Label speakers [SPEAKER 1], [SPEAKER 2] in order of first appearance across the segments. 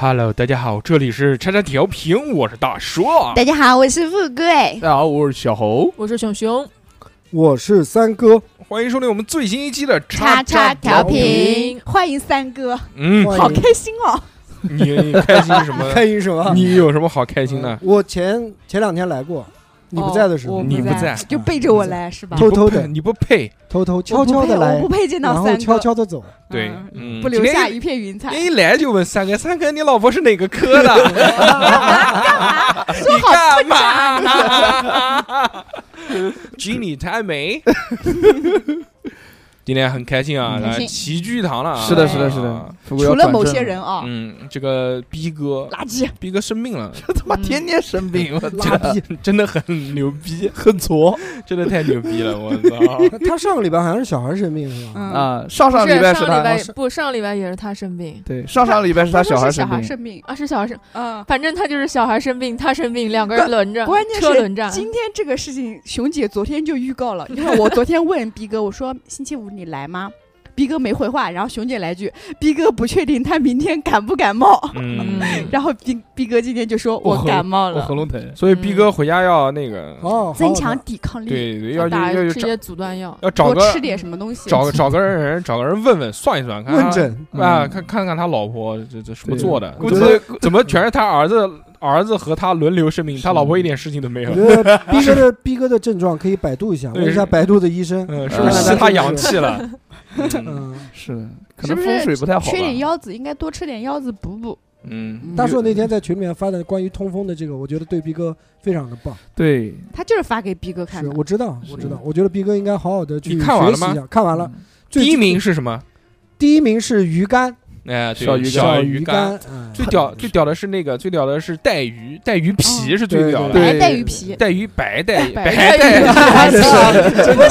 [SPEAKER 1] Hello，大家好，这里是叉叉调频，我是大硕。
[SPEAKER 2] 大家好，我是富贵。
[SPEAKER 1] 大家好，我是小猴，
[SPEAKER 3] 我是熊熊，
[SPEAKER 4] 我是三哥，
[SPEAKER 1] 欢迎收听我们最新一期的
[SPEAKER 2] 叉叉调
[SPEAKER 1] 调
[SPEAKER 2] 频，欢迎三哥，
[SPEAKER 1] 嗯，
[SPEAKER 4] 欢迎
[SPEAKER 2] 好开心哦！
[SPEAKER 1] 你你开心什么？
[SPEAKER 4] 开心什么？
[SPEAKER 1] 你有什么好开心的？
[SPEAKER 4] 我前前两天来过，你不在的时
[SPEAKER 3] 哦
[SPEAKER 4] 候
[SPEAKER 3] 我，
[SPEAKER 1] 你不在
[SPEAKER 2] 就背着我来是吧？
[SPEAKER 4] 偷偷的
[SPEAKER 1] 你不配你不配。
[SPEAKER 4] 偷偷
[SPEAKER 2] 我
[SPEAKER 4] 悄
[SPEAKER 2] 不
[SPEAKER 4] 悄
[SPEAKER 2] 配
[SPEAKER 4] 的来
[SPEAKER 2] 我不，配见到
[SPEAKER 4] 然
[SPEAKER 2] 三
[SPEAKER 4] 后
[SPEAKER 2] 哥，
[SPEAKER 4] 悄悄的走。
[SPEAKER 1] 对，
[SPEAKER 2] 嗯
[SPEAKER 1] 嗯，
[SPEAKER 2] 不留下
[SPEAKER 1] 今
[SPEAKER 2] 一片云彩。
[SPEAKER 1] 天一。今天一来就问三哥，三哥，你老婆是哪个科 的？
[SPEAKER 2] 说
[SPEAKER 1] 你
[SPEAKER 2] 好啊
[SPEAKER 1] 干嘛？经理太 美。今天很开心啊，
[SPEAKER 2] 嗯
[SPEAKER 1] 来
[SPEAKER 2] 开心
[SPEAKER 1] 齐聚一堂了啊。
[SPEAKER 5] 是的，是的，是
[SPEAKER 1] 啊
[SPEAKER 5] 的。。富贵要
[SPEAKER 2] 除了
[SPEAKER 5] 转
[SPEAKER 2] 某
[SPEAKER 5] 正
[SPEAKER 2] 些，人啊，
[SPEAKER 1] 嗯，这个逼哥，
[SPEAKER 2] 垃圾，
[SPEAKER 1] 逼哥生病了，
[SPEAKER 5] 这他妈天天生病，我
[SPEAKER 4] 拉
[SPEAKER 5] 操！
[SPEAKER 4] 逼！
[SPEAKER 1] 真的很牛逼，
[SPEAKER 5] 很挫
[SPEAKER 1] 真的太牛逼了，我 操！
[SPEAKER 4] 他上个礼拜好像是小孩生病是吧？
[SPEAKER 2] 嗯，
[SPEAKER 5] 啊！上
[SPEAKER 3] 不
[SPEAKER 5] 上
[SPEAKER 3] 是
[SPEAKER 5] 礼拜是
[SPEAKER 3] 上礼
[SPEAKER 5] 他，
[SPEAKER 3] 拜不上礼拜也是他生病
[SPEAKER 5] 对，上上礼拜是
[SPEAKER 2] 他
[SPEAKER 5] 小
[SPEAKER 2] 说
[SPEAKER 5] 孩
[SPEAKER 2] 是小孩
[SPEAKER 5] 病，
[SPEAKER 2] 生病，
[SPEAKER 3] 嗯啊，是小孩生，
[SPEAKER 2] 嗯。
[SPEAKER 3] 反正他就是小孩生病，他生病，两个人轮着，
[SPEAKER 2] 关键
[SPEAKER 3] 车轮
[SPEAKER 2] 是
[SPEAKER 3] 战。
[SPEAKER 2] 今天这个事情，熊姐昨天就预告了。你看，我昨天问逼哥，我说星期五你来吗？逼哥没回话，然后熊姐来句，逼哥不确定他明天感不感冒。
[SPEAKER 1] 嗯，
[SPEAKER 2] 然后逼逼哥今天就说
[SPEAKER 5] 我
[SPEAKER 2] 我
[SPEAKER 5] 喉
[SPEAKER 2] 感冒
[SPEAKER 5] 我
[SPEAKER 2] 了，
[SPEAKER 5] 喉咙疼。
[SPEAKER 1] 所以逼哥回家要那个，
[SPEAKER 4] 哦，
[SPEAKER 2] 增
[SPEAKER 4] 好
[SPEAKER 2] 强
[SPEAKER 4] 的
[SPEAKER 2] 抵抗力，
[SPEAKER 1] 对对，要
[SPEAKER 3] 打
[SPEAKER 1] 要要
[SPEAKER 3] 这
[SPEAKER 1] 找
[SPEAKER 3] 些阻断药，
[SPEAKER 5] 呃
[SPEAKER 1] 要找
[SPEAKER 2] 多
[SPEAKER 1] 个
[SPEAKER 2] 吃点什么东西。
[SPEAKER 1] 找找个人找个人问问算一算，看
[SPEAKER 4] 问
[SPEAKER 1] 看
[SPEAKER 4] 诊。
[SPEAKER 1] 啊，
[SPEAKER 5] 嗯
[SPEAKER 1] 看看看他老婆这这什么
[SPEAKER 5] 对
[SPEAKER 1] 做的，
[SPEAKER 4] 我
[SPEAKER 1] 怎
[SPEAKER 4] 觉
[SPEAKER 1] 么
[SPEAKER 4] 得
[SPEAKER 1] 怎么全是他儿子儿子和他轮流生病，
[SPEAKER 5] 是
[SPEAKER 1] 他老婆一点事情都没有
[SPEAKER 4] 我，觉得逼哥的 逼哥的症状可以百度一下，
[SPEAKER 1] 对
[SPEAKER 4] 问一下
[SPEAKER 1] 是
[SPEAKER 4] 百度的医生。
[SPEAKER 1] 嗯，是不是吸他阳气了？嗯
[SPEAKER 4] 嗯，
[SPEAKER 5] 是的，可
[SPEAKER 2] 是
[SPEAKER 5] 能
[SPEAKER 2] 不
[SPEAKER 5] 风
[SPEAKER 2] 是
[SPEAKER 5] 水不太好吧。
[SPEAKER 2] 缺点腰子，应该多吃点腰子补补。
[SPEAKER 1] 嗯，
[SPEAKER 4] 大硕那天在群里面发的关于通风的这个，我觉得对逼哥非常的棒。
[SPEAKER 5] 对，
[SPEAKER 2] 他就是发给逼哥看
[SPEAKER 4] 是
[SPEAKER 2] 的。
[SPEAKER 4] 我知道，我
[SPEAKER 5] 是
[SPEAKER 4] 知道，我觉得逼哥应该好好的去
[SPEAKER 1] 你
[SPEAKER 4] 学
[SPEAKER 1] 看完了
[SPEAKER 4] 习一
[SPEAKER 1] 吗嗯
[SPEAKER 4] 下。看完
[SPEAKER 5] 嗯
[SPEAKER 4] 了，最
[SPEAKER 1] 第一
[SPEAKER 4] 近
[SPEAKER 1] 名是什么？
[SPEAKER 4] 第一名是鱼竿，
[SPEAKER 1] 哎，对
[SPEAKER 5] 小鱼干
[SPEAKER 1] 小
[SPEAKER 4] 鱼
[SPEAKER 1] 干。
[SPEAKER 4] 竿，嗯
[SPEAKER 1] 最屌最屌的是那个，最屌的是带鱼，带鱼皮是最
[SPEAKER 4] 对
[SPEAKER 1] 屌的，
[SPEAKER 5] 对
[SPEAKER 1] 哎
[SPEAKER 2] 白带鱼皮，
[SPEAKER 1] 带鱼白带
[SPEAKER 3] 白带鱼啊
[SPEAKER 1] 带
[SPEAKER 4] 白 色，真的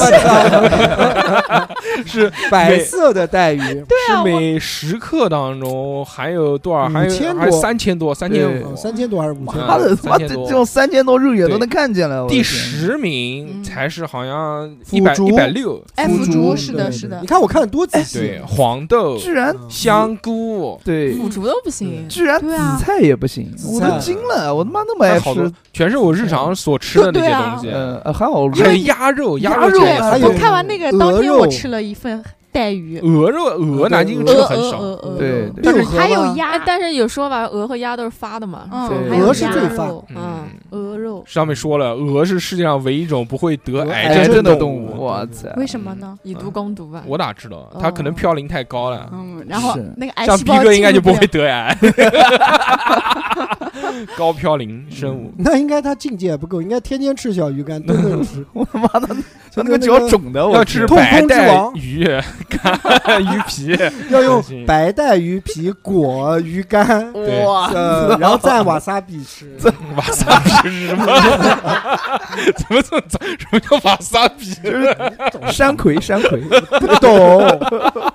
[SPEAKER 1] 是
[SPEAKER 4] 白色的带鱼，
[SPEAKER 1] 是每十克当中含有多少？
[SPEAKER 4] 五
[SPEAKER 1] 含有
[SPEAKER 4] 千
[SPEAKER 1] 还
[SPEAKER 4] 多
[SPEAKER 1] 三千多，三千
[SPEAKER 5] 对
[SPEAKER 1] 五
[SPEAKER 4] 哦，三千多还是五千
[SPEAKER 1] 嗯
[SPEAKER 5] 妈
[SPEAKER 4] 多？
[SPEAKER 5] 的，他妈
[SPEAKER 1] 3000
[SPEAKER 5] 这
[SPEAKER 1] 多
[SPEAKER 5] 这种三千多肉眼都
[SPEAKER 1] 对
[SPEAKER 5] 能看见了。我
[SPEAKER 1] 第
[SPEAKER 5] 的天，
[SPEAKER 1] 十名
[SPEAKER 2] 嗯
[SPEAKER 1] 才是好像一
[SPEAKER 4] 腐
[SPEAKER 1] 百
[SPEAKER 4] 竹
[SPEAKER 1] 一百六，
[SPEAKER 2] 哎，
[SPEAKER 5] 腐
[SPEAKER 2] 腐
[SPEAKER 5] 竹
[SPEAKER 2] 竹是
[SPEAKER 4] 对
[SPEAKER 2] 的，
[SPEAKER 4] 对
[SPEAKER 2] 是的
[SPEAKER 4] 你。看我看的多仔细，
[SPEAKER 1] 对，黄豆、
[SPEAKER 5] 居然
[SPEAKER 4] 嗯
[SPEAKER 1] 香菇，
[SPEAKER 5] 对，
[SPEAKER 2] 嗯
[SPEAKER 3] 腐竹都不行，
[SPEAKER 5] 居然
[SPEAKER 2] 对啊
[SPEAKER 5] 紫菜也不行，
[SPEAKER 4] 紫
[SPEAKER 5] 我
[SPEAKER 4] 菜
[SPEAKER 5] 都惊了，我他妈那么爱
[SPEAKER 1] 好多
[SPEAKER 5] 吃。
[SPEAKER 1] 全是我日常所吃的那些
[SPEAKER 2] 对啊
[SPEAKER 1] 东西。
[SPEAKER 5] 呃，呃还好
[SPEAKER 1] 还有
[SPEAKER 5] 肉
[SPEAKER 1] 鸭肉，
[SPEAKER 5] 鸭
[SPEAKER 1] 肉
[SPEAKER 5] 肉
[SPEAKER 1] 也
[SPEAKER 4] 还
[SPEAKER 1] 是
[SPEAKER 4] 有
[SPEAKER 2] 我看完那个
[SPEAKER 4] 鹅
[SPEAKER 2] 当天，
[SPEAKER 4] 肉
[SPEAKER 2] 我吃了一份带鱼，
[SPEAKER 1] 鹅肉，鹅
[SPEAKER 4] 对
[SPEAKER 1] 南京
[SPEAKER 4] 鹅
[SPEAKER 1] 吃
[SPEAKER 2] 鹅
[SPEAKER 1] 的很
[SPEAKER 2] 鹅
[SPEAKER 1] 少，
[SPEAKER 2] 鹅鹅，
[SPEAKER 5] 对对
[SPEAKER 4] 六合吗
[SPEAKER 2] 还有
[SPEAKER 3] 哎
[SPEAKER 2] 鸭，，
[SPEAKER 3] 但是有说法，鹅和鸭都是发的嘛，
[SPEAKER 2] 嗯，
[SPEAKER 5] 对
[SPEAKER 2] 还有
[SPEAKER 4] 鹅是
[SPEAKER 2] 鸭
[SPEAKER 4] 最发
[SPEAKER 2] 肉，
[SPEAKER 1] 嗯
[SPEAKER 3] 嗯。
[SPEAKER 2] 鹅肉，
[SPEAKER 1] 上面说了，鹅是世界上唯一一种不会得
[SPEAKER 4] 得
[SPEAKER 1] 癌
[SPEAKER 4] 癌
[SPEAKER 5] 哎真
[SPEAKER 1] 症
[SPEAKER 5] 的
[SPEAKER 1] 动
[SPEAKER 5] 动物，我操！
[SPEAKER 2] 为什么呢？
[SPEAKER 3] 以毒攻毒吧。
[SPEAKER 1] 我哪知道？啊它可能
[SPEAKER 2] 哦
[SPEAKER 1] 嘌呤太高了。
[SPEAKER 2] 嗯，然后
[SPEAKER 5] 是
[SPEAKER 2] 那个癌
[SPEAKER 1] 像
[SPEAKER 2] 细
[SPEAKER 1] 逼
[SPEAKER 2] 胞
[SPEAKER 1] 哥应该就不
[SPEAKER 2] 进入了
[SPEAKER 1] 会得癌， 高嘌呤生物。
[SPEAKER 4] 那应该他境界不够，应该天天吃小鱼干，顿顿吃，
[SPEAKER 5] 我他妈的，
[SPEAKER 4] 就
[SPEAKER 5] 那个
[SPEAKER 4] 跟
[SPEAKER 5] 脚肿的，我
[SPEAKER 1] 要
[SPEAKER 5] 天
[SPEAKER 1] 吃
[SPEAKER 4] 痛风
[SPEAKER 1] 白
[SPEAKER 4] 之
[SPEAKER 1] 带
[SPEAKER 4] 王
[SPEAKER 1] 鱼， 看鱼皮，
[SPEAKER 4] 要用白带鱼皮裹鱼 干，
[SPEAKER 1] 对
[SPEAKER 5] 哇，
[SPEAKER 4] 呃，然后再瓦萨比吃，
[SPEAKER 1] 瓦萨比是什么？怎么怎么什么叫瓦萨比？
[SPEAKER 5] 山葵，山 葵，
[SPEAKER 4] 不懂，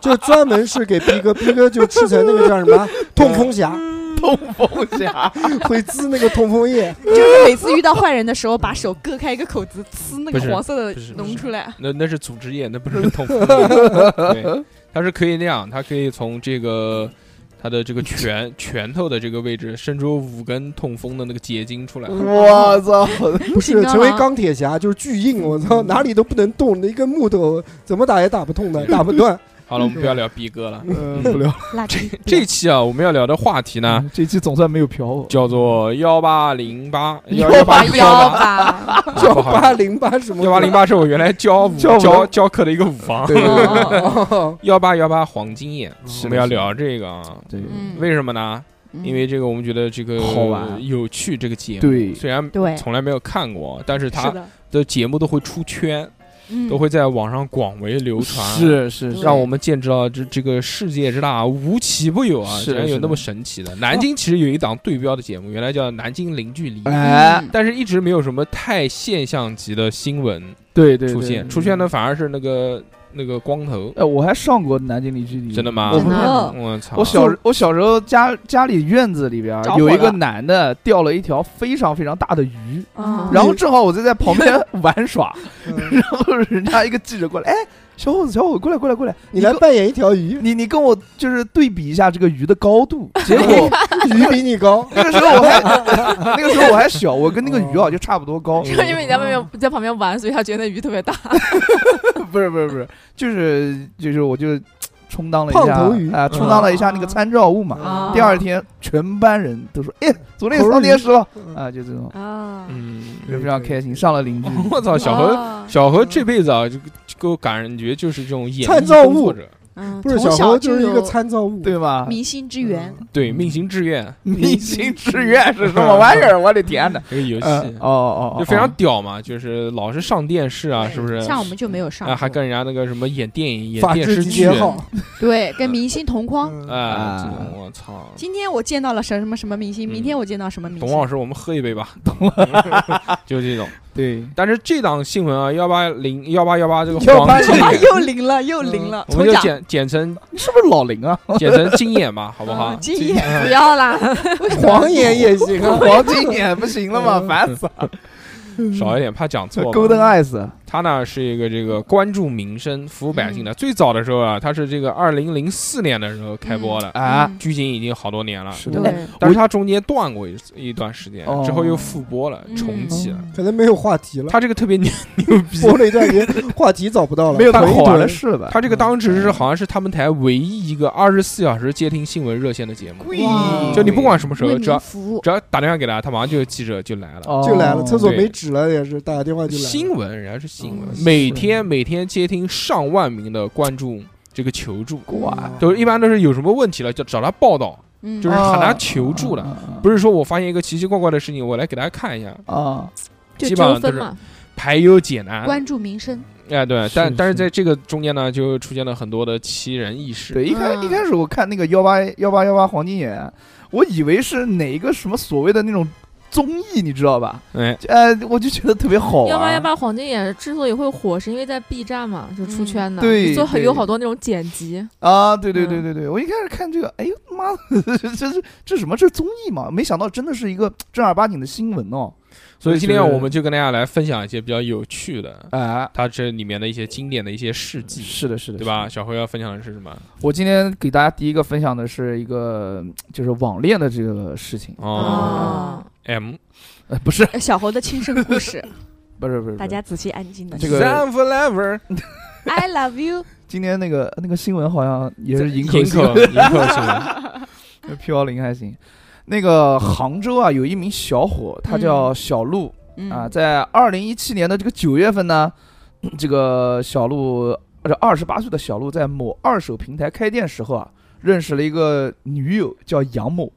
[SPEAKER 4] 就专门是给逼哥，逼哥就吃成那个叫什么痛风侠，
[SPEAKER 5] 痛风侠，
[SPEAKER 4] 会滋那个痛风液，
[SPEAKER 2] 就是每次遇到坏人的时候，把手割开一个口子，呲那
[SPEAKER 1] 不
[SPEAKER 2] 个
[SPEAKER 1] 是
[SPEAKER 2] 黄色
[SPEAKER 1] 不
[SPEAKER 2] 的
[SPEAKER 1] 是不
[SPEAKER 2] 脓
[SPEAKER 1] 是
[SPEAKER 2] 出来。
[SPEAKER 1] 那那是组织液，那不是痛风。对，它是可以那样，它可以从这个它的这个拳拳头的这个位置伸出五根痛风的那个结晶出来。
[SPEAKER 5] 我操！
[SPEAKER 2] 金
[SPEAKER 4] 不是
[SPEAKER 2] 刚
[SPEAKER 4] 成为
[SPEAKER 2] 狼嗯
[SPEAKER 4] 钢铁侠就是巨硬，我操，哪里都不能动，那一根木头怎么打也打不 痛的，打不断。
[SPEAKER 1] 好了，我们不要聊逼哥了。
[SPEAKER 5] 嗯，不聊
[SPEAKER 2] 垃圾。
[SPEAKER 1] 这期啊，我们要聊的话题呢，，
[SPEAKER 5] 这期总算没有嫖我。
[SPEAKER 1] 叫做幺八零八幺八
[SPEAKER 3] 八
[SPEAKER 1] 幺
[SPEAKER 3] 幺
[SPEAKER 1] 八
[SPEAKER 3] 吧，
[SPEAKER 4] 幺八零八什么？
[SPEAKER 1] 幺八零八是我原来教舞
[SPEAKER 5] 教舞
[SPEAKER 1] 教教课的一个舞房。
[SPEAKER 5] 对对对
[SPEAKER 3] 哦
[SPEAKER 4] 哦，
[SPEAKER 1] 幺八幺八黄金眼，
[SPEAKER 5] 是
[SPEAKER 1] 我
[SPEAKER 5] 的
[SPEAKER 1] 们要聊这个啊，
[SPEAKER 5] 对
[SPEAKER 2] 嗯
[SPEAKER 1] 为什么呢？
[SPEAKER 2] 嗯
[SPEAKER 1] 因为这个我们觉得这个
[SPEAKER 5] 好玩
[SPEAKER 1] 有趣，这个节目
[SPEAKER 5] 对，
[SPEAKER 1] 虽然
[SPEAKER 2] 对，
[SPEAKER 1] 从来没有看过，但是
[SPEAKER 2] 是
[SPEAKER 1] 它
[SPEAKER 2] 的，
[SPEAKER 1] 的节目都会出圈，
[SPEAKER 2] 嗯
[SPEAKER 1] 都会在网上广为流传，
[SPEAKER 5] 是是
[SPEAKER 2] 对
[SPEAKER 1] 让我们见识到这这个世界之大，无奇不有啊，
[SPEAKER 5] 是
[SPEAKER 1] 竟
[SPEAKER 5] 的
[SPEAKER 1] 然有
[SPEAKER 5] 是的
[SPEAKER 1] 那么神奇的。南京其实有一档对标的节目，原来叫《南京零距离》。
[SPEAKER 2] 嗯
[SPEAKER 5] 哎，
[SPEAKER 1] 但是一直没有什么太现象级的新闻
[SPEAKER 5] 对对，对嗯
[SPEAKER 1] 出现，出现的。反而是那个那个光头，
[SPEAKER 5] 哎，我还上过南京零距离，
[SPEAKER 1] 真的吗
[SPEAKER 5] 我不
[SPEAKER 2] 真的
[SPEAKER 5] 是，
[SPEAKER 1] 我操！
[SPEAKER 5] 哦我小我小时候家家里院子里边儿
[SPEAKER 2] 着火
[SPEAKER 5] 有一个
[SPEAKER 2] 了
[SPEAKER 5] 男的钓了一条非常非常大的
[SPEAKER 3] 嗯
[SPEAKER 5] 鱼，
[SPEAKER 2] 啊
[SPEAKER 5] 然后正好我就在旁边玩耍，
[SPEAKER 4] 嗯
[SPEAKER 5] 然后人家一个记者过来，哎，小伙子，小伙子，过来，过来，过来，
[SPEAKER 4] 你来
[SPEAKER 5] 跟，
[SPEAKER 4] 扮演一条鱼，
[SPEAKER 5] 你你跟我就是对比一下这个鱼的高度。结果，
[SPEAKER 4] 鱼比你高
[SPEAKER 5] 那个时候我还那个时候我还小，我跟那个鱼啊就差不多高。
[SPEAKER 3] 因为你在外面在旁边玩，所以他觉得那鱼特别大。
[SPEAKER 5] 不是不是不是，就是就是我就充当了一
[SPEAKER 4] 胖
[SPEAKER 5] 下
[SPEAKER 4] 头鱼
[SPEAKER 5] 啊，充
[SPEAKER 3] 嗯
[SPEAKER 5] 当了一下
[SPEAKER 2] 嗯
[SPEAKER 5] 那个参照物嘛。
[SPEAKER 3] 啊
[SPEAKER 5] 第二天全班人都说：“哎，昨天
[SPEAKER 4] 头
[SPEAKER 5] 上
[SPEAKER 4] 鱼
[SPEAKER 5] 电视了
[SPEAKER 4] 嗯
[SPEAKER 5] 啊！”就这种，
[SPEAKER 3] 啊，
[SPEAKER 1] 嗯，
[SPEAKER 5] 就非常开心。上了邻居，
[SPEAKER 1] 我
[SPEAKER 2] 嗯
[SPEAKER 1] 操，小
[SPEAKER 5] 哦
[SPEAKER 1] 何，
[SPEAKER 3] 何
[SPEAKER 1] 小何这辈子啊，就就给我感觉就是这种演
[SPEAKER 4] 参
[SPEAKER 1] 艺
[SPEAKER 4] 照
[SPEAKER 1] 工
[SPEAKER 4] 物
[SPEAKER 1] 作者，
[SPEAKER 2] 嗯，
[SPEAKER 4] 不是
[SPEAKER 2] 从
[SPEAKER 4] 小
[SPEAKER 2] 小
[SPEAKER 4] 猴就是一个参照物，
[SPEAKER 5] 对吧？
[SPEAKER 2] 明星之源，
[SPEAKER 5] 嗯
[SPEAKER 1] 对，命行志愿
[SPEAKER 5] 明星志愿是什么玩 意儿？我的天哪！
[SPEAKER 1] 这个游戏，
[SPEAKER 5] 嗯哦哦，哦
[SPEAKER 1] 就非常屌嘛，就是老是上电视啊，是不是？
[SPEAKER 2] 像我们就没有上
[SPEAKER 1] 啊，
[SPEAKER 2] 过，
[SPEAKER 1] 还跟人家那个什么演电影、演
[SPEAKER 4] 法
[SPEAKER 1] 电
[SPEAKER 4] 制
[SPEAKER 1] 视
[SPEAKER 4] 集
[SPEAKER 1] 剧
[SPEAKER 4] 结，号，
[SPEAKER 2] 对，跟明星同框。
[SPEAKER 4] 嗯
[SPEAKER 1] 啊，这
[SPEAKER 5] 啊
[SPEAKER 1] 种我操！
[SPEAKER 2] 今天我见到了什什么什么明星，
[SPEAKER 1] 嗯
[SPEAKER 2] 明天我见到什么明
[SPEAKER 1] 董老
[SPEAKER 2] 星，
[SPEAKER 1] 师，我们喝一杯吧，就这种。
[SPEAKER 5] 对，
[SPEAKER 1] 但是这档新闻啊，幺八零幺八幺八这个
[SPEAKER 4] 180
[SPEAKER 1] 黄金
[SPEAKER 2] 啊，
[SPEAKER 1] 眼，
[SPEAKER 2] 又灵了，又灵了，
[SPEAKER 1] 嗯我们
[SPEAKER 2] 重
[SPEAKER 1] 就
[SPEAKER 2] 讲
[SPEAKER 1] 简简称
[SPEAKER 5] 你是不是老 林啊？
[SPEAKER 1] 简称金眼吧，好不好
[SPEAKER 2] 啊？敬业，
[SPEAKER 3] 不要啦，
[SPEAKER 4] 黄眼也行 啊，
[SPEAKER 5] 黄金眼不行了吗？烦 死了！
[SPEAKER 1] 少一点，怕讲 错嘛。
[SPEAKER 5] Golden Eyes，
[SPEAKER 1] 他呢是一个这个关注民生、服务百姓的。最早的时候啊，他是这个二零零四年的时候开播的，
[SPEAKER 5] 啊
[SPEAKER 2] 嗯
[SPEAKER 1] 距今已经好多年了。
[SPEAKER 5] 是的
[SPEAKER 2] 对，
[SPEAKER 1] 但是它中间断过一次一段时间，
[SPEAKER 5] 哦
[SPEAKER 1] 之后又复播了，
[SPEAKER 3] 嗯
[SPEAKER 1] 重启了。
[SPEAKER 4] 可能没有话题了，
[SPEAKER 1] 它这个特别牛，
[SPEAKER 4] 播了一段时间，话题找不到了，
[SPEAKER 5] 没有那
[SPEAKER 4] 囤一
[SPEAKER 5] 么好玩的
[SPEAKER 4] 囤，
[SPEAKER 5] 事了吧？
[SPEAKER 1] 它这个当时是好像是他们台唯一一个二十四小时接听新闻热线的节目，
[SPEAKER 2] 哇
[SPEAKER 1] 就你不管什么时候，
[SPEAKER 2] 为
[SPEAKER 1] 只要
[SPEAKER 2] 民服务，
[SPEAKER 1] 只要打电话给他，他马上就有记者就来了。
[SPEAKER 5] 哦
[SPEAKER 4] 就来了，厕所
[SPEAKER 1] 对
[SPEAKER 4] 没纸了也是，打个电话就来了，
[SPEAKER 1] 新闻人家是新闻
[SPEAKER 5] 嗯，
[SPEAKER 1] 每
[SPEAKER 5] 是
[SPEAKER 1] 天每天接听上万名的观众这个求助，
[SPEAKER 4] 哎
[SPEAKER 5] 哇，
[SPEAKER 1] 就是一般都是有什么问题了就找他报道，
[SPEAKER 2] 嗯，
[SPEAKER 1] 就是
[SPEAKER 5] 啊
[SPEAKER 1] 喊他求助的，
[SPEAKER 5] 了
[SPEAKER 1] 不是说我发现一个奇奇怪怪的事情，我来给大家看一下，
[SPEAKER 5] 啊，
[SPEAKER 3] 就
[SPEAKER 1] 基本
[SPEAKER 3] 纠
[SPEAKER 1] 上都
[SPEAKER 3] 纷
[SPEAKER 1] 是
[SPEAKER 3] 嘛，
[SPEAKER 1] 排忧解难。
[SPEAKER 2] 关注民生，
[SPEAKER 1] 哎，对，
[SPEAKER 5] 是
[SPEAKER 1] 但但是
[SPEAKER 5] 是
[SPEAKER 1] 在这个中间呢，就出现了很多的奇人异事。
[SPEAKER 5] 对，一啊开
[SPEAKER 2] 嗯
[SPEAKER 5] 一开始我看那个幺八幺八幺八黄金眼，我以为是哪一个什么所谓的那种综艺，你知道吧？
[SPEAKER 1] 哎，
[SPEAKER 5] 呃，我就觉得特别好啊
[SPEAKER 3] 幺八幺
[SPEAKER 5] 玩。
[SPEAKER 3] 八黄金眼之所以会火，是因为在 B 站嘛，就
[SPEAKER 2] 嗯
[SPEAKER 3] 出圈的，
[SPEAKER 5] 对
[SPEAKER 3] 所以
[SPEAKER 5] 对
[SPEAKER 3] 有好多那种剪辑，
[SPEAKER 5] 啊，对对对
[SPEAKER 3] 嗯
[SPEAKER 5] 对对，我一开始看这个，哎呦妈的，这这这这什么？这是综艺嘛？没想到真的是一个正儿八经的新闻哦。
[SPEAKER 1] 所以今天
[SPEAKER 5] 就是
[SPEAKER 1] 我们就跟大家来分享一些比较有趣的，
[SPEAKER 5] 啊，
[SPEAKER 1] 它这里面的一些经典的一些事迹，
[SPEAKER 5] 是的，是的，
[SPEAKER 1] 哎对
[SPEAKER 5] 是
[SPEAKER 1] 吧？
[SPEAKER 5] 的？
[SPEAKER 1] 小辉要分享的是什么？
[SPEAKER 5] 我今天给大家第一个分享的是一个就是网恋的这个事情，
[SPEAKER 1] 哦
[SPEAKER 3] 啊，
[SPEAKER 1] ，M
[SPEAKER 5] 呃，不是，
[SPEAKER 2] 呃小猴的亲身 故事，
[SPEAKER 5] 不是，不是，不是
[SPEAKER 2] 大家仔细安静的
[SPEAKER 5] 这个
[SPEAKER 1] forever，
[SPEAKER 2] I love you，
[SPEAKER 5] 今天那个那个新闻好像也是
[SPEAKER 1] 迎
[SPEAKER 5] 营
[SPEAKER 1] 口
[SPEAKER 5] 口
[SPEAKER 1] 迎
[SPEAKER 5] 新
[SPEAKER 1] 口
[SPEAKER 5] 闻
[SPEAKER 1] 新闻，
[SPEAKER 5] P 幺零还行。那个杭州啊，有一名小伙，他叫小陆、啊，
[SPEAKER 2] 嗯，
[SPEAKER 5] 在二零一七年的这个九月份呢，这个小陆，这二十八岁的小陆在某二手平台开店时候啊，认识了一个女友叫杨某，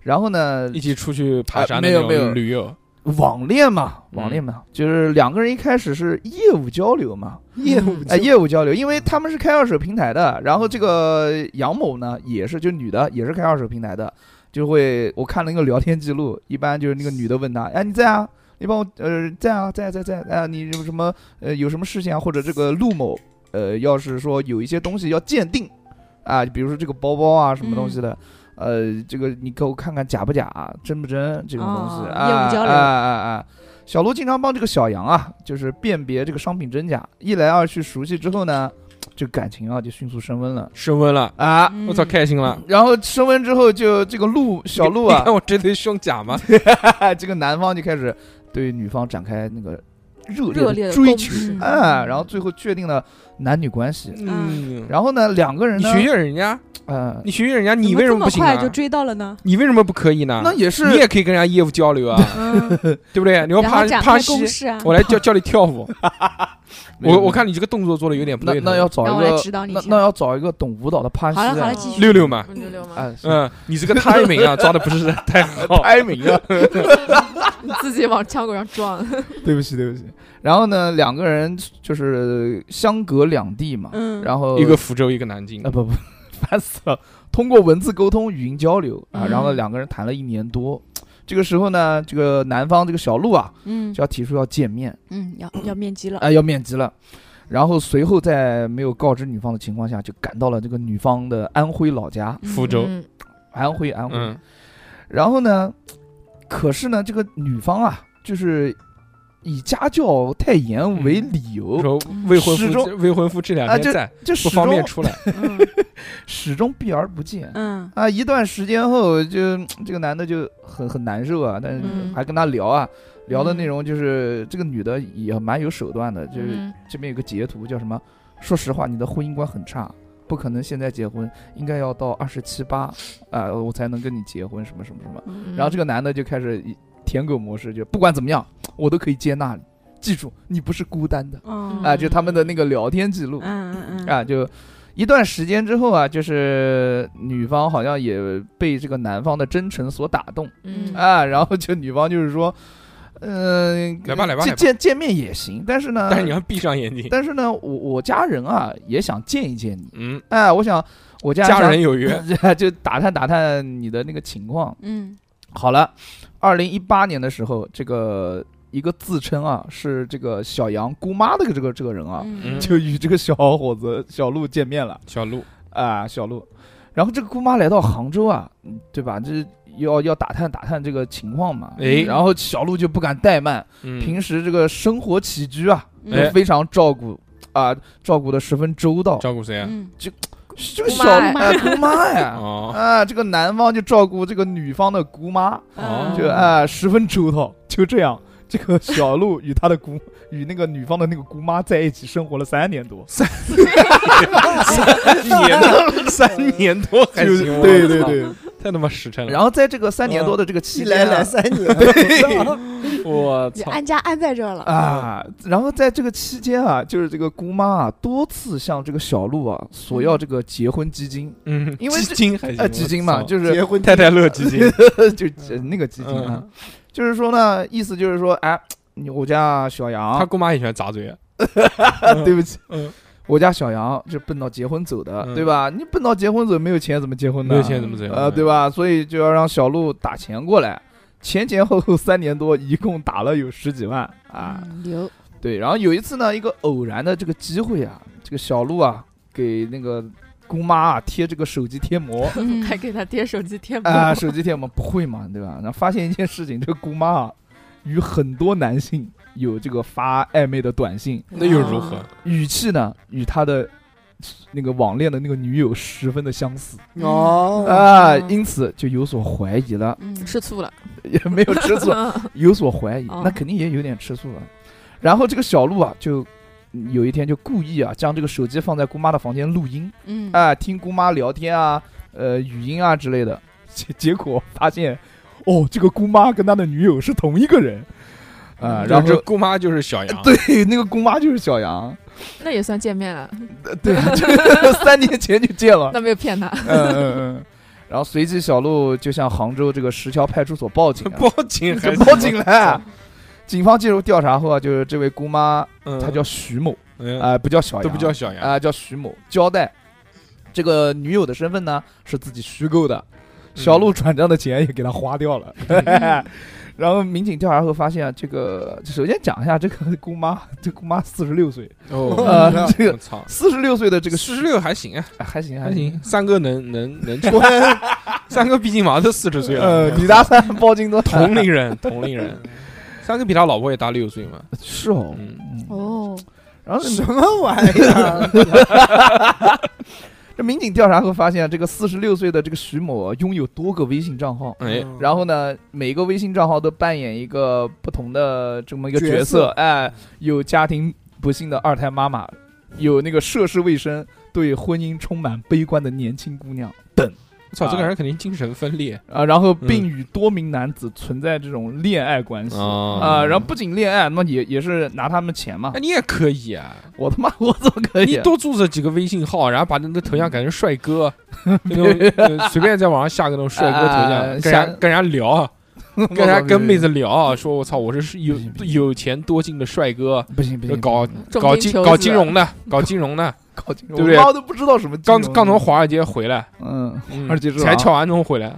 [SPEAKER 5] 然后呢
[SPEAKER 1] 一，起出去爬山的
[SPEAKER 5] 啊没
[SPEAKER 1] 那
[SPEAKER 5] 有没
[SPEAKER 1] 种
[SPEAKER 5] 有
[SPEAKER 1] 驴友，
[SPEAKER 5] 网恋嘛，
[SPEAKER 1] 嗯
[SPEAKER 5] 网恋嘛，就是两个人一开始是业务交流嘛，
[SPEAKER 4] 业务
[SPEAKER 5] 哎，业务交流，因为他们是开二手平台的，然后这个杨某呢也是，就女的也是开二手平台的，就会我看了一个聊天记录，一般就是那个女的问他，哎你在啊，你帮我呃在啊在在在啊，你有什么呃有什么事情啊，或者这个陆某呃要是说有一些东西要鉴定啊，比如说这个包包啊什么东西的。呃，这个你给我看看假不假，真不真这种东西、
[SPEAKER 2] 哦
[SPEAKER 5] 啊，
[SPEAKER 2] 业务交流
[SPEAKER 5] 啊啊啊！小卢经常帮这个小杨啊，就是辨别这个商品真假，一来二去熟悉之后呢，这个感情啊就迅速升温了
[SPEAKER 1] 升温了，
[SPEAKER 5] 啊。
[SPEAKER 2] 嗯
[SPEAKER 1] 我操，开心了。
[SPEAKER 5] 然后升温之后，就这个陆小陆
[SPEAKER 1] 你
[SPEAKER 5] 啊
[SPEAKER 1] 看， 我这对胸甲吗？
[SPEAKER 5] 这个男方就开始对女方展开那个热
[SPEAKER 3] 热烈
[SPEAKER 5] 烈
[SPEAKER 3] 的
[SPEAKER 5] 追
[SPEAKER 3] 攻
[SPEAKER 5] 求
[SPEAKER 3] 势
[SPEAKER 5] 啊，然后最后确定了男女关系。
[SPEAKER 1] 嗯，
[SPEAKER 5] 然后呢，两个人
[SPEAKER 1] 你
[SPEAKER 5] 呢，
[SPEAKER 1] 学学人家，
[SPEAKER 5] 呃，
[SPEAKER 1] 你学学人家，
[SPEAKER 2] 啊怎
[SPEAKER 1] 你为什
[SPEAKER 2] 这
[SPEAKER 1] 么
[SPEAKER 2] 么
[SPEAKER 1] 不行
[SPEAKER 2] 快
[SPEAKER 1] 啊
[SPEAKER 2] 就？追到了呢？
[SPEAKER 1] 你为什么不可以呢？
[SPEAKER 5] 那也是
[SPEAKER 1] 啊你也可以跟人家业务交 流啊，
[SPEAKER 2] 嗯，
[SPEAKER 1] 对不对？你要
[SPEAKER 2] 然
[SPEAKER 1] 爬
[SPEAKER 2] 后展
[SPEAKER 1] 爬
[SPEAKER 2] 开
[SPEAKER 1] 西
[SPEAKER 2] 公，式啊，
[SPEAKER 1] 我来教教你跳 舞。
[SPEAKER 5] 没有
[SPEAKER 1] 我我看你这个动作做的有点不
[SPEAKER 5] 那
[SPEAKER 1] 对头。
[SPEAKER 5] 那要找
[SPEAKER 2] 让我
[SPEAKER 5] 一
[SPEAKER 2] 来
[SPEAKER 5] 个
[SPEAKER 2] 指导你一
[SPEAKER 5] 那
[SPEAKER 2] 下。
[SPEAKER 5] 那要找一个懂舞蹈的帕西
[SPEAKER 2] 好了好
[SPEAKER 5] 啊
[SPEAKER 2] 了，继续。
[SPEAKER 1] 六六嘛，
[SPEAKER 3] 六六嘛，
[SPEAKER 5] 啊，是
[SPEAKER 1] 嗯，你这个 timing 啊抓的不是太好。
[SPEAKER 5] 开明啊。
[SPEAKER 3] 你 自己往枪口上撞，
[SPEAKER 5] 对不起，对不起。然后呢，两个人就是相隔两地嘛，
[SPEAKER 2] 嗯，
[SPEAKER 5] 然后
[SPEAKER 1] 一个福州，一个南京
[SPEAKER 5] 啊，不 不，烦死了。通过文字沟通、语音交流啊，
[SPEAKER 3] 嗯
[SPEAKER 5] 然后两个人谈了一年多。这个时候呢，这个男方这个小陆啊，
[SPEAKER 2] 嗯
[SPEAKER 5] 就要提出要见面
[SPEAKER 2] 嗯，要要面基 了
[SPEAKER 5] 啊、，要面基了。然后随后在没有告知女方的情况下，就赶到了这个女方的安徽老家，
[SPEAKER 2] 嗯
[SPEAKER 1] 福州
[SPEAKER 3] 嗯
[SPEAKER 5] 安徽安徽。
[SPEAKER 1] 嗯，
[SPEAKER 5] 然后呢，可是呢，这个女方啊，就是以家教太严为理由，
[SPEAKER 1] 说未婚
[SPEAKER 5] 始
[SPEAKER 1] 夫
[SPEAKER 5] 终
[SPEAKER 1] 未婚夫这两
[SPEAKER 5] 啊
[SPEAKER 1] 天在
[SPEAKER 5] 就
[SPEAKER 1] 嗯不
[SPEAKER 5] 始
[SPEAKER 1] 方便
[SPEAKER 5] 终
[SPEAKER 1] 出 来，
[SPEAKER 2] 嗯
[SPEAKER 5] 始终避而不见。
[SPEAKER 2] 嗯
[SPEAKER 5] 啊，一段时间后就，嗯这个男的就很很难受啊，但是
[SPEAKER 3] 嗯
[SPEAKER 5] 还跟他聊啊，聊的内容就是、这个女的也蛮有手段的，就是、
[SPEAKER 3] 嗯
[SPEAKER 5] 这边有个截图叫什么？说实话，你的婚姻观很差，不可能现在结婚，应该要到二十七八啊，我才能跟你结婚，什么什么什么。
[SPEAKER 3] 嗯
[SPEAKER 5] 然后这个男的就开始以舔狗模式，就不管怎么样，我都可以接纳你，记住你不是孤单的
[SPEAKER 2] 嗯
[SPEAKER 5] 啊，就他们的那个聊天记录。
[SPEAKER 2] 嗯嗯
[SPEAKER 5] 啊，就一段时间之后啊，就是女方好像也被这个男方的真诚所打动
[SPEAKER 3] 嗯
[SPEAKER 5] 啊，然后就女方就是说，嗯、
[SPEAKER 1] 来吧来吧来吧
[SPEAKER 5] 见见见面也行，但是呢，
[SPEAKER 1] 但是你要闭上眼睛。
[SPEAKER 5] 但是呢，我我家人啊也想见一见你，
[SPEAKER 1] 嗯，
[SPEAKER 5] 哎、我想我家
[SPEAKER 1] 家
[SPEAKER 5] 想
[SPEAKER 1] 人有 约，
[SPEAKER 5] 就打探打探你的那个情况。
[SPEAKER 2] 嗯
[SPEAKER 5] 好了，二零一八年的时候，这个一个自称啊是这个小杨姑妈的这个这个人啊，
[SPEAKER 1] 嗯
[SPEAKER 5] 就与这个小伙子小鹿见面了。
[SPEAKER 1] 小鹿
[SPEAKER 5] 啊，小鹿。然后这个姑妈来到杭州啊，嗯对吧？这要要打探打探这个情况嘛。
[SPEAKER 1] 哎
[SPEAKER 5] 然后小鹿就不敢怠慢，
[SPEAKER 1] 平
[SPEAKER 5] 平时这个生活起居啊，都
[SPEAKER 1] 哎
[SPEAKER 5] 非常照顾啊，照顾的十分周到。
[SPEAKER 1] 照顾谁啊？
[SPEAKER 2] 嗯
[SPEAKER 5] 这个
[SPEAKER 3] 姑
[SPEAKER 5] 小
[SPEAKER 3] 妈
[SPEAKER 5] 鹿哎姑妈呀，
[SPEAKER 1] 哦，
[SPEAKER 5] 啊，这个男方就照顾这个女方的姑妈，
[SPEAKER 1] 哦
[SPEAKER 2] 嗯
[SPEAKER 5] 就啊十分周到。 就这样，这个小鹿与他的姑 与那个女方的那个姑妈在一起生活了三年 多，
[SPEAKER 1] 一年多三年多还
[SPEAKER 5] 就
[SPEAKER 1] 行，
[SPEAKER 5] 对
[SPEAKER 1] 我
[SPEAKER 5] 对
[SPEAKER 1] 操，
[SPEAKER 5] 对。
[SPEAKER 1] 太他妈实诚了。
[SPEAKER 5] 嗯然后在这个三年多的这个期
[SPEAKER 4] 一
[SPEAKER 1] 嗯
[SPEAKER 5] 间啊、
[SPEAKER 4] 来来三年，
[SPEAKER 1] 我
[SPEAKER 2] 你
[SPEAKER 1] 操，
[SPEAKER 2] 安家安在这儿了，
[SPEAKER 5] 啊，然后在这个期间啊，就是这个姑妈啊，多次向这个小鹿啊索要这个结婚基金，
[SPEAKER 1] 嗯，
[SPEAKER 5] 因为
[SPEAKER 1] 基
[SPEAKER 5] 这
[SPEAKER 1] 金还行，
[SPEAKER 5] 呃，基金嘛，
[SPEAKER 1] 我操
[SPEAKER 5] 就是
[SPEAKER 4] 结婚
[SPEAKER 1] 太太乐 基金，啊
[SPEAKER 5] 就呃那个基金啊
[SPEAKER 1] 嗯，
[SPEAKER 5] 就是说呢，意思就是说，哎，你我家小
[SPEAKER 1] 他
[SPEAKER 5] 杨，
[SPEAKER 1] 姑妈也喜欢砸 嘴，
[SPEAKER 5] 啊
[SPEAKER 1] 啊
[SPEAKER 5] 对不起
[SPEAKER 1] 嗯，
[SPEAKER 5] 我家小杨是奔到结婚走的，
[SPEAKER 1] 嗯
[SPEAKER 5] 对吧？你奔到结婚走，没有钱怎么结婚呢？
[SPEAKER 1] 没有钱怎么嘴
[SPEAKER 5] 呃，对？吧？所以就要让小鹿打钱过来，前前后后三年多，一共打了有十几万啊。
[SPEAKER 2] 嗯牛，
[SPEAKER 5] 对，然后有一次呢，一个偶然的这个机会啊，这个小鹿啊，给那个姑妈啊贴这个手机贴膜
[SPEAKER 2] 嗯
[SPEAKER 3] 还给他贴手机贴膜
[SPEAKER 5] 啊、手机贴膜不会嘛，对吧？然后发现一件事情，这个姑妈啊，与很多男性有这个发暧昧的短信，
[SPEAKER 1] 那又如何？
[SPEAKER 5] 语气呢与她的那个网恋的那个女友十分的相似
[SPEAKER 4] 哦，
[SPEAKER 5] 啊、因此就有所怀疑了，
[SPEAKER 2] 嗯
[SPEAKER 3] 吃醋了，
[SPEAKER 5] 也没有 吃醋，有所怀疑，
[SPEAKER 3] 哦
[SPEAKER 5] 那肯定也有点吃醋了。啊然后这个小鹿啊，就嗯有一天就故意啊，将这个手机放在姑妈的房间录音，
[SPEAKER 2] 嗯
[SPEAKER 5] 啊、听姑妈聊天啊，呃，语音啊之类的。 结结果发现，哦，这个姑妈跟他的女友是同一个人，啊、
[SPEAKER 1] 然
[SPEAKER 5] 然
[SPEAKER 1] 后这
[SPEAKER 5] 后。呃
[SPEAKER 1] 姑妈就是小杨，
[SPEAKER 5] 对，那个姑妈就是小杨，
[SPEAKER 3] 那也算见面了，
[SPEAKER 5] 呃对，就三年前就见 了，
[SPEAKER 3] 那没有骗他，
[SPEAKER 5] 嗯嗯嗯，然后随即小鹿就向杭州这个石桥派出所 报警、啊，
[SPEAKER 1] 报警还
[SPEAKER 5] 就报警了。警方介入调查后啊，就是这位姑妈，
[SPEAKER 1] 嗯，
[SPEAKER 5] 她叫徐某，
[SPEAKER 1] 嗯
[SPEAKER 5] 啊、不叫小杨，
[SPEAKER 1] 都不叫小杨，
[SPEAKER 5] 啊、叫徐某，交代这个女友的身份呢是自己虚构的，
[SPEAKER 1] 嗯
[SPEAKER 5] 小鹿转账的钱也给她花 掉了。 然后民警调查后发现啊，这个首先讲一下这个姑妈，这姑妈四十六岁，
[SPEAKER 1] 哦，
[SPEAKER 5] 啊，
[SPEAKER 4] 嗯
[SPEAKER 5] 这
[SPEAKER 1] 我
[SPEAKER 5] 个
[SPEAKER 1] 操，
[SPEAKER 5] 四十六岁的这个
[SPEAKER 1] 四十六还行啊，
[SPEAKER 5] 哎还行
[SPEAKER 1] 还
[SPEAKER 5] 还
[SPEAKER 1] 行，，三哥能能 能去，三哥毕竟马上都四十岁
[SPEAKER 5] 呃
[SPEAKER 1] 了，，
[SPEAKER 5] 李大三包金多
[SPEAKER 1] 哎 同龄人，同龄 人，三哥比他老婆也大六岁嘛，
[SPEAKER 5] 是哦，
[SPEAKER 1] 嗯
[SPEAKER 5] 嗯，
[SPEAKER 2] 哦，
[SPEAKER 5] 然后
[SPEAKER 4] 什么玩意儿？
[SPEAKER 5] 这民警调查后发现啊，这个四十六岁的这个徐某啊拥有多个微信账号。
[SPEAKER 1] 哎，
[SPEAKER 5] 然后呢，每个微信账号都扮演一个不同的这么一个
[SPEAKER 4] 角
[SPEAKER 5] 角
[SPEAKER 4] 色
[SPEAKER 5] 色，
[SPEAKER 1] 嗯
[SPEAKER 5] 哎，有家庭不幸的二胎妈妈，有那个涉世未深、对婚姻充满悲观的年轻姑娘
[SPEAKER 1] 我操，这个人肯定精神分裂
[SPEAKER 5] 啊，然后
[SPEAKER 1] 嗯
[SPEAKER 5] 并与多名男子存在这种恋爱关
[SPEAKER 1] 哦
[SPEAKER 5] 系。啊、然后不仅恋爱，那也也是拿他们钱嘛
[SPEAKER 1] 那。你也可以啊，
[SPEAKER 5] 我他妈，我怎么可以
[SPEAKER 1] 哎
[SPEAKER 5] 啊
[SPEAKER 1] 你？多注册几个微信号，然后把那个头像改成帅 哥，那种呃随便在网上下个那种帅哥头像，
[SPEAKER 5] 啊
[SPEAKER 1] 跟人
[SPEAKER 5] 下
[SPEAKER 1] 家跟人家聊啊，跟人家跟妹子聊啊，说我操，我是有有钱多金的帅哥，
[SPEAKER 5] 不行不行，
[SPEAKER 1] 搞
[SPEAKER 3] 重
[SPEAKER 1] 搞
[SPEAKER 3] 金
[SPEAKER 1] 金
[SPEAKER 3] 求
[SPEAKER 1] 搞
[SPEAKER 3] 子
[SPEAKER 1] 金融的，搞金融的，
[SPEAKER 5] 搞金融，
[SPEAKER 1] 对不对
[SPEAKER 5] 我妈都不知道什 么金
[SPEAKER 1] 刚
[SPEAKER 5] 融
[SPEAKER 1] 刚从华尔街回来，
[SPEAKER 5] 嗯，
[SPEAKER 1] 嗯
[SPEAKER 5] 而且是吧
[SPEAKER 1] 才翘完钟回 来，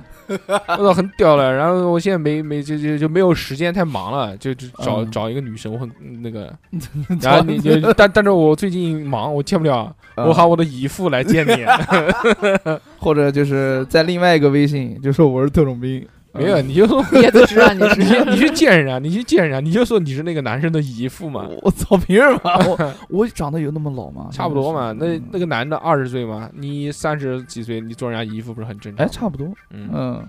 [SPEAKER 1] 我操，很屌了。然后我现在没没就就就没有时间，太忙了，就就找
[SPEAKER 5] 嗯
[SPEAKER 1] 找一个女神，我很那 个。然后你就但但是我最近忙，我见不了，
[SPEAKER 5] 嗯
[SPEAKER 1] 我
[SPEAKER 5] 啊
[SPEAKER 1] 喊我的姨父 来见你。
[SPEAKER 5] 或者就是在另外一个微信就说我是特种兵，啊
[SPEAKER 1] 没有，你就
[SPEAKER 3] 也都知道你
[SPEAKER 1] 你
[SPEAKER 3] 是
[SPEAKER 1] 去你去见人啊家，你去见人家，你就说你是那个男生的姨父嘛，
[SPEAKER 5] 我操，凭什么？ 我我长得有那么老吗？
[SPEAKER 1] 差不多嘛。那
[SPEAKER 5] 嗯
[SPEAKER 1] 那个男的二十岁嘛，你三十几岁，你做人家姨父不是很正常？
[SPEAKER 5] 哎，差不多，
[SPEAKER 1] 嗯，
[SPEAKER 5] 嗯。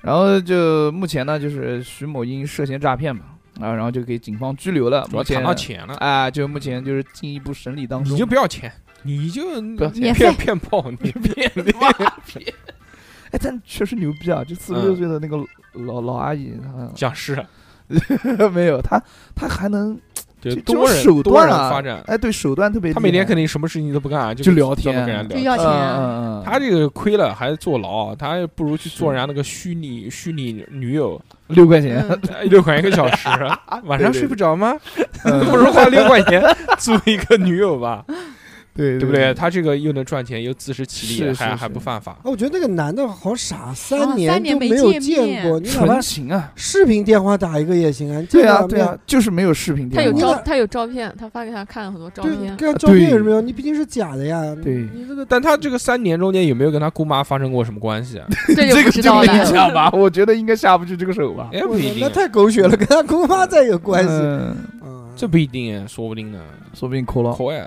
[SPEAKER 5] 然后就目前呢，就是徐某因涉嫌诈骗嘛，啊，然后就给警方拘留了。
[SPEAKER 1] 主
[SPEAKER 5] 目
[SPEAKER 1] 要
[SPEAKER 5] 前
[SPEAKER 1] 谈到钱了，
[SPEAKER 5] 啊，就目前就是进一步审理当中。
[SPEAKER 1] 你就不要钱，你就
[SPEAKER 5] 不要
[SPEAKER 2] 免
[SPEAKER 1] 骗
[SPEAKER 2] 费
[SPEAKER 1] 骗炮，你骗
[SPEAKER 5] 哎，但确实牛逼啊！就四十
[SPEAKER 1] 嗯
[SPEAKER 5] 六岁的那个老老阿姨，
[SPEAKER 1] 讲是，
[SPEAKER 5] 她 没有她，她还能
[SPEAKER 1] 就
[SPEAKER 5] 这这
[SPEAKER 1] 多
[SPEAKER 5] 种
[SPEAKER 1] 人
[SPEAKER 5] 手
[SPEAKER 1] 多
[SPEAKER 5] 段
[SPEAKER 1] 人
[SPEAKER 5] 啊
[SPEAKER 1] 发展，
[SPEAKER 5] 哎，对手段特别厉害。
[SPEAKER 1] 他每天肯定什么事情都不干啊，
[SPEAKER 5] 就
[SPEAKER 1] 就
[SPEAKER 5] 聊
[SPEAKER 1] 专门
[SPEAKER 5] 天
[SPEAKER 1] 跟人
[SPEAKER 2] 就
[SPEAKER 1] 聊
[SPEAKER 2] 要
[SPEAKER 5] 嗯
[SPEAKER 2] 钱啊
[SPEAKER 5] 嗯嗯嗯，
[SPEAKER 1] 他这个亏了还坐牢，啊他还不如去做
[SPEAKER 5] 是
[SPEAKER 1] 人家那个虚拟虚拟女友，
[SPEAKER 5] 六块钱，
[SPEAKER 2] 嗯
[SPEAKER 1] 哎六块钱一个小时，啊 晚上
[SPEAKER 5] 对
[SPEAKER 1] 睡不着吗？
[SPEAKER 5] 嗯
[SPEAKER 1] 不如花六块钱租一个女友吧，
[SPEAKER 5] 对
[SPEAKER 1] 对不啊对？？他这个又能赚钱，又自食其力，
[SPEAKER 5] 是
[SPEAKER 1] 还
[SPEAKER 5] 是
[SPEAKER 1] 还
[SPEAKER 5] 是
[SPEAKER 1] 不犯法。
[SPEAKER 4] 啊我觉得那个男的好傻，
[SPEAKER 2] 啊
[SPEAKER 4] 三
[SPEAKER 2] 三
[SPEAKER 4] 年
[SPEAKER 2] 年
[SPEAKER 4] 都
[SPEAKER 2] 没
[SPEAKER 4] 没有
[SPEAKER 2] 见
[SPEAKER 4] 见
[SPEAKER 2] 面
[SPEAKER 4] 过，你哪
[SPEAKER 5] 纯
[SPEAKER 4] 怕
[SPEAKER 5] 情啊！
[SPEAKER 4] 视频电话打一个也行啊。你见
[SPEAKER 5] 对啊，
[SPEAKER 4] 不了
[SPEAKER 5] 对啊，就是没有视 频
[SPEAKER 3] 他
[SPEAKER 5] 电
[SPEAKER 3] 有
[SPEAKER 5] 话。
[SPEAKER 3] 照，他有照片，他发给他看了很多照
[SPEAKER 2] 哦
[SPEAKER 4] 面，对，
[SPEAKER 3] 片。
[SPEAKER 2] 啊
[SPEAKER 4] 跟照片
[SPEAKER 5] 嗯对
[SPEAKER 4] 有什么用？你毕竟是假的呀。
[SPEAKER 5] 对，
[SPEAKER 1] 你这个，但他这个三年中间有没有跟他姑妈发生过什么关 系啊？
[SPEAKER 3] 这
[SPEAKER 5] 这
[SPEAKER 3] 就
[SPEAKER 5] 个
[SPEAKER 3] 不知
[SPEAKER 5] 就
[SPEAKER 3] 道
[SPEAKER 5] 没
[SPEAKER 3] 了。
[SPEAKER 5] 讲吧？我觉得应该下不去这个手吧。
[SPEAKER 1] 哎，
[SPEAKER 4] 我
[SPEAKER 1] 不
[SPEAKER 4] 操
[SPEAKER 1] 一定
[SPEAKER 4] 那
[SPEAKER 1] 啊，
[SPEAKER 4] 太狗血了，跟他姑妈再有关系。
[SPEAKER 5] 嗯
[SPEAKER 4] 嗯
[SPEAKER 1] 这不一定啊，说不定呢。啊
[SPEAKER 5] 说不定抠了，
[SPEAKER 1] 可爱，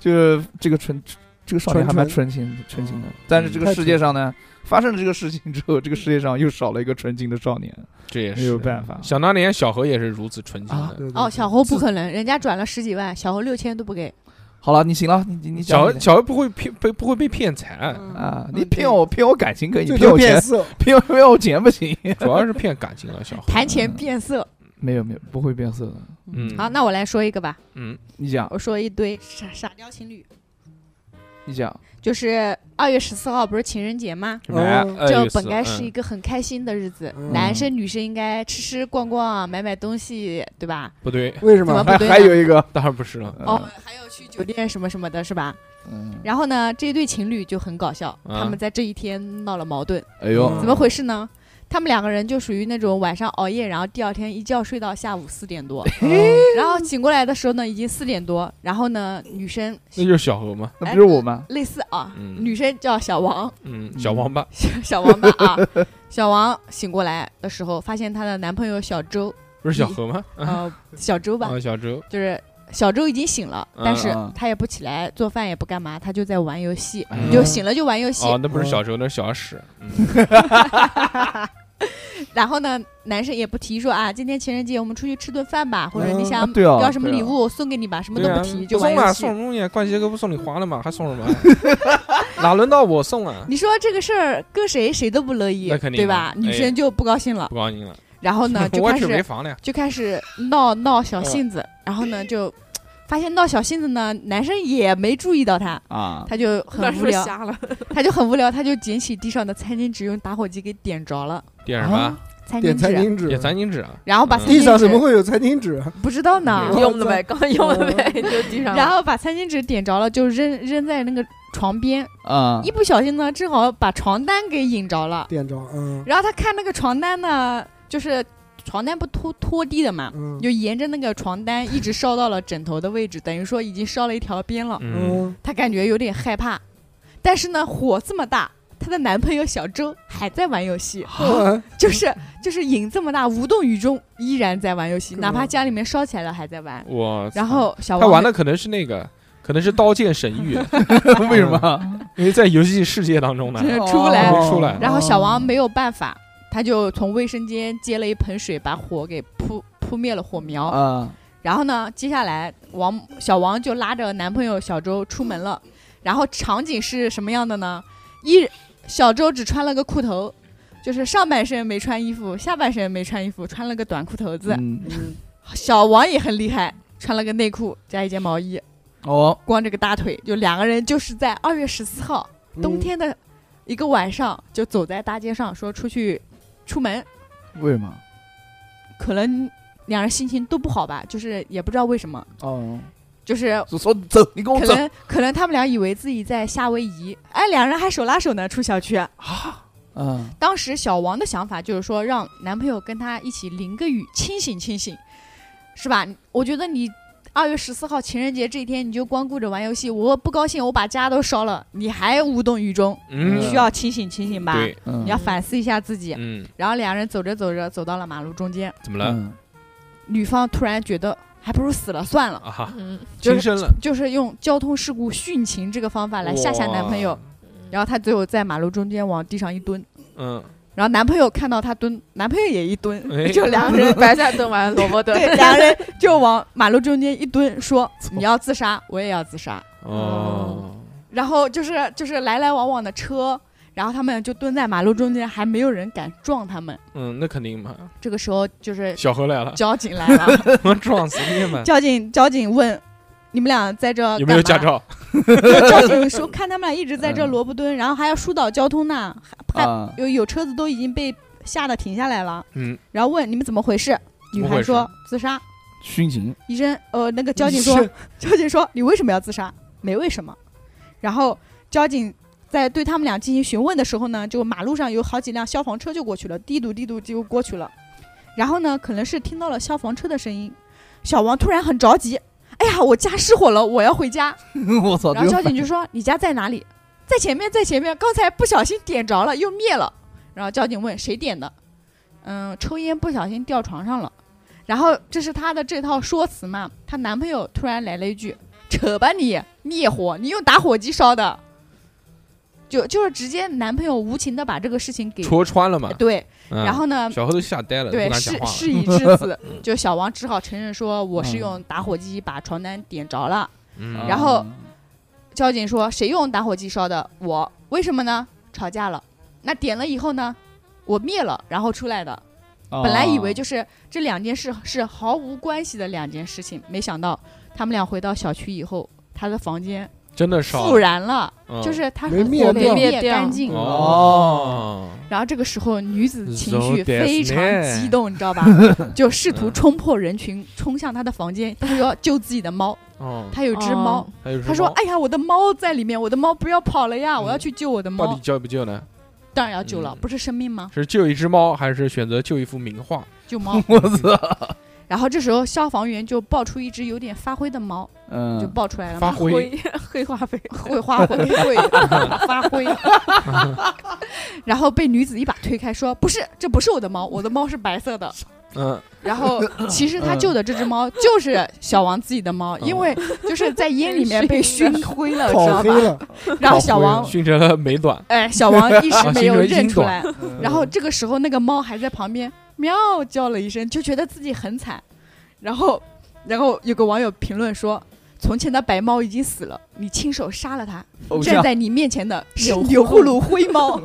[SPEAKER 5] 就是这个纯这个少年还蛮纯情
[SPEAKER 4] 纯
[SPEAKER 5] 纯情的
[SPEAKER 4] 嗯。
[SPEAKER 5] 但是这个
[SPEAKER 4] 太
[SPEAKER 5] 世
[SPEAKER 4] 纯
[SPEAKER 5] 界上呢，发生了这个事情之后，这个世界上又少了一个纯情的少年，
[SPEAKER 1] 这也
[SPEAKER 5] 没
[SPEAKER 1] 是
[SPEAKER 5] 有。办法。
[SPEAKER 1] 想当年小何也是如此纯情
[SPEAKER 5] 啊
[SPEAKER 1] 的。
[SPEAKER 4] 对对
[SPEAKER 2] 哦，
[SPEAKER 4] 对
[SPEAKER 2] 小侯不可能，人家转了十几万，小侯六千都不给。
[SPEAKER 5] 好了，你行了，你你你讲
[SPEAKER 1] 小
[SPEAKER 5] 你
[SPEAKER 1] 何
[SPEAKER 5] 的
[SPEAKER 1] 小何不会骗，不不会被骗财，
[SPEAKER 5] 啊，
[SPEAKER 2] 嗯
[SPEAKER 5] 你骗，
[SPEAKER 2] 对
[SPEAKER 5] 我骗我感情可以，
[SPEAKER 4] 就
[SPEAKER 5] 骗
[SPEAKER 4] 都
[SPEAKER 5] 我
[SPEAKER 4] 变
[SPEAKER 5] 钱
[SPEAKER 4] 色，
[SPEAKER 5] 骗 骗我钱不行。
[SPEAKER 1] 主要是骗感情了。啊小 何，
[SPEAKER 2] 谈钱变色。
[SPEAKER 5] 没有没有，不会变色的。
[SPEAKER 1] 嗯
[SPEAKER 2] 好，那我来说一个吧。
[SPEAKER 1] 嗯，
[SPEAKER 5] 你讲
[SPEAKER 2] 我说一堆傻傻雕情侣，
[SPEAKER 5] 你讲，
[SPEAKER 2] 就是二月十四号不是情人节吗？
[SPEAKER 1] 来
[SPEAKER 4] 哦
[SPEAKER 1] 二
[SPEAKER 2] 这
[SPEAKER 1] 月
[SPEAKER 2] 本
[SPEAKER 1] 四
[SPEAKER 2] 该是
[SPEAKER 1] 嗯
[SPEAKER 2] 一个很开心的日子，
[SPEAKER 4] 嗯
[SPEAKER 2] 男生女生应该吃吃逛逛、买买东西，对吧？
[SPEAKER 1] 不对，
[SPEAKER 4] 为什
[SPEAKER 2] 怎么不
[SPEAKER 4] 么？
[SPEAKER 5] 还
[SPEAKER 2] 对啊
[SPEAKER 5] 还
[SPEAKER 2] 呢？
[SPEAKER 5] 有一个，
[SPEAKER 1] 当然不是了。
[SPEAKER 2] 哦，还要去酒店什么什么的，是吧？
[SPEAKER 5] 嗯，
[SPEAKER 2] 然后呢，这对情侣就很搞笑，
[SPEAKER 1] 啊
[SPEAKER 2] 他们在这一天闹了矛盾，
[SPEAKER 5] 哎
[SPEAKER 1] 哦
[SPEAKER 5] 呦，
[SPEAKER 2] 怎么回事呢？他们两个人就属于那种晚上熬夜，然后第二天一觉睡到下午四 点多，
[SPEAKER 4] 嗯
[SPEAKER 5] 嗯
[SPEAKER 2] 然后醒过来的时候呢，已经四点多。然后呢，女生哎
[SPEAKER 1] 那就是小何嘛，
[SPEAKER 5] 那不是我吗？
[SPEAKER 2] 类似啊，
[SPEAKER 1] 嗯
[SPEAKER 2] 女生叫小王，
[SPEAKER 1] 嗯，小王八，
[SPEAKER 2] 小小王八 啊，小王醒过来的时候，发现她的男朋友小 周，
[SPEAKER 1] 不是小何吗？
[SPEAKER 2] 呃，小周吧，
[SPEAKER 1] 啊，小周，
[SPEAKER 2] 就是小周已经醒了，
[SPEAKER 1] 嗯
[SPEAKER 2] 但是
[SPEAKER 5] 嗯
[SPEAKER 2] 他也不起来做饭，也不干嘛，他就在玩游戏，
[SPEAKER 1] 嗯
[SPEAKER 2] 就醒了就玩游戏。
[SPEAKER 1] 哦，那不是小周，那是小史。嗯
[SPEAKER 2] 然后呢，男生也不提说啊，今天情人节我们出去吃顿饭吧，或者你
[SPEAKER 4] 嗯
[SPEAKER 2] 想
[SPEAKER 5] 对啊
[SPEAKER 2] 要什么
[SPEAKER 5] 对啊
[SPEAKER 2] 礼物我送给你吧，什么
[SPEAKER 1] 对
[SPEAKER 2] 都
[SPEAKER 1] 啊
[SPEAKER 2] 不提，就玩
[SPEAKER 1] 送了，
[SPEAKER 2] 游戏
[SPEAKER 1] 送。东西，冠希哥不送 你花了吗？还送什么？哪轮到我送啊？
[SPEAKER 2] 你说这个事儿搁谁谁都不乐意
[SPEAKER 1] 那肯，定
[SPEAKER 2] 对吧？
[SPEAKER 1] 的
[SPEAKER 2] 女
[SPEAKER 1] 哎
[SPEAKER 2] 生就不高兴了，
[SPEAKER 1] 不高兴了，
[SPEAKER 2] 然 后呢就
[SPEAKER 1] 我
[SPEAKER 2] 开
[SPEAKER 1] 去
[SPEAKER 2] 始
[SPEAKER 1] 没嗯房了呀。
[SPEAKER 2] 就开始闹闹小性子，然后呢就发现闹小性子呢，男生也没注意到他，
[SPEAKER 5] 啊，
[SPEAKER 2] 他就
[SPEAKER 3] 那
[SPEAKER 2] 很
[SPEAKER 3] 是
[SPEAKER 2] 无
[SPEAKER 3] 不是
[SPEAKER 2] 聊，
[SPEAKER 3] 瞎了？
[SPEAKER 2] 他就很无聊，他就捡起地上的餐巾纸，用打火机给点着了
[SPEAKER 1] 点什么
[SPEAKER 5] 啊？
[SPEAKER 2] 餐
[SPEAKER 4] 点
[SPEAKER 2] 巾
[SPEAKER 4] 餐
[SPEAKER 2] 纸，
[SPEAKER 4] 巾纸，
[SPEAKER 1] 点餐巾纸啊？
[SPEAKER 2] 然后把
[SPEAKER 1] 嗯
[SPEAKER 2] 餐
[SPEAKER 4] 地上
[SPEAKER 2] 巾
[SPEAKER 4] 怎
[SPEAKER 2] 纸
[SPEAKER 4] 么会有餐巾纸？啊
[SPEAKER 2] 不知道呢，
[SPEAKER 4] 嗯
[SPEAKER 3] 用的呗，刚用的 呗，就地上了。
[SPEAKER 2] 然后把餐巾纸点着了，就扔扔在那个床边，
[SPEAKER 5] 啊
[SPEAKER 2] 一，不小心呢，正好把床单给引着了。
[SPEAKER 4] 点着，嗯
[SPEAKER 2] 然后他看那个床单呢，就是床单不拖拖地的嘛，
[SPEAKER 4] 嗯
[SPEAKER 2] 就沿着那个床单一直烧到了枕头的位置，等于说已经烧了一条边了。
[SPEAKER 1] 嗯，
[SPEAKER 4] 嗯，
[SPEAKER 2] 她感觉有点害怕，但是呢，火这么大，她的男朋友小周还在玩游戏，
[SPEAKER 4] 啊
[SPEAKER 2] 就是就是瘾这么大，无动于衷，依然在玩游戏，
[SPEAKER 4] 是
[SPEAKER 2] 哪怕
[SPEAKER 4] 吗
[SPEAKER 2] 家里面烧起来了还在玩。
[SPEAKER 1] 我操
[SPEAKER 2] 然后小
[SPEAKER 1] 他
[SPEAKER 2] 王
[SPEAKER 1] 玩 的可能是那个，可能是《刀剑神域》，
[SPEAKER 5] 为什
[SPEAKER 2] 哦
[SPEAKER 5] 么？
[SPEAKER 1] 因为在游戏世界当中呢，
[SPEAKER 2] 就是出不来
[SPEAKER 1] 哦出来
[SPEAKER 2] 然后小王没有办法，他就从卫生间接了一盆水，把火给扑扑灭了火苗。
[SPEAKER 5] 啊，
[SPEAKER 2] 然后呢，接下来王小王就拉着男朋友小周出门了。然后场景是什么样的呢？一小周只穿了个裤头，就是上半身没穿衣服，下半身没穿衣服，穿了个短裤头子。
[SPEAKER 5] 嗯，
[SPEAKER 4] 嗯
[SPEAKER 2] 小王也很厉害，穿了个内裤加一件毛衣，
[SPEAKER 5] 哦，
[SPEAKER 2] 光着个大腿，就两个人就是在二月十四号
[SPEAKER 4] 嗯
[SPEAKER 1] 嗯
[SPEAKER 2] 冬天的一个晚上，就走在大街上，说出去出门，
[SPEAKER 5] 为什么？
[SPEAKER 2] 可能两人心情都不好吧，就是也不知道为什么，
[SPEAKER 5] 哦，
[SPEAKER 2] 就是
[SPEAKER 5] 说说走，你跟我
[SPEAKER 2] 可
[SPEAKER 5] 走
[SPEAKER 2] 能可能他们俩以为自己在夏威夷，哎，两人还手拉手呢出小区。
[SPEAKER 5] 啊，
[SPEAKER 2] 当时小王的想法就是说，让男朋友跟他一起淋个雨，清醒清醒，是吧？我觉得你二月十四号情人节这一天你就光顾着玩游戏，我不高兴，我把家都烧了，你还无动于衷，
[SPEAKER 1] 嗯，
[SPEAKER 2] 需要清醒清醒吧，
[SPEAKER 1] 对，
[SPEAKER 5] 嗯
[SPEAKER 2] 你要反思一下自己。
[SPEAKER 1] 嗯，
[SPEAKER 2] 然后两人走着走着走到了马路中间，
[SPEAKER 1] 怎么了？
[SPEAKER 5] 嗯
[SPEAKER 2] 女方突然觉得还不如死了算了，
[SPEAKER 1] 啊哈，
[SPEAKER 3] 嗯，
[SPEAKER 2] 就是
[SPEAKER 1] 轻生了，
[SPEAKER 2] 就是用交通事故殉情这个方法来吓吓男朋友
[SPEAKER 1] 哇。，
[SPEAKER 2] 然后她最后在马路中间往地上一蹲，
[SPEAKER 1] 嗯，
[SPEAKER 2] 然后男朋友看到她蹲，男朋友也一蹲，
[SPEAKER 1] 哎
[SPEAKER 3] 就两个 人白菜炖完萝卜炖，
[SPEAKER 2] 对，两人就往马路中间一蹲，说
[SPEAKER 1] 操
[SPEAKER 2] 你要 自杀，我也要自杀。
[SPEAKER 1] 哦，
[SPEAKER 2] 然后就是就是来来往往的车，然后他们就蹲在马路中间，还没有人敢撞他们。
[SPEAKER 1] 嗯，那肯定嘛，
[SPEAKER 2] 这个时候 就是
[SPEAKER 1] 小何来了，
[SPEAKER 2] 交警来了，
[SPEAKER 1] 撞死你们，
[SPEAKER 2] 交警交警问。你们俩在这
[SPEAKER 1] 有没有
[SPEAKER 2] 干
[SPEAKER 1] 驾
[SPEAKER 2] 嘛
[SPEAKER 1] 照？
[SPEAKER 2] 交警说看他们俩一直在这
[SPEAKER 5] 嗯
[SPEAKER 2] 萝卜蹲，然后还要疏导交通呢，还还
[SPEAKER 5] 啊，
[SPEAKER 2] 有有车子都已经被吓得停下来了，
[SPEAKER 1] 嗯，
[SPEAKER 2] 然后问你们怎么回事，
[SPEAKER 1] 怎
[SPEAKER 2] 女
[SPEAKER 1] 么回
[SPEAKER 2] 孩
[SPEAKER 1] 事
[SPEAKER 2] 说自杀，
[SPEAKER 5] 殉情，
[SPEAKER 2] 医生呃那个交警说交警说你为什么要自杀？没为什么。然后交警在对他们俩进行询问的时候呢，就马路上有好几辆消防车就过去了，滴嘟滴嘟就过去了。然后呢，可能是听到了消防车的声音，小王突然很着急，哎呀，我家失火了，我要回家。
[SPEAKER 5] 我操，
[SPEAKER 2] 然
[SPEAKER 5] 这
[SPEAKER 2] 后
[SPEAKER 5] 个
[SPEAKER 2] 交警就说：“你家在哪里？在前面，在前面，刚才不小心点着了，又灭了。”然后交警问：“谁点的？”嗯，抽烟不小心掉床上了。然后这是她的这套说辞嘛？她男朋友突然来了一句：“扯吧你，灭火，你用打火机烧的。就”就就是直接男朋友无情的把这个事情给
[SPEAKER 1] 戳穿了嘛，
[SPEAKER 2] 对，
[SPEAKER 1] 嗯
[SPEAKER 2] 然后呢，
[SPEAKER 1] 小何都吓呆了，都
[SPEAKER 2] 对
[SPEAKER 1] 不敢讲
[SPEAKER 2] 事
[SPEAKER 1] 话了，
[SPEAKER 2] 事 已至此，就小王只好承认说：“我是
[SPEAKER 5] 嗯
[SPEAKER 2] 用打火机把床单点着了。”
[SPEAKER 1] 嗯，
[SPEAKER 2] 然后交警说：“谁用打火机烧的？我为什么呢？吵架了。那点了以后呢？我灭了，然后出来的。
[SPEAKER 5] 嗯
[SPEAKER 1] 哦
[SPEAKER 2] 本来以为
[SPEAKER 5] 哦
[SPEAKER 2] 就是这两件事是毫无关系的两件事情，没想到他们俩回到小区以后，他的房间
[SPEAKER 1] 真的烧
[SPEAKER 2] 复
[SPEAKER 1] 了，
[SPEAKER 2] 燃了，
[SPEAKER 1] 嗯
[SPEAKER 2] 就是他
[SPEAKER 4] 没
[SPEAKER 2] 火
[SPEAKER 4] 灭
[SPEAKER 2] 没
[SPEAKER 4] 掉
[SPEAKER 2] 灭
[SPEAKER 3] 灭掉
[SPEAKER 2] 干净。
[SPEAKER 1] 哦，
[SPEAKER 2] 然后这个时候，女子情绪
[SPEAKER 1] So that's
[SPEAKER 2] 非常
[SPEAKER 1] nice
[SPEAKER 2] 激动，你知道 吧？就试
[SPEAKER 1] 嗯
[SPEAKER 2] 图冲破人群，冲向他的房间，他说要救自己的猫，
[SPEAKER 1] 哦，
[SPEAKER 2] 他有只猫。
[SPEAKER 1] 还有什么
[SPEAKER 2] 他说：“哎呀，我的猫在里面，我的猫不要跑了呀，我要去救我的
[SPEAKER 1] 到
[SPEAKER 2] 猫
[SPEAKER 1] 底。救不救呢？”
[SPEAKER 2] 当然要救了，
[SPEAKER 1] 嗯
[SPEAKER 2] 不是生 命吗？
[SPEAKER 1] 是救一只猫，还是选择救一幅名画？
[SPEAKER 2] 救猫。
[SPEAKER 5] 我操，
[SPEAKER 2] 然后这时候消防员就抱出一只有点发灰的猫，
[SPEAKER 5] 嗯，
[SPEAKER 2] 就抱出来了
[SPEAKER 1] 发
[SPEAKER 2] 嘛，
[SPEAKER 1] 哦灰，
[SPEAKER 3] 黑化肥，
[SPEAKER 2] 会发灰，会发灰。然后被女子一把推开，说：“不是，这不是我的猫，我的猫是白色的。”
[SPEAKER 1] 嗯，
[SPEAKER 2] 然后其实他救的这只猫就是小王自己的猫，因为就是在烟里面被熏灰 了，知
[SPEAKER 4] 烤
[SPEAKER 2] 道
[SPEAKER 4] 黑
[SPEAKER 2] 吧？
[SPEAKER 4] 了，
[SPEAKER 2] 然后小王，
[SPEAKER 1] 熏成了美短，
[SPEAKER 2] 哎，小王一时没
[SPEAKER 1] 啊形
[SPEAKER 2] 有
[SPEAKER 1] 成
[SPEAKER 2] 认
[SPEAKER 1] 阴
[SPEAKER 2] 出
[SPEAKER 1] 短
[SPEAKER 2] 来。
[SPEAKER 5] 嗯
[SPEAKER 2] 然后这个时候，那个猫还在旁边喵叫了一声，就觉得自己很惨。然后，然后有个网友评论说：“从前的白猫已经死了，你亲手杀了它，
[SPEAKER 5] 偶
[SPEAKER 2] 站
[SPEAKER 5] 像，
[SPEAKER 2] 在你面前的是
[SPEAKER 3] 钮祜
[SPEAKER 2] 钮祜禄灰猫。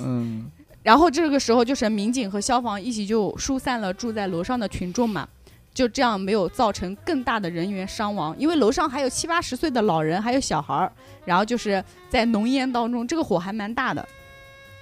[SPEAKER 5] 嗯，”
[SPEAKER 2] 然后这个时候，就是民警和消防一起就疏散了住在楼上的群众嘛。就这样没有造成更大的人员伤亡，因为楼上还有七八十岁的老人，还有小孩儿。然后就是在浓烟当中，这个火还蛮大的。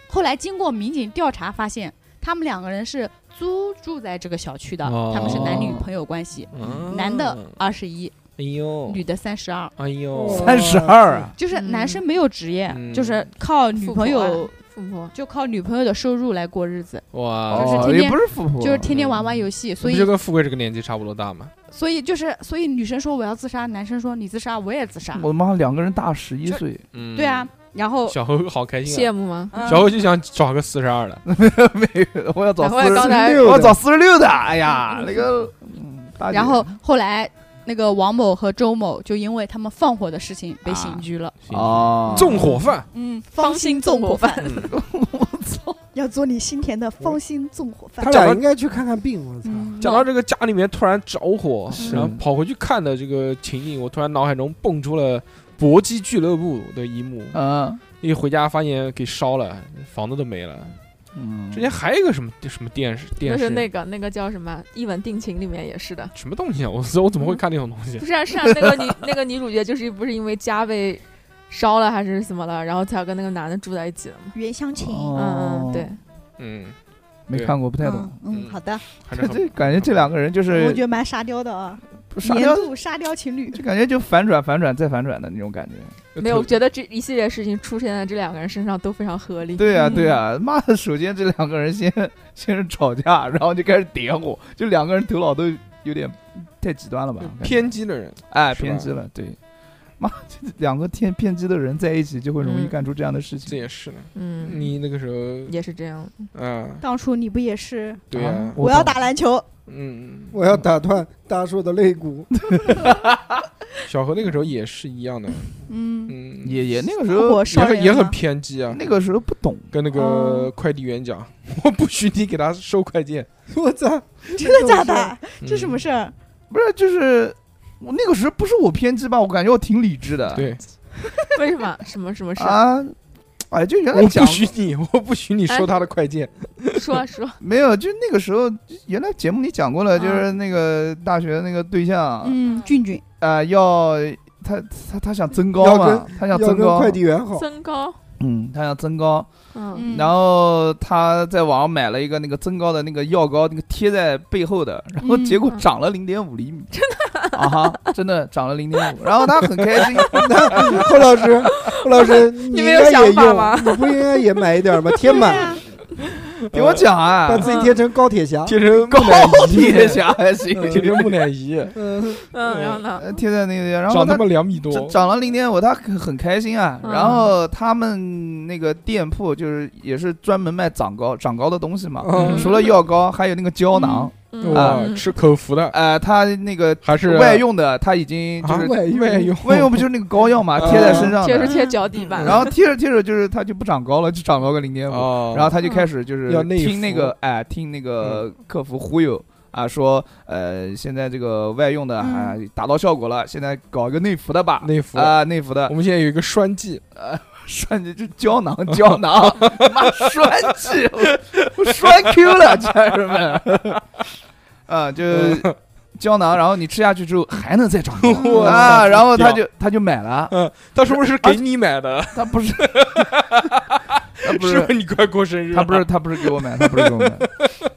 [SPEAKER 2] 后来经过民警调查，发现他们两个人是租住在这个小区的，
[SPEAKER 1] 哦
[SPEAKER 2] 他们是男女朋友关系，
[SPEAKER 1] 嗯
[SPEAKER 2] 男的，二十一，
[SPEAKER 1] 哎呦，
[SPEAKER 2] 女的哦三十二，
[SPEAKER 1] 哎呦，
[SPEAKER 5] 三十二啊，
[SPEAKER 2] 就是
[SPEAKER 3] 嗯
[SPEAKER 2] 男生没有职业，
[SPEAKER 1] 嗯
[SPEAKER 2] 就是靠女朋友。
[SPEAKER 3] 富婆，啊
[SPEAKER 2] 就靠女朋友的收入来过日子，
[SPEAKER 1] 哇，
[SPEAKER 2] 就是
[SPEAKER 5] 哦，
[SPEAKER 2] 天天
[SPEAKER 5] 也不是富婆，
[SPEAKER 2] 就是天天玩玩游戏，所
[SPEAKER 1] 不就
[SPEAKER 2] 以
[SPEAKER 1] 跟富贵这个年纪差不多大吗？
[SPEAKER 2] 所以就是所以女生说我要自杀，男生说你自杀我也自杀，
[SPEAKER 5] 我妈两个人大十一
[SPEAKER 2] 就
[SPEAKER 5] 岁，
[SPEAKER 1] 嗯，
[SPEAKER 2] 对啊，，然后
[SPEAKER 1] 小何好开心
[SPEAKER 3] 羡
[SPEAKER 1] 啊，
[SPEAKER 3] 慕吗？
[SPEAKER 2] 嗯
[SPEAKER 1] 小何就想找个四十二的，
[SPEAKER 5] 没有，我要找
[SPEAKER 3] 然
[SPEAKER 2] 哎
[SPEAKER 3] 后
[SPEAKER 5] 四
[SPEAKER 3] 刚
[SPEAKER 5] 十，
[SPEAKER 3] 才
[SPEAKER 4] 46
[SPEAKER 5] 我要找四十六的，哎呀，那个，嗯，大姐
[SPEAKER 2] 然后后来那个王某和周某就因为他们放火的事情被刑拘了。
[SPEAKER 5] 哦，
[SPEAKER 1] 纵火犯，
[SPEAKER 2] 嗯，
[SPEAKER 3] 芳心纵火
[SPEAKER 2] 犯，
[SPEAKER 1] 嗯
[SPEAKER 2] 要做你心田的芳心纵火
[SPEAKER 1] 嗯
[SPEAKER 2] 犯
[SPEAKER 4] 他俩应该去看看病，我操！
[SPEAKER 1] 讲到这个家里面突然着火，
[SPEAKER 5] 是
[SPEAKER 1] 然后跑回去看的这个情景，我突然脑海中蹦出了搏击俱乐部的一幕。
[SPEAKER 5] 嗯
[SPEAKER 1] 一回家发现给烧了，房子都没了。
[SPEAKER 5] 嗯，
[SPEAKER 1] 之前还有一个什么什么电视电
[SPEAKER 3] 就
[SPEAKER 1] 视
[SPEAKER 3] 是那个那个叫什么《一吻定情》里面也是的，
[SPEAKER 1] 什么东西啊？我我
[SPEAKER 2] 嗯
[SPEAKER 1] 怎么会看那种东西
[SPEAKER 3] 不？是啊是啊，那个女那个女主角就是不是因为家被烧了还是怎么了，然后才要跟那个男的住在一起的嘛？
[SPEAKER 2] 袁湘琴
[SPEAKER 5] 哦
[SPEAKER 3] 嗯嗯，对，，
[SPEAKER 1] 嗯，
[SPEAKER 5] 没看过，不太懂。
[SPEAKER 1] 嗯好
[SPEAKER 2] 的，
[SPEAKER 1] 还是
[SPEAKER 5] 这
[SPEAKER 1] 很
[SPEAKER 5] 这感觉这两个人就是
[SPEAKER 2] 得蛮沙雕的啊，
[SPEAKER 5] 啥叫
[SPEAKER 2] 沙雕情侣
[SPEAKER 5] 就感觉就反转、反转再反转的那种感觉。
[SPEAKER 1] 就
[SPEAKER 3] 没有，我
[SPEAKER 1] 特
[SPEAKER 3] 觉得这一系列事情出现在这两个人身上都非常合理。
[SPEAKER 5] 对呀、啊
[SPEAKER 2] 嗯
[SPEAKER 5] 对呀、妈的！首先这 两个人先先是吵架，然后就开始点火，就两个人头脑都有点太极端了吧？感觉
[SPEAKER 1] 偏激的人，
[SPEAKER 5] 哎
[SPEAKER 1] 是吧
[SPEAKER 5] 偏激了，对。妈， 这两个偏偏激的人在一起就会容易
[SPEAKER 3] 嗯
[SPEAKER 5] 干出这样的事
[SPEAKER 1] 这
[SPEAKER 5] 情。
[SPEAKER 1] 也是的。
[SPEAKER 3] 嗯，
[SPEAKER 1] 你那个时候，
[SPEAKER 3] 也是这样。
[SPEAKER 1] 啊，
[SPEAKER 2] 当初你不也是？
[SPEAKER 1] 对呀
[SPEAKER 5] 啊，
[SPEAKER 2] 我要打篮球，
[SPEAKER 1] 嗯，
[SPEAKER 4] 我要打断大树的肋骨。
[SPEAKER 1] 小何那个时候也是一样的，
[SPEAKER 2] 嗯，
[SPEAKER 1] 嗯，
[SPEAKER 5] 也也那个时候
[SPEAKER 2] 我
[SPEAKER 1] 也
[SPEAKER 2] 少
[SPEAKER 1] 很
[SPEAKER 2] 年
[SPEAKER 1] 也很
[SPEAKER 2] 嘛
[SPEAKER 1] 偏激啊。
[SPEAKER 5] 那个时候不懂，
[SPEAKER 1] 跟那个
[SPEAKER 2] 哦
[SPEAKER 1] 快递员讲， 我不许你给他收快件。
[SPEAKER 4] 我操，
[SPEAKER 2] 真的假的？这
[SPEAKER 1] 嗯
[SPEAKER 2] 什么？事儿？
[SPEAKER 5] 不是就是我那个时候不是我偏激吧？我感觉我挺理智的。
[SPEAKER 1] 对，
[SPEAKER 3] 为什么？什么什么事？
[SPEAKER 5] 啊，哎，就原来
[SPEAKER 1] 我
[SPEAKER 5] 讲
[SPEAKER 1] 不许你，我不许你收他的快件。
[SPEAKER 3] 说啊说，
[SPEAKER 5] 没有，就那个时候原来节目里讲过
[SPEAKER 1] 啊
[SPEAKER 5] 了，就是那个大学那个对象啊、
[SPEAKER 2] 嗯，俊俊，
[SPEAKER 5] 呃要他他他想增高
[SPEAKER 4] 要
[SPEAKER 5] 嘛，他
[SPEAKER 4] 要
[SPEAKER 5] 想增
[SPEAKER 4] 跟
[SPEAKER 5] 高，
[SPEAKER 4] 快递员好，
[SPEAKER 3] 增高，
[SPEAKER 5] 嗯，他想增高，
[SPEAKER 3] 嗯，
[SPEAKER 2] 嗯
[SPEAKER 5] 然后他在网上买了一个那个增高的那个药膏，那个贴在背后的，然后
[SPEAKER 2] 嗯
[SPEAKER 5] 结果长了零点五厘米，真的啊哈，真的长了零点五，然后他很 开心，
[SPEAKER 4] 侯 老师，侯老师，你
[SPEAKER 3] 你
[SPEAKER 4] 应
[SPEAKER 3] 没有
[SPEAKER 4] 该也
[SPEAKER 3] 想法
[SPEAKER 4] 用
[SPEAKER 3] 吗，啊
[SPEAKER 4] 你不应该也买一点吗？贴满，
[SPEAKER 5] 给我讲啊
[SPEAKER 4] 把，自己贴成高铁侠。
[SPEAKER 1] 贴成
[SPEAKER 5] 高
[SPEAKER 1] 木乃伊，
[SPEAKER 5] 铁侠还行，
[SPEAKER 1] 贴成木乃伊，
[SPEAKER 4] 嗯，
[SPEAKER 3] 嗯，然后呢？
[SPEAKER 5] 呃贴在那个，然后
[SPEAKER 1] 长
[SPEAKER 5] 他
[SPEAKER 1] 他妈两米多
[SPEAKER 5] 这。涨了零点五，他很很开心啊。
[SPEAKER 3] 嗯
[SPEAKER 5] 然后他们那个店铺就是也是专门卖长高长高的东西嘛，
[SPEAKER 1] 嗯
[SPEAKER 5] 除了药膏，还有那个胶囊。
[SPEAKER 3] 嗯
[SPEAKER 1] 哇，
[SPEAKER 3] 嗯
[SPEAKER 1] 吃口服的
[SPEAKER 5] 呃，他那个
[SPEAKER 1] 还是
[SPEAKER 5] 外用的，他已经就
[SPEAKER 1] 啊
[SPEAKER 5] 是
[SPEAKER 1] 外用外用
[SPEAKER 5] 外用不就是那个膏药嘛，
[SPEAKER 1] 嗯
[SPEAKER 5] 贴在身上
[SPEAKER 3] 贴是
[SPEAKER 5] 的。
[SPEAKER 3] 贴脚底板，
[SPEAKER 5] 然后贴着贴着就是他就不长高了，就长高个零点五。
[SPEAKER 1] 哦，
[SPEAKER 5] 然后他就开始就是
[SPEAKER 1] 要内服
[SPEAKER 5] 听那个哎，听那个
[SPEAKER 1] 嗯
[SPEAKER 5] 客服忽悠啊，说呃，现在这个外用的啊达到效果了，现在搞一个内服的吧。
[SPEAKER 1] 内服。
[SPEAKER 5] 啊，内服的
[SPEAKER 1] 我，们现在有一个栓剂，
[SPEAKER 5] 栓就就胶囊 胶 囊，妈栓气，我我栓 Q 了，家人们， 啊，就胶囊，然后你吃下去之后还能再长
[SPEAKER 1] 嗯 我
[SPEAKER 5] 啊，
[SPEAKER 1] 操
[SPEAKER 5] 然后他
[SPEAKER 1] 屌
[SPEAKER 5] 就他就买了，
[SPEAKER 1] 嗯，他是不是给你买的？
[SPEAKER 5] 他不是，他 不
[SPEAKER 1] 师
[SPEAKER 5] 是
[SPEAKER 1] 傅，你快过生日了。，
[SPEAKER 5] 他不是他不是给我买，他不是给我买，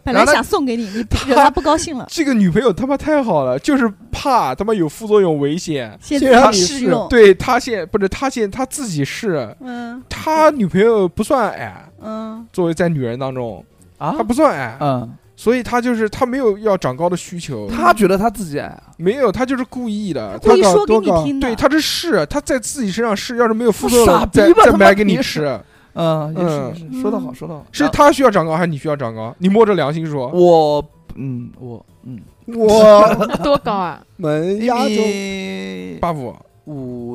[SPEAKER 2] 本
[SPEAKER 5] 然
[SPEAKER 2] 来
[SPEAKER 5] 后他
[SPEAKER 2] 想送给你，你惹他不高兴 了
[SPEAKER 1] 这个女朋友他妈太好了，就是怕他妈有副作用危险。
[SPEAKER 2] 现
[SPEAKER 4] 先让
[SPEAKER 2] 在
[SPEAKER 4] 你
[SPEAKER 2] 试
[SPEAKER 4] 试
[SPEAKER 2] 用，
[SPEAKER 1] 对他现不是他现他自己是，
[SPEAKER 2] 嗯
[SPEAKER 1] 他女朋友不算矮，
[SPEAKER 2] 嗯，
[SPEAKER 1] 作为在女人当中，
[SPEAKER 5] 啊
[SPEAKER 1] 她不算矮，
[SPEAKER 5] 嗯，
[SPEAKER 1] 所以她就是她没有要长高的需求，
[SPEAKER 5] 他觉得他自己矮，
[SPEAKER 1] 没有，她就是故意的。
[SPEAKER 2] 故意
[SPEAKER 4] 多
[SPEAKER 2] 说
[SPEAKER 4] 高
[SPEAKER 2] 给
[SPEAKER 4] 多
[SPEAKER 2] 你
[SPEAKER 4] 高
[SPEAKER 2] 听的
[SPEAKER 1] 对，，她这试，她在自己身上试，要是没有副作
[SPEAKER 5] 傻
[SPEAKER 1] 用，
[SPEAKER 5] 逼
[SPEAKER 1] 再
[SPEAKER 5] 吧
[SPEAKER 1] 再
[SPEAKER 5] 他妈
[SPEAKER 1] 买给你
[SPEAKER 5] 你
[SPEAKER 1] 吃。
[SPEAKER 5] 嗯，也
[SPEAKER 1] 嗯
[SPEAKER 5] 是也是，说的好，说的好，
[SPEAKER 1] 是
[SPEAKER 5] 然后
[SPEAKER 1] 她需要长高还是你需要长高？你摸着良心说，
[SPEAKER 5] 我，嗯，我，嗯，
[SPEAKER 4] 我
[SPEAKER 3] 多高啊？
[SPEAKER 4] 们
[SPEAKER 5] 一
[SPEAKER 4] 压轴，
[SPEAKER 5] 米
[SPEAKER 1] 八五，
[SPEAKER 5] 五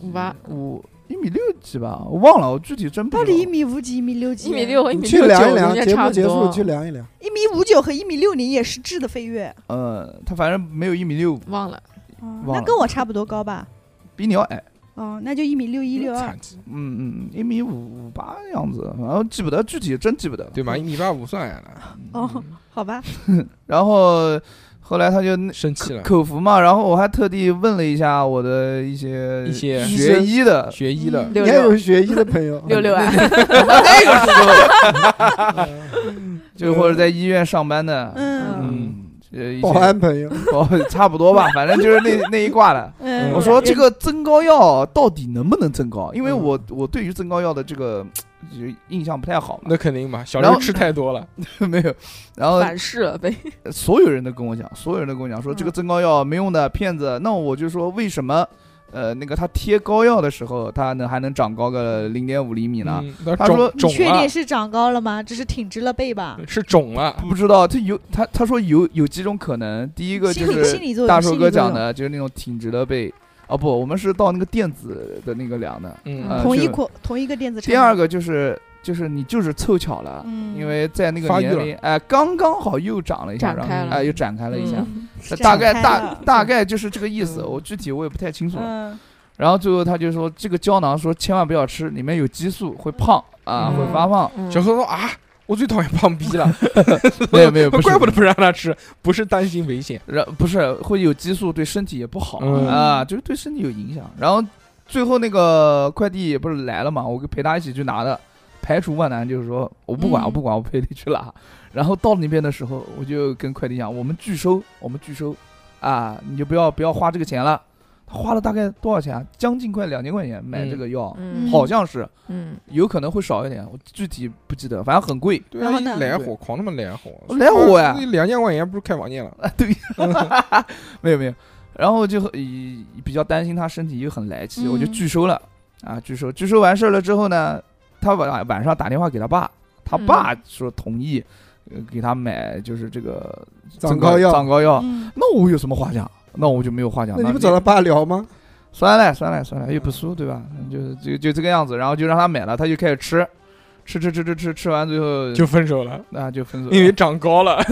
[SPEAKER 3] 五八，
[SPEAKER 5] 五一米六几吧，我忘了，我具体真不
[SPEAKER 2] 到
[SPEAKER 5] 知道
[SPEAKER 2] 底一米五几、一米六几？
[SPEAKER 3] 一米六，一
[SPEAKER 4] 你
[SPEAKER 3] 米
[SPEAKER 4] 去
[SPEAKER 3] 六
[SPEAKER 4] 量一
[SPEAKER 3] 九，
[SPEAKER 4] 量，
[SPEAKER 3] 中间
[SPEAKER 4] 节
[SPEAKER 3] 差
[SPEAKER 4] 目
[SPEAKER 3] 不
[SPEAKER 4] 结束去
[SPEAKER 3] 多。
[SPEAKER 4] 量一量。
[SPEAKER 2] 一米五九和一米六零也是质的飞跃，
[SPEAKER 5] 呃，他反正没有一米六，
[SPEAKER 3] 忘了，
[SPEAKER 2] 哦
[SPEAKER 5] 忘
[SPEAKER 2] 那
[SPEAKER 5] 了
[SPEAKER 2] 跟我差不多高吧？
[SPEAKER 5] 比你要矮。
[SPEAKER 2] 哦，那就一米六一六二
[SPEAKER 1] 残，疾，
[SPEAKER 5] 嗯嗯，一米五五八样子，然后记不得具体，真记不得。
[SPEAKER 1] 对吧？一米八五算矮了，
[SPEAKER 2] 哦，好吧，
[SPEAKER 5] 然后后来他就那
[SPEAKER 1] 生气了。
[SPEAKER 5] 口服嘛，然后我还特地问了一下我的一些
[SPEAKER 1] 一些
[SPEAKER 5] 学医的，
[SPEAKER 1] 学医
[SPEAKER 5] 嗯
[SPEAKER 1] 的，
[SPEAKER 4] 你
[SPEAKER 3] 六
[SPEAKER 4] 还有
[SPEAKER 3] 六
[SPEAKER 4] 学医的朋友，
[SPEAKER 3] 六 六啊，
[SPEAKER 5] 就或者在医院上班的，
[SPEAKER 2] 嗯
[SPEAKER 5] 嗯，呃一些
[SPEAKER 4] 保安朋友，
[SPEAKER 5] 保差不多 吧，反正就是那那一挂的。
[SPEAKER 2] 嗯，
[SPEAKER 5] 我说嗯这个增高药到底能不能增高？因为我我对于增高药的这个就印象不太好
[SPEAKER 1] 那肯定嘛，小时
[SPEAKER 5] 然
[SPEAKER 1] 候
[SPEAKER 5] 后
[SPEAKER 1] 吃太多了，
[SPEAKER 5] 嘛， 没有。然
[SPEAKER 4] 哦
[SPEAKER 5] 后
[SPEAKER 3] 反噬了呗。
[SPEAKER 5] 所有人都跟我讲，所有人都跟我讲说这个增高药没用的骗子。那我就说为什么？呃，那个他贴膏药的时候，他能还能长高个零点五厘米呢？
[SPEAKER 1] 嗯那
[SPEAKER 5] 他
[SPEAKER 1] 肿
[SPEAKER 5] 说
[SPEAKER 2] 你
[SPEAKER 1] 肿
[SPEAKER 2] 确定
[SPEAKER 1] 了，
[SPEAKER 2] 是长高了吗？只是挺直了背吧？
[SPEAKER 1] 是肿了，
[SPEAKER 5] 不知道，他有他他说有有几种可能，第一个就
[SPEAKER 2] 心理心
[SPEAKER 5] 是
[SPEAKER 2] 理作用，
[SPEAKER 5] 大寿
[SPEAKER 2] 心理
[SPEAKER 5] 哥
[SPEAKER 2] 作用
[SPEAKER 5] 讲，的，就是那种挺直的背。哦不，我们是到那个电子的那个量的。
[SPEAKER 1] 嗯
[SPEAKER 5] 呃
[SPEAKER 2] 同一
[SPEAKER 5] 是
[SPEAKER 2] 款同一个电子产品。
[SPEAKER 5] 第二个就是就是你就是凑巧了，
[SPEAKER 2] 嗯，
[SPEAKER 5] 因为在那个
[SPEAKER 1] 发育
[SPEAKER 5] 年
[SPEAKER 1] 了
[SPEAKER 5] 龄，哎、刚刚好又长了一下，
[SPEAKER 3] 展
[SPEAKER 5] 然
[SPEAKER 3] 开
[SPEAKER 5] 后
[SPEAKER 1] 了
[SPEAKER 5] 哎、又展开了一下，
[SPEAKER 3] 嗯
[SPEAKER 5] 那大概
[SPEAKER 2] 展开
[SPEAKER 5] 大
[SPEAKER 2] 了
[SPEAKER 5] 大概就是这个意思，
[SPEAKER 1] 嗯
[SPEAKER 5] 我具体我也不太清楚了。
[SPEAKER 2] 嗯，
[SPEAKER 5] 然后最后他就说，这个胶囊说千万不要吃，里面有激素，会胖啊，
[SPEAKER 1] 嗯
[SPEAKER 5] 会发胖。
[SPEAKER 3] 嗯
[SPEAKER 1] 小何说啊，我最讨厌胖逼了，
[SPEAKER 5] 没有没有，不是
[SPEAKER 1] 怪不得不让他吃，不是担心危险，
[SPEAKER 5] 然不是会有激素，对身体也不好、
[SPEAKER 1] 嗯
[SPEAKER 5] 啊，就是对身体有影响。然后最后那个快递不是来了嘛，我陪他一起去拿的，排除万难，就是说我不管，
[SPEAKER 2] 嗯
[SPEAKER 5] 我不管，我陪你去拿。然后到那边的时候，我就跟快递讲，我们拒收，我们拒收，啊，你就不要不要花这个钱了。他花了大概多少钱啊？将近快两千块钱买这个药，
[SPEAKER 3] 嗯
[SPEAKER 5] 好像是
[SPEAKER 3] 嗯，
[SPEAKER 5] 有可能会少一点，我具体不记得，反正很贵。
[SPEAKER 1] 对
[SPEAKER 2] 然
[SPEAKER 1] 啊，
[SPEAKER 2] 后
[SPEAKER 1] 一
[SPEAKER 2] 呢
[SPEAKER 1] 来火，狂他妈来火，
[SPEAKER 5] 来火呀
[SPEAKER 1] 那两千块钱不是开网店了？
[SPEAKER 5] 没有没有，然后就很以比较担心他身体又很来气，我就
[SPEAKER 2] 嗯
[SPEAKER 5] 拒收了啊，拒收。拒收完事儿了之后呢，他晚晚上打电话给他爸，他
[SPEAKER 2] 嗯
[SPEAKER 5] 爸说同意，呃给他买就是这个
[SPEAKER 4] 长高药
[SPEAKER 5] 长高药。
[SPEAKER 2] 嗯，
[SPEAKER 5] 那我有什么话讲？那我就没有话讲。
[SPEAKER 4] 那你不
[SPEAKER 5] 你
[SPEAKER 4] 找他爸聊吗？
[SPEAKER 5] 算了算了算了，又不输对吧？就就就这个样子，然后就让他买了，他就开始吃，吃吃吃吃吃，吃完最后
[SPEAKER 1] 就分手了，
[SPEAKER 5] 啊就分手了，
[SPEAKER 1] 因为长高了，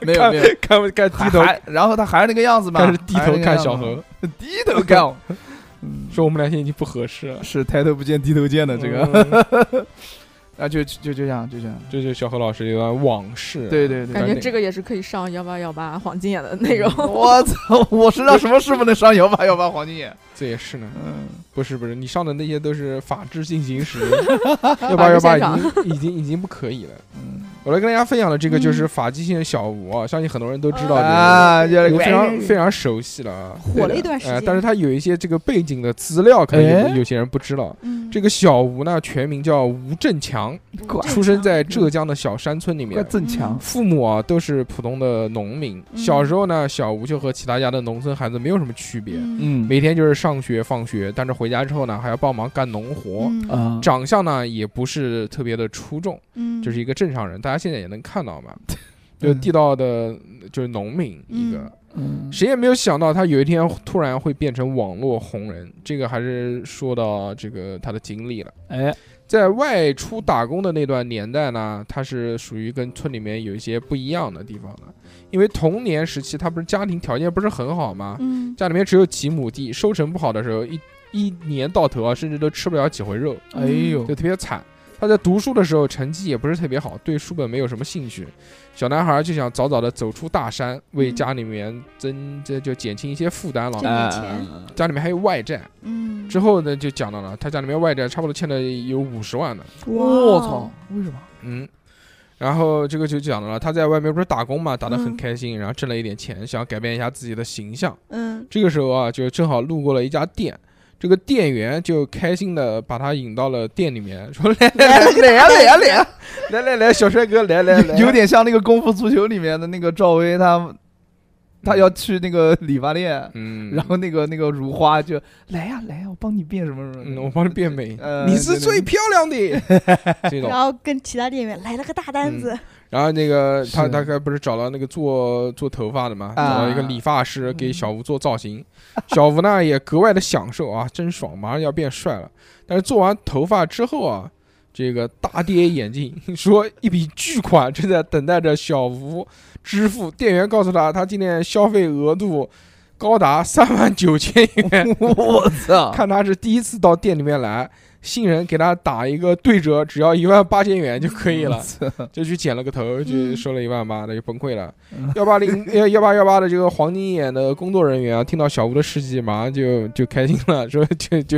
[SPEAKER 5] 没有没有。
[SPEAKER 1] 看不看
[SPEAKER 5] 还
[SPEAKER 1] 低头，
[SPEAKER 5] 还然后他还是那个样子嘛，
[SPEAKER 1] 开始低
[SPEAKER 5] 还是那
[SPEAKER 1] 头
[SPEAKER 5] 个
[SPEAKER 1] 看
[SPEAKER 5] 样子
[SPEAKER 1] 小
[SPEAKER 5] 嘛
[SPEAKER 1] 何，
[SPEAKER 5] 低头 看，嗯，
[SPEAKER 1] 说我们俩现在已经不合适了。
[SPEAKER 5] 是抬头不见低头见的这个，
[SPEAKER 1] 嗯，
[SPEAKER 5] 啊，就就就这样，就这样，
[SPEAKER 1] 这就是小何老师的一段往事。
[SPEAKER 5] 对，对
[SPEAKER 3] 感
[SPEAKER 5] 对。
[SPEAKER 3] 觉这个也是可以上幺八幺八黄金眼的内容。
[SPEAKER 5] 我操！我身上什么事不能上幺八幺八黄金眼？
[SPEAKER 1] 这也是呢。
[SPEAKER 5] 嗯，
[SPEAKER 1] 不是不是，你上的那些都是法制进行时，幺八
[SPEAKER 3] 法
[SPEAKER 1] 幺
[SPEAKER 3] 制现
[SPEAKER 1] 八已
[SPEAKER 3] 场
[SPEAKER 1] 经已经已经不可以了。
[SPEAKER 5] 嗯
[SPEAKER 1] 我来跟大家分享的这个就是
[SPEAKER 2] 嗯
[SPEAKER 1] 法纪线小吴啊，相信很多人都知道这
[SPEAKER 5] 啊，就
[SPEAKER 1] 个，
[SPEAKER 5] 是
[SPEAKER 1] 已经非常
[SPEAKER 5] 哎
[SPEAKER 1] 非常熟悉了啊。
[SPEAKER 2] 火了一段时
[SPEAKER 1] 呃
[SPEAKER 2] 间，，
[SPEAKER 1] 但是他有一些这个背景的资料，可能
[SPEAKER 5] 哎
[SPEAKER 1] 有有些人不知道。
[SPEAKER 2] 嗯
[SPEAKER 1] 这个小吴呢，全名叫吴振强，
[SPEAKER 5] 怪
[SPEAKER 1] 出生在浙江的小山村里
[SPEAKER 5] 怪
[SPEAKER 1] 面。
[SPEAKER 5] 增强，
[SPEAKER 1] 父母啊都是普通的农民。
[SPEAKER 2] 嗯
[SPEAKER 1] 小时候呢，小吴就和其他家的农村孩子没有什么区别，
[SPEAKER 2] 嗯
[SPEAKER 5] 嗯
[SPEAKER 1] 每天就是上学放学，但是回家之后呢，还要帮忙干农活。
[SPEAKER 2] 嗯
[SPEAKER 5] 啊，
[SPEAKER 1] 长相呢也不是特别的出众，
[SPEAKER 2] 嗯
[SPEAKER 1] 就是一个正常人，大家现在也能看到嘛，就
[SPEAKER 5] 嗯
[SPEAKER 1] 地道的，就是农民一个
[SPEAKER 2] 嗯。
[SPEAKER 5] 嗯
[SPEAKER 1] 谁也没有想到他有一天突然会变成网络红人，这个还是说到这个他的经历了。
[SPEAKER 5] 哎，
[SPEAKER 1] 在外出打工的那段年代呢，他是属于跟村里面有一些不一样的地方的，因为童年时期他不是家庭条件不是很好嘛，
[SPEAKER 2] 嗯
[SPEAKER 1] 家里面只有几亩地，收成不好的时候，一一年到头啊，甚至都吃不了几回肉，
[SPEAKER 5] 哎呦
[SPEAKER 1] 就，特别惨。他在读书的时候成绩也不是特别好，对书本没有什么兴趣。小男孩就想早早的走出大山，为
[SPEAKER 2] 嗯
[SPEAKER 1] 家里面增这就减轻一些负担了。
[SPEAKER 2] 挣点
[SPEAKER 5] 哎
[SPEAKER 2] 钱
[SPEAKER 1] 家里面还有外债，
[SPEAKER 2] 嗯，
[SPEAKER 1] 之后呢就讲到了，他家里面外债差不多欠了有五十万呢。
[SPEAKER 5] 我操，为什么？
[SPEAKER 1] 嗯，然后这个就讲到了，他在外面不是打工嘛，打得很
[SPEAKER 2] 嗯
[SPEAKER 1] 开心，然后挣了一点钱，想改变一下自己的形象。
[SPEAKER 2] 嗯
[SPEAKER 1] 这个时候啊，就正好路过了一家店，这个店员就开心的把他引到了店里面，说来
[SPEAKER 5] 来哎来来来
[SPEAKER 1] 来来来，小帅哥，来来来，
[SPEAKER 5] 来，有点像那个《功夫足球》里面的那个赵薇，他他要去那个理发店，
[SPEAKER 1] 嗯，
[SPEAKER 5] 然后那个那个如花就来呀来呀，我帮你变什么什么
[SPEAKER 1] 嗯，
[SPEAKER 5] 的，
[SPEAKER 1] 我帮你变美，
[SPEAKER 5] 呃
[SPEAKER 1] 你是最
[SPEAKER 5] 对
[SPEAKER 1] 漂亮的这种
[SPEAKER 2] 然。后跟其他店员来了个大单子，
[SPEAKER 5] 嗯
[SPEAKER 1] 然后那个他
[SPEAKER 5] 是
[SPEAKER 1] 大概不是找了那个做做头发的嘛，
[SPEAKER 5] 啊
[SPEAKER 1] 找了一个理发师给小吴做造 型，小吴呢也格外的享受啊，真爽，马上要变帅了。但是做完头发之后啊，这个大跌眼镜， 说一笔巨款正在等待着小吴支付。店员告诉他，他今天消费额度高达三万九千元，
[SPEAKER 5] 我
[SPEAKER 2] 啊
[SPEAKER 5] 操！
[SPEAKER 1] 看他是第一次到店里面来，新人给他打一个对折，只要一万八千元就可以了。
[SPEAKER 2] 嗯
[SPEAKER 1] 就去剪了个头，就收了一万八，那就崩溃了
[SPEAKER 5] 嗯。
[SPEAKER 1] 幺八 零呃幺幺八幺八的这个黄金眼的工作人员啊，听到小吴的事迹，马上就就开心了，说就就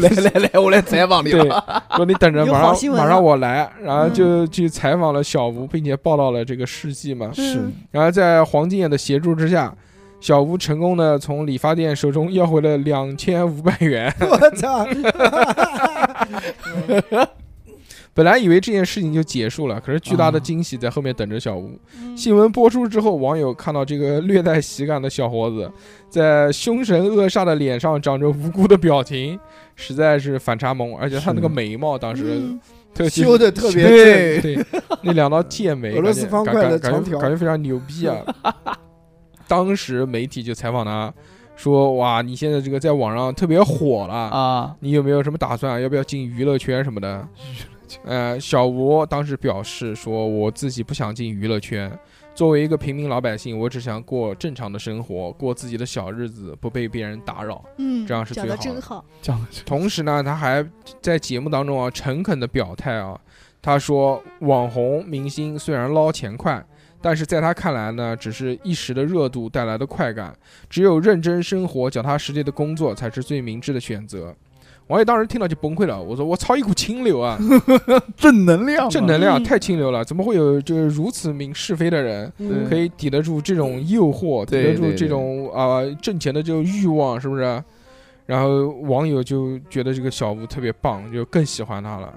[SPEAKER 5] 来来来，我来采 访你
[SPEAKER 1] 对
[SPEAKER 5] 了。，
[SPEAKER 1] 说你 等着，
[SPEAKER 2] 有
[SPEAKER 1] 马
[SPEAKER 2] 好
[SPEAKER 1] 上
[SPEAKER 2] 新闻啊嗯
[SPEAKER 1] 马
[SPEAKER 2] 了
[SPEAKER 1] 上我来，然后就去采访了小吴，并且报道了这个事迹嘛。
[SPEAKER 2] 是
[SPEAKER 1] 然后在黄金眼的协助之下，小吴成功的从理发店手中要回了两千五百元。
[SPEAKER 4] 我操！
[SPEAKER 1] 本来以为这件事情就结束了，可是巨
[SPEAKER 4] 啊
[SPEAKER 1] 大的惊喜在后面等着小吴。
[SPEAKER 4] 嗯
[SPEAKER 1] 新闻播出之后，网友看到这个略带喜感的小伙子，在凶神恶煞的脸上长着无辜的表情，实在是反差萌。而且他那个
[SPEAKER 5] 是
[SPEAKER 1] 眉毛当时
[SPEAKER 2] 嗯
[SPEAKER 1] 特技
[SPEAKER 4] 修得特别
[SPEAKER 1] 对对，那两道剑眉，
[SPEAKER 4] 俄罗斯方块的
[SPEAKER 1] 感觉感
[SPEAKER 4] 长
[SPEAKER 1] 觉
[SPEAKER 4] 条
[SPEAKER 1] 感觉非常牛逼啊！当时媒体就采访他，说：“哇，你现在这个在网上特别火了
[SPEAKER 5] 啊，
[SPEAKER 1] 你有没有什么打算啊？要不要进娱乐圈什么的？呃，小吴当时表示说，我自己不想进娱乐圈，作为一个平民老百姓，我只想过正常的生活，过自己的小日子，不被别人打扰。
[SPEAKER 2] 嗯，
[SPEAKER 1] 这样是
[SPEAKER 2] 讲
[SPEAKER 1] 最
[SPEAKER 2] 的
[SPEAKER 1] 好的
[SPEAKER 2] 真好，
[SPEAKER 5] 讲的是
[SPEAKER 1] 同时呢，他还在节目当中啊，诚恳的表态啊，他说，网红明星虽然捞钱快。但是在他看来呢，只是一时的热度带来的快感，只有认真生活、脚踏实地的工作才是最明智的选择。王爷当时听到就崩溃了，我说我操一股清流啊，
[SPEAKER 5] 正能量嘛，
[SPEAKER 1] 正能量
[SPEAKER 2] 嗯
[SPEAKER 1] 太清流了，怎么会有就是如此明是非的人？
[SPEAKER 5] 对
[SPEAKER 1] 可以抵得住这种诱惑，抵
[SPEAKER 5] 对
[SPEAKER 1] 得住
[SPEAKER 5] 对
[SPEAKER 1] 这种啊、挣钱的这种欲望，是不是？然后网友就觉得这个小吴特别棒，就更喜欢他了。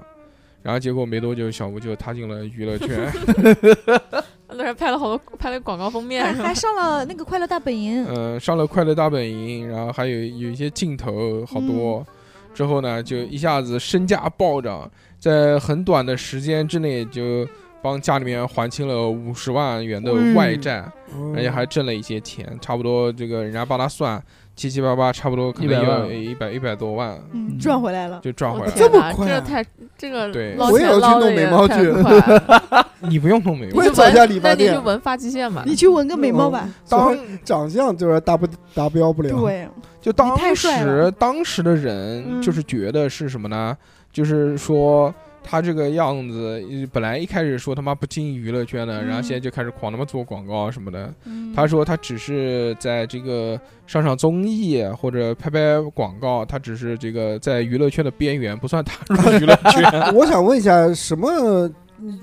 [SPEAKER 1] 然后结果没多久，小吴就踏进了娱乐 圈，
[SPEAKER 4] 嗯
[SPEAKER 3] 在 那拍了好多拍了广告封面
[SPEAKER 2] 还
[SPEAKER 3] 是吧？
[SPEAKER 2] 哎还上了那个快乐大本营，
[SPEAKER 1] 嗯、上了《快乐大本营》，然后还有有一些镜头好多。
[SPEAKER 5] 嗯
[SPEAKER 1] 之后呢，就一下子身价暴涨，在很短的时间之内就帮家里面还清了五十万元的
[SPEAKER 5] 嗯
[SPEAKER 1] 外债。而
[SPEAKER 2] 嗯
[SPEAKER 1] 且哎还挣了一些钱，差不多这个人家帮他算七七八八，差不多可能
[SPEAKER 5] 100万
[SPEAKER 1] 有一百一百多万
[SPEAKER 2] 嗯
[SPEAKER 5] 嗯
[SPEAKER 2] 赚回来了。
[SPEAKER 1] 就赚回来
[SPEAKER 3] 我
[SPEAKER 1] 了。
[SPEAKER 4] 这
[SPEAKER 3] 天
[SPEAKER 4] 么
[SPEAKER 3] 哪
[SPEAKER 4] 快
[SPEAKER 3] 这
[SPEAKER 4] 啊
[SPEAKER 3] 个太这个
[SPEAKER 1] 对
[SPEAKER 3] 捞
[SPEAKER 4] 我也
[SPEAKER 3] 钱
[SPEAKER 4] 要去
[SPEAKER 3] 捞得
[SPEAKER 4] 弄
[SPEAKER 3] 也
[SPEAKER 4] 眉毛
[SPEAKER 3] 太
[SPEAKER 4] 去
[SPEAKER 3] 快了
[SPEAKER 1] 你不用弄眉毛
[SPEAKER 4] 我
[SPEAKER 3] 你
[SPEAKER 4] 也
[SPEAKER 3] 就
[SPEAKER 4] 找一
[SPEAKER 3] 纹
[SPEAKER 4] 下理发
[SPEAKER 3] 那你
[SPEAKER 4] 店
[SPEAKER 3] 就纹发际线吧。
[SPEAKER 2] 你去纹个眉毛吧，
[SPEAKER 4] 当
[SPEAKER 1] 当
[SPEAKER 4] 长相就是达不达标不了，
[SPEAKER 2] 对，
[SPEAKER 1] 就当
[SPEAKER 2] 你太帅
[SPEAKER 1] 时
[SPEAKER 2] 了
[SPEAKER 1] 当时的
[SPEAKER 2] 嗯
[SPEAKER 1] 人就是觉得是什么呢？就是说他这个样子，呃本来一开始说他妈不进娱乐圈的，然后
[SPEAKER 2] 嗯
[SPEAKER 1] 现在就开始狂他妈做广告什么的。
[SPEAKER 2] 嗯
[SPEAKER 1] 他说他只是在这个上上综艺或者拍拍广告，他只是这个在娱乐圈的边缘，不算踏入娱乐
[SPEAKER 2] 啊
[SPEAKER 1] 圈。
[SPEAKER 4] 我想问一下，什么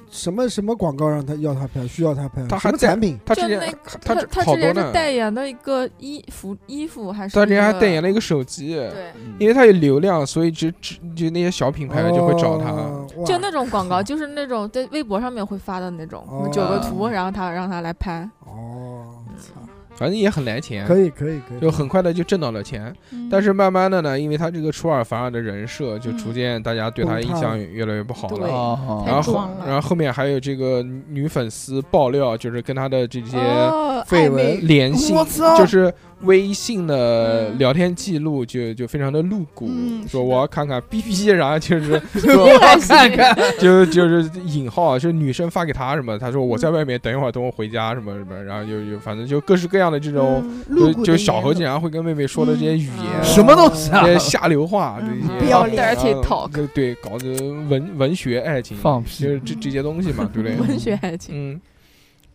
[SPEAKER 4] 什么什么广告让他要他拍，需要他拍？
[SPEAKER 1] 他
[SPEAKER 4] 什
[SPEAKER 1] 还
[SPEAKER 4] 么
[SPEAKER 1] 在
[SPEAKER 4] 产品？
[SPEAKER 1] 他
[SPEAKER 3] 就
[SPEAKER 1] 之
[SPEAKER 3] 那
[SPEAKER 1] 前
[SPEAKER 3] 他
[SPEAKER 1] 之
[SPEAKER 3] 他
[SPEAKER 1] 好
[SPEAKER 3] 之
[SPEAKER 1] 多
[SPEAKER 3] 前
[SPEAKER 1] 呢
[SPEAKER 3] 是。代言的一个衣服衣服还是
[SPEAKER 1] 他之前还
[SPEAKER 3] 一个
[SPEAKER 1] 代言了一个手机，
[SPEAKER 3] 对，
[SPEAKER 1] 因为他有流量，所以只只就那些小品牌就会找他。
[SPEAKER 4] 哦哇
[SPEAKER 3] 就那种广告，就是那种在微博上面会发的那种，什么九个图，
[SPEAKER 4] 哦
[SPEAKER 3] 然后他让他来拍。
[SPEAKER 4] 哦，操
[SPEAKER 1] 反正也很来钱，
[SPEAKER 4] 可以可以可以，
[SPEAKER 1] 就很快的就挣到了钱。
[SPEAKER 3] 嗯
[SPEAKER 1] 但是慢慢的呢，因为他这个出尔反尔的人设，就逐渐大家对他
[SPEAKER 4] 嗯
[SPEAKER 1] 印象越来越不好
[SPEAKER 2] 对
[SPEAKER 1] 了。
[SPEAKER 5] 哦
[SPEAKER 4] 啊
[SPEAKER 1] 然后
[SPEAKER 2] 太
[SPEAKER 1] 后
[SPEAKER 2] 装了
[SPEAKER 1] 然后后面还有这个女粉丝爆料，就是跟他的这些
[SPEAKER 2] 哦
[SPEAKER 4] 绯
[SPEAKER 2] 暧昧
[SPEAKER 4] 闻
[SPEAKER 1] 联系
[SPEAKER 5] 我，操
[SPEAKER 1] 就是微信的
[SPEAKER 2] 嗯
[SPEAKER 1] 聊天记录就就非常的露骨，
[SPEAKER 2] 嗯
[SPEAKER 1] 说
[SPEAKER 2] 是的
[SPEAKER 1] 我要看看 B B，然后啊 就是
[SPEAKER 3] 我看
[SPEAKER 5] 看，
[SPEAKER 1] 就就是引号，就是女生发给他什么，他说我在外面等一会儿，等我回家什么什么，然后就就反正就各式各样的这种，
[SPEAKER 2] 嗯
[SPEAKER 1] 就
[SPEAKER 2] 露骨的
[SPEAKER 1] 就小
[SPEAKER 2] 言
[SPEAKER 1] 何
[SPEAKER 2] 论
[SPEAKER 1] 经常会跟妹妹说的这些语言，
[SPEAKER 5] 什么东西啊
[SPEAKER 1] 这？些下流话，
[SPEAKER 2] 嗯
[SPEAKER 1] 这些
[SPEAKER 2] 不要
[SPEAKER 3] 脸 Dirty
[SPEAKER 1] 啊
[SPEAKER 3] talk
[SPEAKER 1] 对对，搞的文文学爱情，
[SPEAKER 5] 放
[SPEAKER 1] 就
[SPEAKER 5] 屁！
[SPEAKER 1] 是这这些东西嘛，对不对？
[SPEAKER 3] 文学爱情，
[SPEAKER 1] 嗯，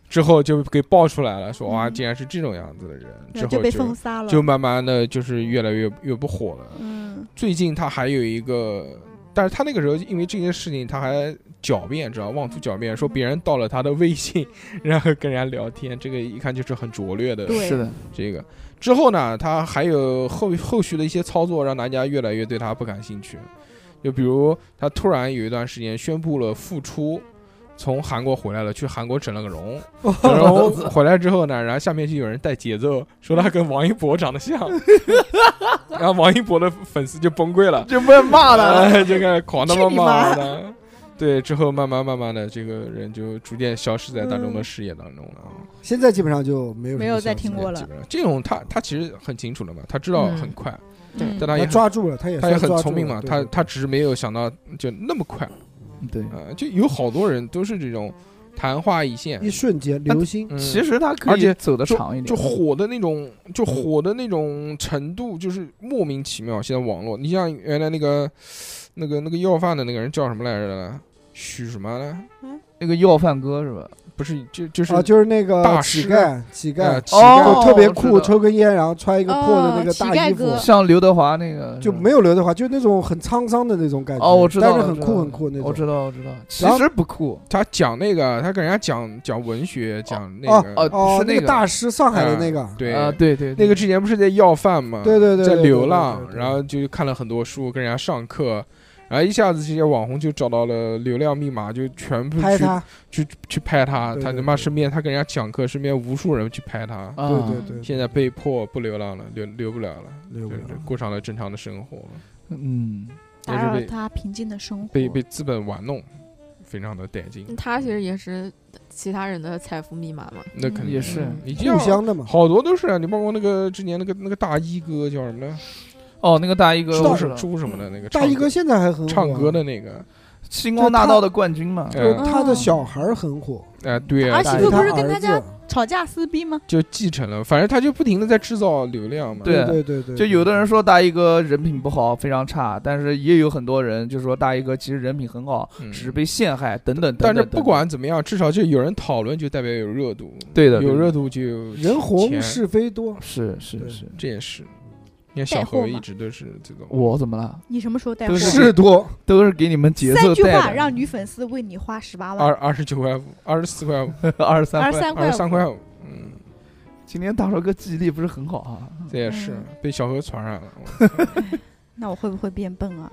[SPEAKER 1] 之后就给爆出来了，说哇，
[SPEAKER 2] 嗯
[SPEAKER 1] 竟然是这种样子的人，
[SPEAKER 2] 那
[SPEAKER 1] 之
[SPEAKER 2] 就
[SPEAKER 1] 后
[SPEAKER 2] 被
[SPEAKER 1] 就
[SPEAKER 2] 封杀了，
[SPEAKER 1] 就慢慢的就是越来越越不火了。
[SPEAKER 2] 嗯
[SPEAKER 1] 最近他还有一个，但是他那个时候因为这件事情，他还狡辩，知道妄图狡辩，说别人盗了他的微信， 然后跟人家聊天，这个一看就是很拙劣的。
[SPEAKER 2] 对
[SPEAKER 5] 是的，
[SPEAKER 1] 这个之后呢，他还有后后续的一些操作，让大家越来越对他不感兴趣。就比如他突然有一段时间宣布了复出，从韩国回来了，去韩国整了个容，整了容回来之后呢，然后下面就有人带节奏，说他跟王一博长得像，然后王一博的粉丝就崩溃了，
[SPEAKER 5] 就被骂了。
[SPEAKER 1] 哎就开始狂他妈
[SPEAKER 2] 去你
[SPEAKER 1] 骂
[SPEAKER 2] 妈
[SPEAKER 1] 他。对，之后慢慢慢慢的，这个人就逐渐消失在大众的视野当中了啊。
[SPEAKER 4] 现在基本上就没有
[SPEAKER 2] 没
[SPEAKER 4] 什么
[SPEAKER 2] 有再
[SPEAKER 4] 消息
[SPEAKER 2] 听过了
[SPEAKER 1] 基本上这种他他其实很清楚的嘛，他知道
[SPEAKER 3] 嗯
[SPEAKER 1] 很快，
[SPEAKER 2] 嗯
[SPEAKER 1] 但他
[SPEAKER 4] 他
[SPEAKER 1] 也很
[SPEAKER 4] 抓住了，他也
[SPEAKER 1] 他也
[SPEAKER 4] 算
[SPEAKER 1] 很
[SPEAKER 4] 抓
[SPEAKER 1] 聪
[SPEAKER 4] 住
[SPEAKER 1] 明
[SPEAKER 4] 了
[SPEAKER 1] 嘛，
[SPEAKER 4] 对
[SPEAKER 1] 他
[SPEAKER 4] 对
[SPEAKER 1] 他只是没有想到就那么快，
[SPEAKER 5] 对，
[SPEAKER 1] 呃，就有好多人都是这种昙花一现
[SPEAKER 4] 一，瞬间流星，
[SPEAKER 1] 嗯
[SPEAKER 5] 其实他可
[SPEAKER 1] 而且
[SPEAKER 5] 以走得长一点，
[SPEAKER 1] 就火的那种，就火的那种程度，就是莫名其妙。现在网络，你像原来那个那个那个要饭的那个人叫什么来着呢？许什么呢？
[SPEAKER 5] 那个要饭哥是吧？
[SPEAKER 1] 不是，就就是
[SPEAKER 4] 啊，就是那个
[SPEAKER 1] 大
[SPEAKER 4] 乞
[SPEAKER 1] 师
[SPEAKER 4] 丐，乞
[SPEAKER 1] 呃
[SPEAKER 4] 丐
[SPEAKER 1] 乞丐
[SPEAKER 5] 哦
[SPEAKER 4] 就特别
[SPEAKER 5] 我
[SPEAKER 4] 酷，
[SPEAKER 5] 知道
[SPEAKER 4] 抽根烟，然后穿一个破的那个
[SPEAKER 2] 哦乞
[SPEAKER 4] 大
[SPEAKER 2] 丐
[SPEAKER 4] 衣服
[SPEAKER 2] 哥，
[SPEAKER 5] 像刘德华那个
[SPEAKER 4] 就没有刘德华，就那种很沧桑的那种感觉。
[SPEAKER 5] 哦，我知道，
[SPEAKER 4] 但
[SPEAKER 5] 了
[SPEAKER 4] 是很
[SPEAKER 5] 我知道
[SPEAKER 4] 酷
[SPEAKER 5] 了
[SPEAKER 4] 很酷那种。
[SPEAKER 5] 我知道，我知道，其
[SPEAKER 4] 然后
[SPEAKER 5] 实不酷
[SPEAKER 1] 他讲那个，他给人家讲讲文学，讲那个
[SPEAKER 5] 哦，
[SPEAKER 4] 哦，
[SPEAKER 5] 是
[SPEAKER 4] 那
[SPEAKER 5] 那
[SPEAKER 4] 个大师，上海的那个。
[SPEAKER 1] 对
[SPEAKER 5] 啊，对对，
[SPEAKER 1] 那个之前不是在要饭吗？
[SPEAKER 4] 对对对
[SPEAKER 1] 在
[SPEAKER 4] 对对
[SPEAKER 1] 流
[SPEAKER 4] 对
[SPEAKER 1] 浪
[SPEAKER 4] 对，对
[SPEAKER 1] 然后就看了很多书，跟人家上课，然后一下子这些网红就找到了流量密码，就全部
[SPEAKER 4] 拍
[SPEAKER 1] 去
[SPEAKER 4] 他，
[SPEAKER 1] 去去拍他，
[SPEAKER 4] 对
[SPEAKER 1] 他
[SPEAKER 4] 对
[SPEAKER 1] 他妈
[SPEAKER 4] 对嗯
[SPEAKER 1] 身边他跟人家讲课，身边无数人去拍他，
[SPEAKER 5] 啊
[SPEAKER 4] 对对对，
[SPEAKER 1] 现在被迫不流浪了，流流不了了，
[SPEAKER 4] 留
[SPEAKER 1] 啊就
[SPEAKER 4] 不
[SPEAKER 1] 是
[SPEAKER 4] 了
[SPEAKER 1] 过上了正常的生活，
[SPEAKER 5] 嗯，
[SPEAKER 1] 也
[SPEAKER 2] 打
[SPEAKER 1] 是
[SPEAKER 2] 扰
[SPEAKER 1] 被
[SPEAKER 2] 他平静的生活，
[SPEAKER 1] 被被资本玩弄，非常的带劲，
[SPEAKER 2] 嗯
[SPEAKER 3] 他其实也是其他人的财富密码嘛。
[SPEAKER 1] 那肯定
[SPEAKER 5] 也是
[SPEAKER 1] 你这
[SPEAKER 4] 嗯互
[SPEAKER 1] 样。
[SPEAKER 4] 相的嘛。
[SPEAKER 1] 好多都是啊，你包括那个之前那个那个大衣哥叫什么呢？
[SPEAKER 5] 哦，那个大衣哥
[SPEAKER 4] 知道嗯
[SPEAKER 1] 猪
[SPEAKER 5] 我知
[SPEAKER 1] 什
[SPEAKER 5] 道，
[SPEAKER 1] 猪什么的那个
[SPEAKER 4] 大
[SPEAKER 1] 唱
[SPEAKER 4] 衣哥
[SPEAKER 1] 歌
[SPEAKER 4] 现在还很火
[SPEAKER 1] 唱歌
[SPEAKER 4] 啊，
[SPEAKER 1] 的那个，
[SPEAKER 5] 星光大道的冠军嘛，
[SPEAKER 1] 呃
[SPEAKER 4] 就是他的小孩儿很火，
[SPEAKER 1] 哎，对啊，
[SPEAKER 2] 儿
[SPEAKER 1] 大
[SPEAKER 2] 媳
[SPEAKER 1] 衣
[SPEAKER 2] 妇
[SPEAKER 1] 哥
[SPEAKER 2] 不是
[SPEAKER 4] 他
[SPEAKER 2] 跟他
[SPEAKER 4] 儿
[SPEAKER 2] 家
[SPEAKER 4] 子
[SPEAKER 2] 吵架撕逼吗？
[SPEAKER 1] 就继承了，反正他就不停的在制造流量嘛。
[SPEAKER 5] 对
[SPEAKER 4] 对对对，
[SPEAKER 5] 就有的人说大衣哥人品不好，非常差，但是也有很多人就说大衣哥其实人品很好，
[SPEAKER 1] 嗯
[SPEAKER 5] 只是被陷害等等等等。
[SPEAKER 1] 但是不
[SPEAKER 5] 等等
[SPEAKER 1] 管怎么样，至少就有人讨论，就代表有热度。
[SPEAKER 5] 对的对
[SPEAKER 1] 有
[SPEAKER 5] 的
[SPEAKER 1] 热度就有
[SPEAKER 4] 人红
[SPEAKER 1] 钱
[SPEAKER 4] 是非多，
[SPEAKER 5] 是是
[SPEAKER 4] 对
[SPEAKER 5] 是，
[SPEAKER 1] 这也是你看小
[SPEAKER 2] 带
[SPEAKER 1] 何
[SPEAKER 2] 货嘛
[SPEAKER 1] 一直都是这种，
[SPEAKER 5] 我怎么了？
[SPEAKER 2] 你什么时候带货
[SPEAKER 5] 都？是
[SPEAKER 4] 事多，
[SPEAKER 5] 都是给你们节奏
[SPEAKER 2] 三句话
[SPEAKER 5] 带
[SPEAKER 2] 让女粉丝为你花十八万
[SPEAKER 1] 二，二十九块五、二十四块五、
[SPEAKER 5] 的， 二十三
[SPEAKER 2] 二十
[SPEAKER 5] 块
[SPEAKER 2] 三
[SPEAKER 1] 二
[SPEAKER 2] 块
[SPEAKER 1] 十三
[SPEAKER 2] 五，
[SPEAKER 1] 块五，嗯，
[SPEAKER 5] 今天大帅哥记忆力不是很好啊，
[SPEAKER 1] 这
[SPEAKER 2] 嗯
[SPEAKER 1] 也是被小何传 染了。
[SPEAKER 2] 那我会不会变笨啊？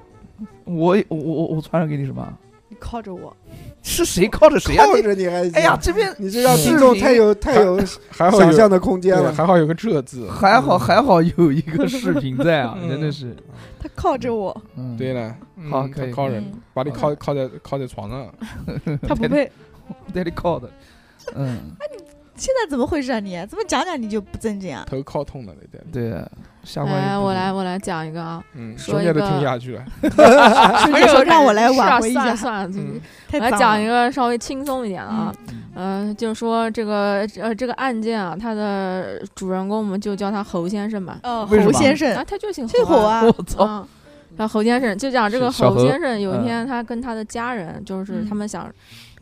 [SPEAKER 5] 我我我我传染给你什么？
[SPEAKER 2] 你靠着我，
[SPEAKER 5] 是谁靠着谁呀、
[SPEAKER 4] 靠
[SPEAKER 5] 你
[SPEAKER 4] 着你还行
[SPEAKER 5] 哎呀，，这边
[SPEAKER 4] 你这让听众太有太有
[SPEAKER 1] 还好
[SPEAKER 4] 想
[SPEAKER 1] 有
[SPEAKER 4] 象的空间
[SPEAKER 1] 对，
[SPEAKER 4] 了。
[SPEAKER 1] 还好有个这字。
[SPEAKER 5] 还好还好有一个视频在啊，
[SPEAKER 1] 嗯
[SPEAKER 5] 真的是，
[SPEAKER 2] 他靠 着我，
[SPEAKER 5] 嗯，
[SPEAKER 1] 对了，
[SPEAKER 5] 好
[SPEAKER 1] 嗯
[SPEAKER 5] 可以
[SPEAKER 1] 靠着
[SPEAKER 2] 嗯
[SPEAKER 1] 把你
[SPEAKER 5] 好
[SPEAKER 1] 靠靠在靠在床上，
[SPEAKER 2] 他不配。
[SPEAKER 5] 带你靠的，嗯，
[SPEAKER 2] 现在怎么回事啊你？怎么讲讲你就不正经啊？
[SPEAKER 1] 头靠痛了那点。
[SPEAKER 5] 对，啊下关
[SPEAKER 3] 来，哎我来，，我来讲一个啊，
[SPEAKER 1] 嗯，
[SPEAKER 3] 说
[SPEAKER 1] 熊
[SPEAKER 3] 一
[SPEAKER 1] 姐都
[SPEAKER 3] 个
[SPEAKER 1] 听下去了。
[SPEAKER 2] 所以说让我来
[SPEAKER 3] 是啊
[SPEAKER 2] 挽回一
[SPEAKER 3] 算
[SPEAKER 2] 下
[SPEAKER 3] 了，算了，
[SPEAKER 1] 嗯，
[SPEAKER 2] 太
[SPEAKER 3] 来
[SPEAKER 2] 脏
[SPEAKER 3] 讲一
[SPEAKER 2] 了
[SPEAKER 3] 个稍微轻松一点的啊
[SPEAKER 2] 嗯，
[SPEAKER 3] 嗯、就是说这个呃这个案件啊，它的主人公我们就叫他侯先生吧，
[SPEAKER 2] 哦，
[SPEAKER 5] 为什
[SPEAKER 2] 侯
[SPEAKER 5] 么
[SPEAKER 2] 先
[SPEAKER 3] 啊，
[SPEAKER 2] 生，
[SPEAKER 3] 他就姓
[SPEAKER 2] 这
[SPEAKER 3] 侯
[SPEAKER 2] 火啊，
[SPEAKER 1] 哦
[SPEAKER 5] 我操，
[SPEAKER 3] 嗯，然后侯先生就讲这个
[SPEAKER 5] 是小
[SPEAKER 3] 侯
[SPEAKER 5] 侯
[SPEAKER 3] 先生有一
[SPEAKER 5] 嗯
[SPEAKER 3] 天他跟他的家人，就是
[SPEAKER 2] 嗯
[SPEAKER 3] 他们想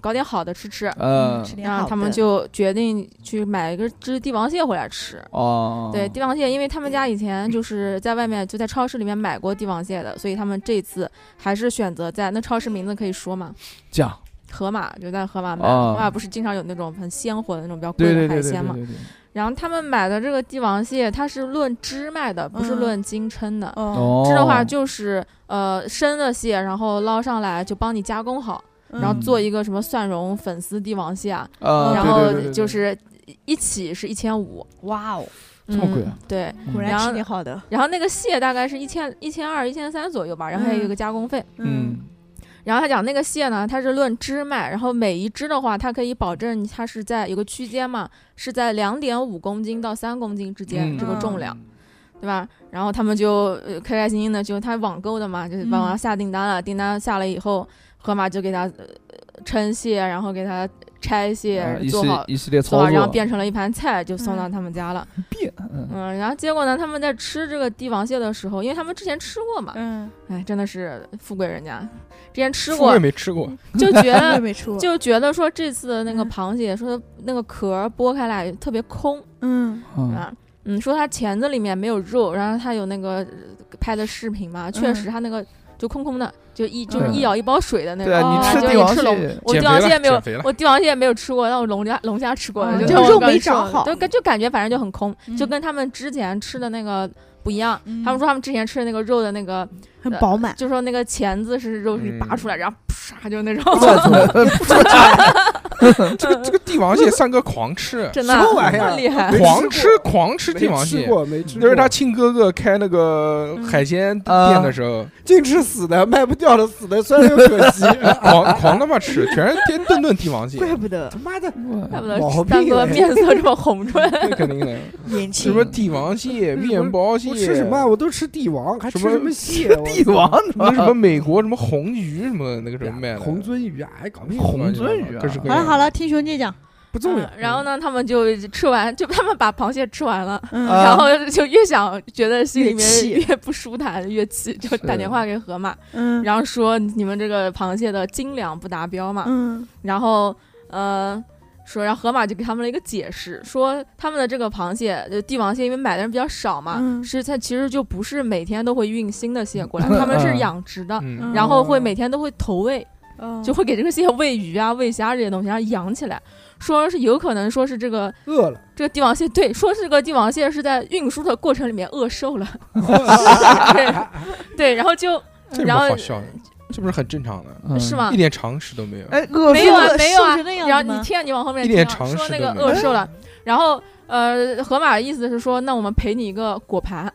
[SPEAKER 3] 搞点好的吃吃，
[SPEAKER 5] 嗯，
[SPEAKER 2] 吃点
[SPEAKER 3] 然后
[SPEAKER 2] 好的
[SPEAKER 3] 他们就决定去买一个只帝王蟹回来吃。
[SPEAKER 5] 哦，
[SPEAKER 3] 对帝王蟹，因为他们家以前就是在外面就在超市里面买过帝王蟹的，所以他们这次还是选择在那超市名字可以说嘛，
[SPEAKER 5] 讲，
[SPEAKER 3] 盒马就在盒马买，
[SPEAKER 5] 啊
[SPEAKER 3] 盒马不是经常有那种很鲜活的那种比较
[SPEAKER 5] 对
[SPEAKER 3] 贵
[SPEAKER 5] 对
[SPEAKER 3] 的
[SPEAKER 5] 对
[SPEAKER 3] 海
[SPEAKER 5] 对
[SPEAKER 3] 鲜嘛。
[SPEAKER 5] 对对，
[SPEAKER 3] 然后他们买的这个帝王蟹，它是论只卖的，不是
[SPEAKER 2] 嗯
[SPEAKER 3] 论斤称的。
[SPEAKER 2] 哦，
[SPEAKER 5] 哦，
[SPEAKER 3] 这的话就是呃生的蟹，然后捞上来就帮你加工好，
[SPEAKER 2] 然
[SPEAKER 3] 然
[SPEAKER 5] 嗯
[SPEAKER 3] 后做一个什么蒜蓉粉丝帝王蟹啊，
[SPEAKER 5] 啊，
[SPEAKER 3] 然
[SPEAKER 5] 对对
[SPEAKER 3] 后
[SPEAKER 5] 对对对
[SPEAKER 3] 就是一起是一千五，
[SPEAKER 2] 哇哦，
[SPEAKER 5] 这么贵
[SPEAKER 3] 嗯
[SPEAKER 5] 啊，
[SPEAKER 3] 对。
[SPEAKER 5] 嗯
[SPEAKER 2] 果然
[SPEAKER 3] 然
[SPEAKER 2] 吃
[SPEAKER 3] 后
[SPEAKER 2] 点好的，
[SPEAKER 3] 然后那个蟹大概是一千一千二、一千三左右吧，然后还有一个加工费。
[SPEAKER 5] 嗯，
[SPEAKER 3] 然后他讲那个蟹呢，它是论只卖，然后每一只的话，它可以保证它是在有个区间嘛，是在两点五公斤到三公斤之间、
[SPEAKER 5] 嗯
[SPEAKER 3] 这个重量，对吧？然后他们就呃开开心心的，就他网购的嘛，就是
[SPEAKER 2] 嗯
[SPEAKER 3] 帮忙下订单了，订单下了以后，盒马就给他呃称蟹，然后给他拆蟹，
[SPEAKER 5] 啊一系
[SPEAKER 3] 做好。
[SPEAKER 5] 一系列
[SPEAKER 3] 做
[SPEAKER 5] 操
[SPEAKER 3] 好，然后
[SPEAKER 5] 作，嗯
[SPEAKER 3] 变成了一盘菜，就送到他们家了。
[SPEAKER 5] 变，嗯，
[SPEAKER 3] 嗯，然后结果呢，他们在吃这个帝王蟹的时候，因为他们之前吃过嘛，
[SPEAKER 2] 嗯，
[SPEAKER 3] 哎，真的是富贵人家，之前吃
[SPEAKER 1] 我
[SPEAKER 3] 过
[SPEAKER 1] 也没吃
[SPEAKER 2] 嗯
[SPEAKER 1] 过，
[SPEAKER 3] 就觉
[SPEAKER 2] 我
[SPEAKER 3] 得
[SPEAKER 2] 也 没吃过，
[SPEAKER 3] 就觉得说这次的那个
[SPEAKER 2] 嗯
[SPEAKER 3] 螃蟹，说那个壳儿剥开来特别空
[SPEAKER 2] 嗯
[SPEAKER 5] 嗯
[SPEAKER 3] 啊，嗯，说它钳子里面没有肉，然后它有那个呃拍的视频嘛，
[SPEAKER 2] 嗯
[SPEAKER 3] 确实它那个就空空的，就一就是
[SPEAKER 5] 对
[SPEAKER 3] 一舀一包水的那
[SPEAKER 5] 对
[SPEAKER 3] 种。
[SPEAKER 5] 啊，
[SPEAKER 2] 哦
[SPEAKER 5] 你吃
[SPEAKER 3] 就
[SPEAKER 5] 帝
[SPEAKER 3] 你
[SPEAKER 5] 王
[SPEAKER 3] 吃龙
[SPEAKER 5] 蟹，
[SPEAKER 3] 我
[SPEAKER 1] 减
[SPEAKER 3] 帝
[SPEAKER 1] 肥
[SPEAKER 3] 王
[SPEAKER 1] 了
[SPEAKER 3] 蟹没有
[SPEAKER 1] 减肥了，
[SPEAKER 3] 我帝王蟹没有吃过，但我龙虾龙虾吃过
[SPEAKER 2] 哦
[SPEAKER 3] 的，
[SPEAKER 5] 就
[SPEAKER 3] 这
[SPEAKER 2] 肉
[SPEAKER 3] 么个
[SPEAKER 2] 没
[SPEAKER 3] 吃
[SPEAKER 2] 长好
[SPEAKER 3] 对，跟就感觉反正就很空，
[SPEAKER 2] 嗯
[SPEAKER 3] 就跟他们之前吃的那个不一样。
[SPEAKER 2] 嗯
[SPEAKER 3] 他们说他们之前吃的那个肉的那个，
[SPEAKER 2] 很饱满，
[SPEAKER 3] 就说那个钳子是肉是
[SPEAKER 1] 嗯
[SPEAKER 3] 拔出来，然后唰就那种， ，
[SPEAKER 1] 这个这个帝王蟹三哥狂吃
[SPEAKER 3] 真的
[SPEAKER 4] 什么玩意儿
[SPEAKER 3] 这么厉害。
[SPEAKER 4] 没吃过
[SPEAKER 1] 狂吃狂吃帝王
[SPEAKER 4] 没吃
[SPEAKER 1] 蟹。
[SPEAKER 4] 过没吃
[SPEAKER 1] 那
[SPEAKER 4] 过，
[SPEAKER 1] 是他亲哥哥开那个海鲜店的时候，
[SPEAKER 4] 净吃死的，卖不掉的死的，虽然又可 惜。
[SPEAKER 1] 狂狂他妈吃，全是天顿顿帝王蟹，
[SPEAKER 2] 怪不得
[SPEAKER 4] 他妈的，
[SPEAKER 3] 怪不
[SPEAKER 4] 毛
[SPEAKER 3] 得
[SPEAKER 4] 病
[SPEAKER 3] 三哥
[SPEAKER 4] 哎
[SPEAKER 3] 面色这么红润。
[SPEAKER 1] 那肯定的。
[SPEAKER 2] 年
[SPEAKER 1] 什
[SPEAKER 2] 轻
[SPEAKER 1] 么帝王蟹、面包蟹，
[SPEAKER 4] 我吃什么啊？我都吃帝王，还吃什么蟹？
[SPEAKER 5] 帝王
[SPEAKER 1] 那什么美国什么红鱼什么的那个时候卖的，
[SPEAKER 4] 红鳟鱼啊，哎，搞不清楚
[SPEAKER 5] 红鳟鱼啊
[SPEAKER 1] 各式各
[SPEAKER 2] 好了
[SPEAKER 1] 样。
[SPEAKER 2] 好了，听熊姐讲，
[SPEAKER 4] 不重要
[SPEAKER 3] 嗯。然后呢，他们就吃完，就他们把螃蟹吃完了，
[SPEAKER 2] 嗯
[SPEAKER 5] 啊
[SPEAKER 3] 然后就越想觉得心里
[SPEAKER 2] 越气
[SPEAKER 3] 面越不舒坦，越气，就是打电话给河马，
[SPEAKER 2] 嗯
[SPEAKER 3] 然后说你们这个螃蟹的斤两不达标嘛，
[SPEAKER 2] 嗯
[SPEAKER 3] 然后呃。说，然后河马就给他们了一个解释，说他们的这个螃蟹，就帝王蟹，因为买的人比较少嘛，
[SPEAKER 2] 嗯
[SPEAKER 3] 是它其实就不是每天都会运新的蟹过来，
[SPEAKER 5] 嗯
[SPEAKER 3] 他们是
[SPEAKER 5] 嗯
[SPEAKER 3] 养殖的，
[SPEAKER 1] 嗯，
[SPEAKER 3] 然
[SPEAKER 2] 哦
[SPEAKER 3] 后会每天都会投喂，
[SPEAKER 2] 嗯
[SPEAKER 3] 就会给这个蟹喂鱼啊、喂虾这些东西，然后养起来。说是有可能说是这个
[SPEAKER 4] 饿了，
[SPEAKER 3] 这个帝王蟹，对，说是这个帝王蟹是在运输的过程里面饿瘦了， 对 对，然后就
[SPEAKER 1] 这有什
[SPEAKER 3] 然
[SPEAKER 1] 么
[SPEAKER 3] 后啊
[SPEAKER 1] 好笑的？这不是很正常的，
[SPEAKER 5] 嗯
[SPEAKER 3] 是？吗
[SPEAKER 1] 一？点常识都没有。
[SPEAKER 5] 哎， 饿
[SPEAKER 3] 没有
[SPEAKER 5] 死
[SPEAKER 3] 啊
[SPEAKER 2] 瘦，
[SPEAKER 3] 没有啊
[SPEAKER 2] 瘦成那。样
[SPEAKER 3] 然
[SPEAKER 2] 子
[SPEAKER 3] 后
[SPEAKER 2] 吗
[SPEAKER 3] 你听你往后面
[SPEAKER 1] 一
[SPEAKER 3] 听
[SPEAKER 1] 点
[SPEAKER 3] 啊
[SPEAKER 1] 常
[SPEAKER 3] 说
[SPEAKER 1] 识
[SPEAKER 3] 那
[SPEAKER 1] 都
[SPEAKER 3] 个
[SPEAKER 1] 没有
[SPEAKER 3] 饿瘦了，然后呃，河马意思是说，那我们赔你一个果盘，
[SPEAKER 4] 啊，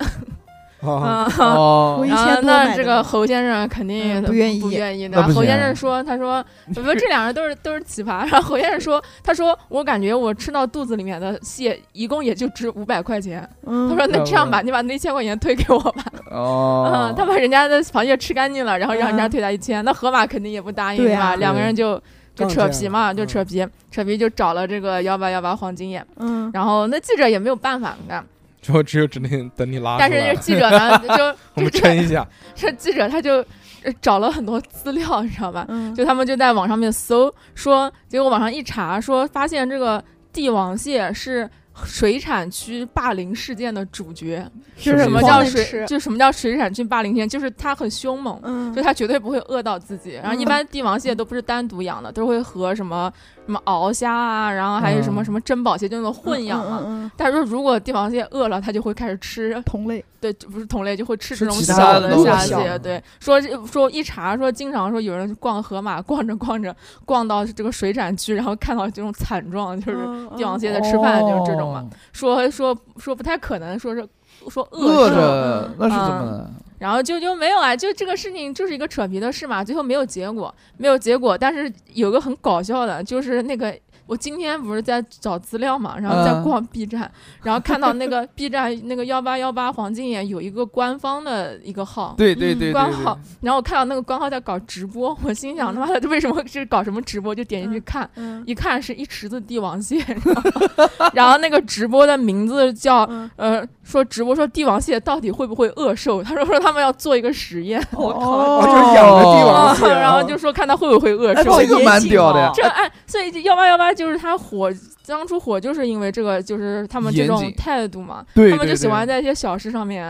[SPEAKER 3] 嗯，
[SPEAKER 5] 哦
[SPEAKER 2] 我一
[SPEAKER 3] 然
[SPEAKER 2] 千
[SPEAKER 3] 后
[SPEAKER 2] 多买
[SPEAKER 3] 那
[SPEAKER 2] 的
[SPEAKER 3] 这个侯先生肯定
[SPEAKER 2] 嗯不愿意
[SPEAKER 3] 不愿意的
[SPEAKER 5] 那。不行
[SPEAKER 1] 啊
[SPEAKER 3] 侯先生说：“他说， 我说这两人都是都是奇葩。”然 后侯先生说：“他说我感觉我吃到肚子里面的蟹，一共也就值五百块钱。”
[SPEAKER 2] 嗯
[SPEAKER 3] 他说：“那这样吧，你把那一千块钱退给我吧。”
[SPEAKER 5] 哦
[SPEAKER 3] 嗯，， 他把人家的螃蟹吃干净了，然后让人家
[SPEAKER 2] 嗯
[SPEAKER 3] 退他一千，那河马肯定也不答应
[SPEAKER 2] 对
[SPEAKER 3] 嘛，
[SPEAKER 2] 啊
[SPEAKER 3] 两个人就就
[SPEAKER 4] 杠起
[SPEAKER 3] 扯
[SPEAKER 4] 来
[SPEAKER 3] 皮嘛，
[SPEAKER 4] 了
[SPEAKER 3] 就扯皮，扯皮就找了这个幺八幺八黄金眼，
[SPEAKER 2] 嗯
[SPEAKER 3] 然后那记者也没有办法，你看，
[SPEAKER 1] 最后只有只能等你拉出
[SPEAKER 3] 但是
[SPEAKER 1] 来
[SPEAKER 3] 这，记者呢，
[SPEAKER 1] 我
[SPEAKER 3] 就这
[SPEAKER 1] 们撑
[SPEAKER 3] 这
[SPEAKER 1] 一 下。
[SPEAKER 3] 这记者他就呃找了很多资料，你知道吧？
[SPEAKER 2] 嗯
[SPEAKER 3] 就他们就在网上面搜，说结果网上一查，说发现这个帝王蟹是水产区霸凌事件的主角。
[SPEAKER 2] 就是
[SPEAKER 5] 是
[SPEAKER 2] 什么
[SPEAKER 5] 不
[SPEAKER 2] 叫
[SPEAKER 5] 能
[SPEAKER 2] 水
[SPEAKER 3] 水？？就什么叫水产区霸凌事件？就是它很凶猛，
[SPEAKER 2] 嗯
[SPEAKER 3] 就它绝对不会饿到自己。然后一般帝王蟹都不是单独养的，都会和什么什么鳌虾啊，然后还有什么
[SPEAKER 5] 嗯
[SPEAKER 3] 什么珍宝蟹，就那种
[SPEAKER 6] 嗯
[SPEAKER 3] 混养嘛。
[SPEAKER 2] 嘛，
[SPEAKER 3] 但是如果帝王蟹饿了，它就会开始吃，
[SPEAKER 2] 同类。
[SPEAKER 3] 对，就不是同类，就会吃
[SPEAKER 4] 吃
[SPEAKER 3] 这种
[SPEAKER 4] 其他
[SPEAKER 3] 小
[SPEAKER 5] 的
[SPEAKER 3] 的
[SPEAKER 5] 东
[SPEAKER 3] 虾
[SPEAKER 5] 西
[SPEAKER 3] 蟹。对，说这说一查说，经常说有人逛河马，逛着逛着逛到这个水产区，然后看到这种惨状，就是
[SPEAKER 6] 嗯
[SPEAKER 3] 帝王蟹在吃饭，就是这种嘛。
[SPEAKER 5] 哦，
[SPEAKER 3] 说说说不太可能，说是说
[SPEAKER 5] 饿
[SPEAKER 3] 着，
[SPEAKER 5] 着那是怎
[SPEAKER 3] 嗯
[SPEAKER 5] 么了？
[SPEAKER 3] 然后就就没有啊，就这个事情就是一个扯皮的事嘛，最后没有结果，没有结果。但是有个很搞笑的，就是那个我今天不是在找资料嘛，然后在
[SPEAKER 5] 嗯
[SPEAKER 3] 逛 B 站，然后看到那个 B 站 那个幺八幺八黄金眼有一个官方的一个号，
[SPEAKER 5] 对对对，对
[SPEAKER 3] 官
[SPEAKER 5] 对
[SPEAKER 3] 号，然后我看到那个官号在搞直播，我心想他妈的为什么是搞什么直播，就点进去看，
[SPEAKER 2] 嗯
[SPEAKER 3] 一看是一池子帝王蟹，然后 然后那个直播的名字叫
[SPEAKER 2] 嗯
[SPEAKER 3] 呃，说直播说帝王蟹到底会不会饿瘦？他说说他们要做一个实验， 我靠，
[SPEAKER 4] 哦，就是养了帝王蟹，哦
[SPEAKER 3] 然后就说看他会不会饿
[SPEAKER 5] 哎，
[SPEAKER 3] 瘦。
[SPEAKER 5] 这个蛮屌的呀
[SPEAKER 2] 哦
[SPEAKER 3] 这按所以幺八幺八就是他火，当初火就是因为这个，就是他们这
[SPEAKER 5] 严
[SPEAKER 3] 种
[SPEAKER 5] 谨
[SPEAKER 3] 态度嘛，
[SPEAKER 5] 对
[SPEAKER 3] 他们
[SPEAKER 5] 对
[SPEAKER 3] 就喜
[SPEAKER 5] 对
[SPEAKER 3] 欢在一些小事上 面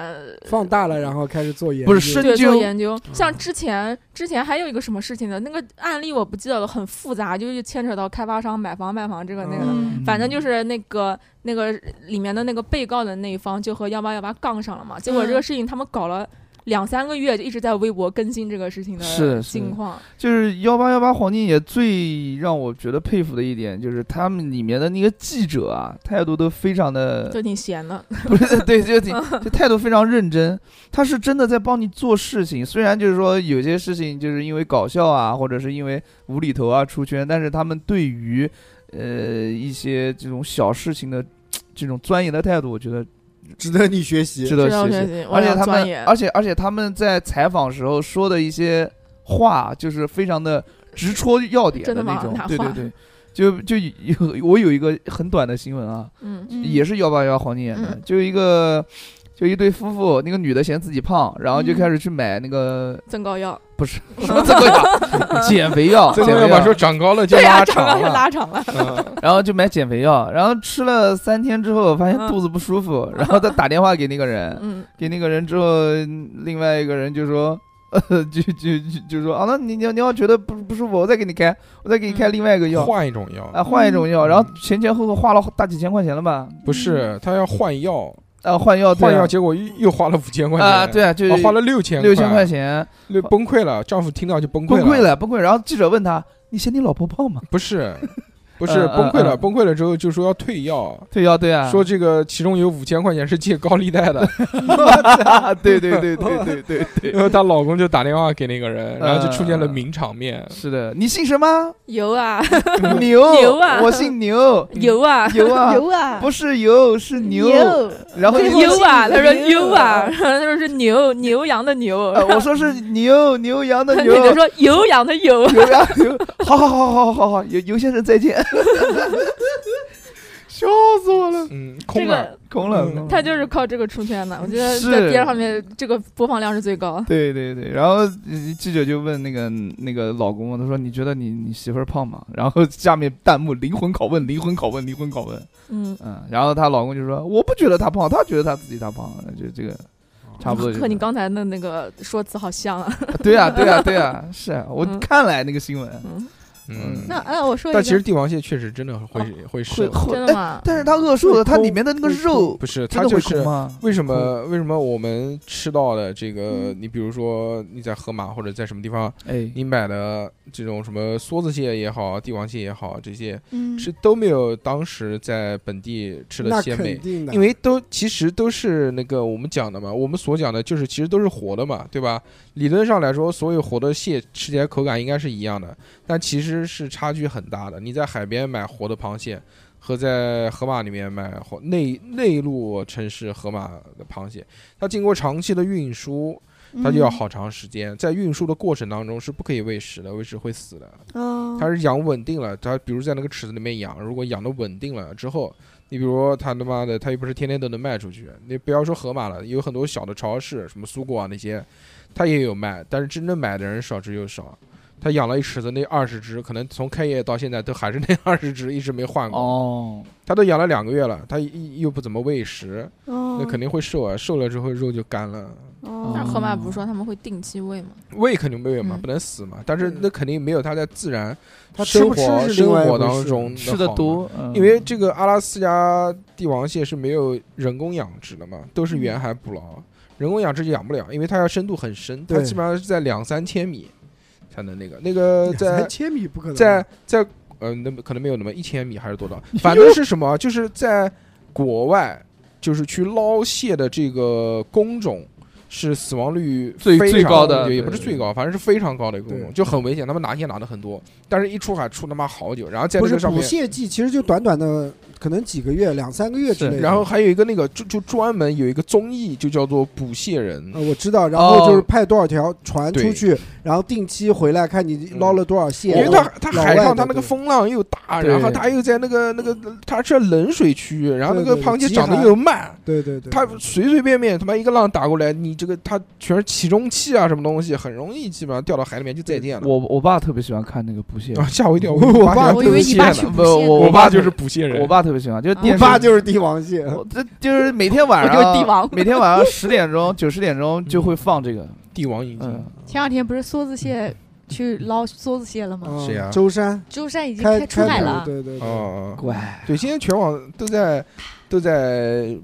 [SPEAKER 4] 放大了，然后开始做研究。
[SPEAKER 5] 不是深
[SPEAKER 3] 对
[SPEAKER 5] 究嗯
[SPEAKER 3] 做研究。像之前之前还有一个什么事情的那个案例我不记得了，很复杂，就是牵扯到开发商买房卖房这个那个的。
[SPEAKER 2] 嗯
[SPEAKER 3] 反正就是那个那个里面的那个被告的那一方就和幺八幺八杠上了嘛，结果
[SPEAKER 5] 嗯
[SPEAKER 3] 这个事情他们搞了两三个月，就一直在微博更新这个事情
[SPEAKER 5] 是
[SPEAKER 3] 的
[SPEAKER 5] 是
[SPEAKER 3] 近况。
[SPEAKER 5] 就是幺八幺八黄金也最让我觉得佩服的一点，就是他们里面的那个记者啊，态度都非常的
[SPEAKER 3] 就挺闲的，
[SPEAKER 5] 不是 对，就挺
[SPEAKER 3] 嗯
[SPEAKER 5] 就态度非常认真，他是真的在帮你做事情。虽然就是说有些事情就是因为搞笑啊，或者是因为无厘头啊出圈，但是他们对于呃一些这种小事情的这种钻研的态度，我觉得
[SPEAKER 4] 值得你学习
[SPEAKER 5] 值。 得
[SPEAKER 3] 值得
[SPEAKER 5] 学
[SPEAKER 3] 学
[SPEAKER 5] 习。
[SPEAKER 3] 习。我
[SPEAKER 5] 而且
[SPEAKER 3] 要
[SPEAKER 5] 他
[SPEAKER 3] 钻
[SPEAKER 5] 们，
[SPEAKER 3] 研
[SPEAKER 5] 而且而且他们在采访时候说的一些话，就是非常的直戳要点
[SPEAKER 3] 真的
[SPEAKER 5] 那
[SPEAKER 3] 吗
[SPEAKER 5] 种
[SPEAKER 3] 哪。
[SPEAKER 5] 对对
[SPEAKER 3] 话
[SPEAKER 5] 对，就就有我有一个很短的新闻啊，
[SPEAKER 3] 嗯
[SPEAKER 5] 也是幺八幺黄金眼的，就一个就一对夫妇，那个女的嫌自己胖，然后就开始去买那个
[SPEAKER 3] 增高药，
[SPEAKER 5] 不是
[SPEAKER 3] 嗯
[SPEAKER 5] 什么增 高药，减肥药，
[SPEAKER 1] 最
[SPEAKER 5] 减
[SPEAKER 1] 后要
[SPEAKER 5] 肥
[SPEAKER 1] 把
[SPEAKER 5] 药
[SPEAKER 1] 说，长高了就
[SPEAKER 3] 对呀，
[SPEAKER 1] 拉
[SPEAKER 3] 长高
[SPEAKER 1] 长
[SPEAKER 3] 就
[SPEAKER 1] 了，
[SPEAKER 6] 啊
[SPEAKER 3] 拉长了，
[SPEAKER 1] 嗯
[SPEAKER 5] 然后就买减肥药，然后吃了三天之后发现
[SPEAKER 3] 嗯
[SPEAKER 5] 肚子不 舒服，然后再打电话给那个人，
[SPEAKER 3] 嗯，
[SPEAKER 5] 给那个人之后，另外一个人就说， 呃，就就就就说啊，那你你要你要觉得不不舒服，我再给你开，我再给你开
[SPEAKER 3] 嗯
[SPEAKER 5] 另外一个药，
[SPEAKER 1] 换一种药，
[SPEAKER 5] 啊，换一种药，
[SPEAKER 1] 嗯
[SPEAKER 5] 然后前前后后花了大几千块钱了吧？
[SPEAKER 1] 不是他要换药，
[SPEAKER 5] 嗯啊，换药对
[SPEAKER 1] 换
[SPEAKER 5] 啊
[SPEAKER 1] 药结果又又花了五千块钱
[SPEAKER 5] 啊，对啊，就
[SPEAKER 1] 哦花了六千
[SPEAKER 5] 六千块，钱，
[SPEAKER 1] 六崩溃了，丈夫听到就崩
[SPEAKER 5] 崩溃
[SPEAKER 1] 了，
[SPEAKER 5] 了，崩溃了。然后记者问他，你嫌你老婆胖吗？
[SPEAKER 1] 不是。不是
[SPEAKER 5] 嗯嗯
[SPEAKER 1] 崩溃了，
[SPEAKER 5] 嗯
[SPEAKER 1] 崩溃了之后就说要退药，
[SPEAKER 5] 对啊，对啊，
[SPEAKER 1] 说这个其中有五千块钱是借高利贷的，
[SPEAKER 5] 啊，对对对对对对对，
[SPEAKER 1] 然后 她老公就打电话给那个人，
[SPEAKER 5] 嗯
[SPEAKER 1] 然后就出现了名场面。
[SPEAKER 5] 是的，你姓什么？
[SPEAKER 3] 油啊，
[SPEAKER 5] 牛，
[SPEAKER 3] 牛啊
[SPEAKER 5] 我 姓牛，
[SPEAKER 3] 油啊。
[SPEAKER 5] 牛啊，
[SPEAKER 2] 油啊，
[SPEAKER 5] 不是油是牛，然后
[SPEAKER 2] 最
[SPEAKER 5] 就
[SPEAKER 2] 后
[SPEAKER 3] 牛啊，
[SPEAKER 2] 是
[SPEAKER 3] 他说
[SPEAKER 2] 牛
[SPEAKER 3] 牛啊， 他说是牛牛羊的牛，
[SPEAKER 5] 呃，我说是牛牛羊 的
[SPEAKER 3] 他
[SPEAKER 5] 牛，啊
[SPEAKER 3] 就说牛羊的牛，
[SPEAKER 5] 牛羊牛，好好好好好好，尤尤先生再见， 笑死我了，
[SPEAKER 1] 嗯，
[SPEAKER 3] 这
[SPEAKER 1] 空了。
[SPEAKER 3] 个
[SPEAKER 5] 空啊了
[SPEAKER 1] 嗯，
[SPEAKER 5] 空了
[SPEAKER 3] 他就是靠这个出圈的。我觉得
[SPEAKER 5] 是
[SPEAKER 3] 在 B 站上面这个播放量是最高。
[SPEAKER 5] 对对对，然后呃记者就问那个那个老公嘛，他说你觉得你你媳妇儿胖吗？然后下面弹幕灵魂拷问，灵魂拷问，灵魂拷问，
[SPEAKER 3] 嗯，
[SPEAKER 5] 嗯，然后她老公就说我不觉得她胖，她觉得她自己她胖，就这个差不多
[SPEAKER 3] 和
[SPEAKER 5] 就是。
[SPEAKER 3] 哦你刚才的那个说辞好像啊。
[SPEAKER 5] 对啊对啊对啊， 是啊我
[SPEAKER 3] 嗯
[SPEAKER 5] 看了那个新闻，
[SPEAKER 3] 嗯，
[SPEAKER 1] 嗯，
[SPEAKER 2] 那那我说一个，
[SPEAKER 1] 但其实帝王蟹确实真的会会
[SPEAKER 5] 哦会
[SPEAKER 1] 瘦，
[SPEAKER 5] 会
[SPEAKER 3] 真的
[SPEAKER 5] 哎
[SPEAKER 3] 吗？
[SPEAKER 5] 但是它饿瘦的，它
[SPEAKER 4] 会
[SPEAKER 5] 里面的那个
[SPEAKER 4] 会
[SPEAKER 5] 肉
[SPEAKER 1] 不是
[SPEAKER 5] 真
[SPEAKER 1] 它
[SPEAKER 5] 的
[SPEAKER 1] 就
[SPEAKER 5] 会空
[SPEAKER 1] 是
[SPEAKER 5] 吗？
[SPEAKER 1] 为什么为什么我们吃到的这
[SPEAKER 5] 嗯
[SPEAKER 1] 个，你比如说你在河马或者在什么地方，
[SPEAKER 5] 哎，
[SPEAKER 1] 你买的这种什么梭子蟹也好，帝王蟹也好，这些
[SPEAKER 2] 嗯
[SPEAKER 1] 吃都没有当时在本地吃的
[SPEAKER 4] 那
[SPEAKER 1] 鲜
[SPEAKER 4] 肯
[SPEAKER 1] 美。
[SPEAKER 4] 定的，
[SPEAKER 1] 因为都其实都是那个我们讲的嘛，我们所讲的就是其实都是活的嘛，对吧？理论上来说，所有活的蟹吃起来口感应该是一样的，但其实是差距很大的。你在海边买活的螃蟹，和在河马里面买活内内陆城市河马的螃蟹，它经过长期的运输，
[SPEAKER 6] 嗯
[SPEAKER 1] 它就要好长时间。在运输的过程当中是不可以喂食的，喂食会死的。
[SPEAKER 6] 哦
[SPEAKER 2] 嗯，
[SPEAKER 1] 它是养稳定了，它比如在那个池子里面养，如果养的稳定了之后，你比如说它他妈的，它又不是天天都能卖出去，你不要说河马了，有很多小的超市，什么苏果啊那些，它也有卖，但是真正买的人少之又少。他养了一池子，那二十只可能从开业到现在都还是那二十只，一直没换过。
[SPEAKER 5] 哦，
[SPEAKER 1] 他都养了两个月了，他一又不怎么喂食，
[SPEAKER 6] 那
[SPEAKER 1] 那肯定会瘦啊，瘦了之后肉就干了。
[SPEAKER 5] 但
[SPEAKER 6] 哦
[SPEAKER 3] 但
[SPEAKER 5] 是
[SPEAKER 3] 是
[SPEAKER 5] 河
[SPEAKER 3] 河
[SPEAKER 5] 马
[SPEAKER 3] 马
[SPEAKER 5] 不
[SPEAKER 3] 不
[SPEAKER 5] 是
[SPEAKER 3] 是说他们会定期喂吗？
[SPEAKER 1] 喂肯定没喂嘛，
[SPEAKER 3] 嗯
[SPEAKER 1] 不能死嘛，但是那肯定没有它在自然
[SPEAKER 4] 它吃
[SPEAKER 1] 生
[SPEAKER 4] 不吃
[SPEAKER 1] 活
[SPEAKER 4] 是
[SPEAKER 1] 生
[SPEAKER 4] 另外一
[SPEAKER 1] 活
[SPEAKER 4] 回
[SPEAKER 1] 当
[SPEAKER 4] 事
[SPEAKER 1] 中
[SPEAKER 5] 吃
[SPEAKER 1] 的
[SPEAKER 5] 的
[SPEAKER 1] 好嘛。
[SPEAKER 5] 多，嗯
[SPEAKER 1] 因为这个阿拉斯加帝王蟹是没有人工养殖的嘛，都
[SPEAKER 4] 嗯
[SPEAKER 1] 是沿海捕捞，人工养殖就养不了，因为它要深度很深，它
[SPEAKER 4] 对
[SPEAKER 1] 基本上是在两三千米才能那个那个在
[SPEAKER 4] 三千米不可能，
[SPEAKER 1] 在在呃，那么可能没有那么一千米还是多少，反正是什么，啊就是在国外，就是去捞蟹的这个工种是死亡率
[SPEAKER 5] 最
[SPEAKER 1] 非常
[SPEAKER 5] 最高的
[SPEAKER 1] 也也不是
[SPEAKER 5] 对
[SPEAKER 1] 最高，反正是非常高的一个工种，
[SPEAKER 4] 对
[SPEAKER 1] 就很危险。他们拿蟹拿的很多，但是一出海出他妈好久，然后在
[SPEAKER 4] 不
[SPEAKER 1] 那
[SPEAKER 4] 是
[SPEAKER 1] 个上
[SPEAKER 4] 捕
[SPEAKER 1] 面。
[SPEAKER 4] 蟹季，其实就短短的可能几个月，两三个月之
[SPEAKER 5] 是
[SPEAKER 4] 内的。
[SPEAKER 1] 然后还有一个那个，就就专门有一个综艺，就叫做《捕蟹人》，
[SPEAKER 4] 呃，我知道，然后就是
[SPEAKER 5] 哦
[SPEAKER 4] 派多少条船
[SPEAKER 1] 对嗯
[SPEAKER 4] 出去，然后定期回来看你捞了多少蟹。
[SPEAKER 1] 因为
[SPEAKER 4] 然
[SPEAKER 1] 它
[SPEAKER 4] 后
[SPEAKER 1] 它
[SPEAKER 4] 老
[SPEAKER 1] 海
[SPEAKER 4] 外
[SPEAKER 1] 上
[SPEAKER 4] 的
[SPEAKER 1] 它那个
[SPEAKER 4] 对
[SPEAKER 1] 风浪又大，
[SPEAKER 5] 对
[SPEAKER 1] 然后它又在那个那个，它是冷水区，然后那
[SPEAKER 4] 对
[SPEAKER 1] 个
[SPEAKER 4] 对对
[SPEAKER 1] 螃蟹
[SPEAKER 4] 极
[SPEAKER 1] 长得
[SPEAKER 4] 寒
[SPEAKER 1] 又慢，
[SPEAKER 4] 对对对，
[SPEAKER 1] 它随随便便他妈一个浪打过来，你这个它全是起重器啊，什么东西，很容易基本上掉到海里面就再见了。
[SPEAKER 5] 我我爸特别喜欢看那个捕蟹，
[SPEAKER 1] 啊吓我一跳，
[SPEAKER 4] 我
[SPEAKER 1] 我
[SPEAKER 4] 爸
[SPEAKER 1] 我
[SPEAKER 6] 我以为你爸
[SPEAKER 1] 是
[SPEAKER 6] 是
[SPEAKER 1] 蟹呢，
[SPEAKER 5] 不，
[SPEAKER 6] 捕蟹
[SPEAKER 5] 我
[SPEAKER 1] 我
[SPEAKER 5] 爸
[SPEAKER 1] 爸就是捕蟹人，
[SPEAKER 5] 我爸特别喜欢，就是
[SPEAKER 3] 哦
[SPEAKER 6] 啊
[SPEAKER 5] 电
[SPEAKER 4] 我
[SPEAKER 5] 视
[SPEAKER 4] 爸就是帝王蟹，
[SPEAKER 1] 哦
[SPEAKER 5] 我这就是每天 晚
[SPEAKER 3] 我就是帝
[SPEAKER 5] 上
[SPEAKER 3] 王，
[SPEAKER 5] 每天晚上十点钟、九十点钟就会放这个。
[SPEAKER 1] 帝王引
[SPEAKER 5] 嗯
[SPEAKER 1] 进，
[SPEAKER 6] 前两天不是梭子蟹去捞梭子蟹了吗？
[SPEAKER 4] 嗯
[SPEAKER 1] 谁呀
[SPEAKER 4] 舟山
[SPEAKER 6] 舟山已经
[SPEAKER 4] 开
[SPEAKER 6] 出海
[SPEAKER 4] 捕
[SPEAKER 6] 了，
[SPEAKER 4] 对对对，
[SPEAKER 1] 哦，哦
[SPEAKER 5] 乖，
[SPEAKER 1] 对，今天全网都在都在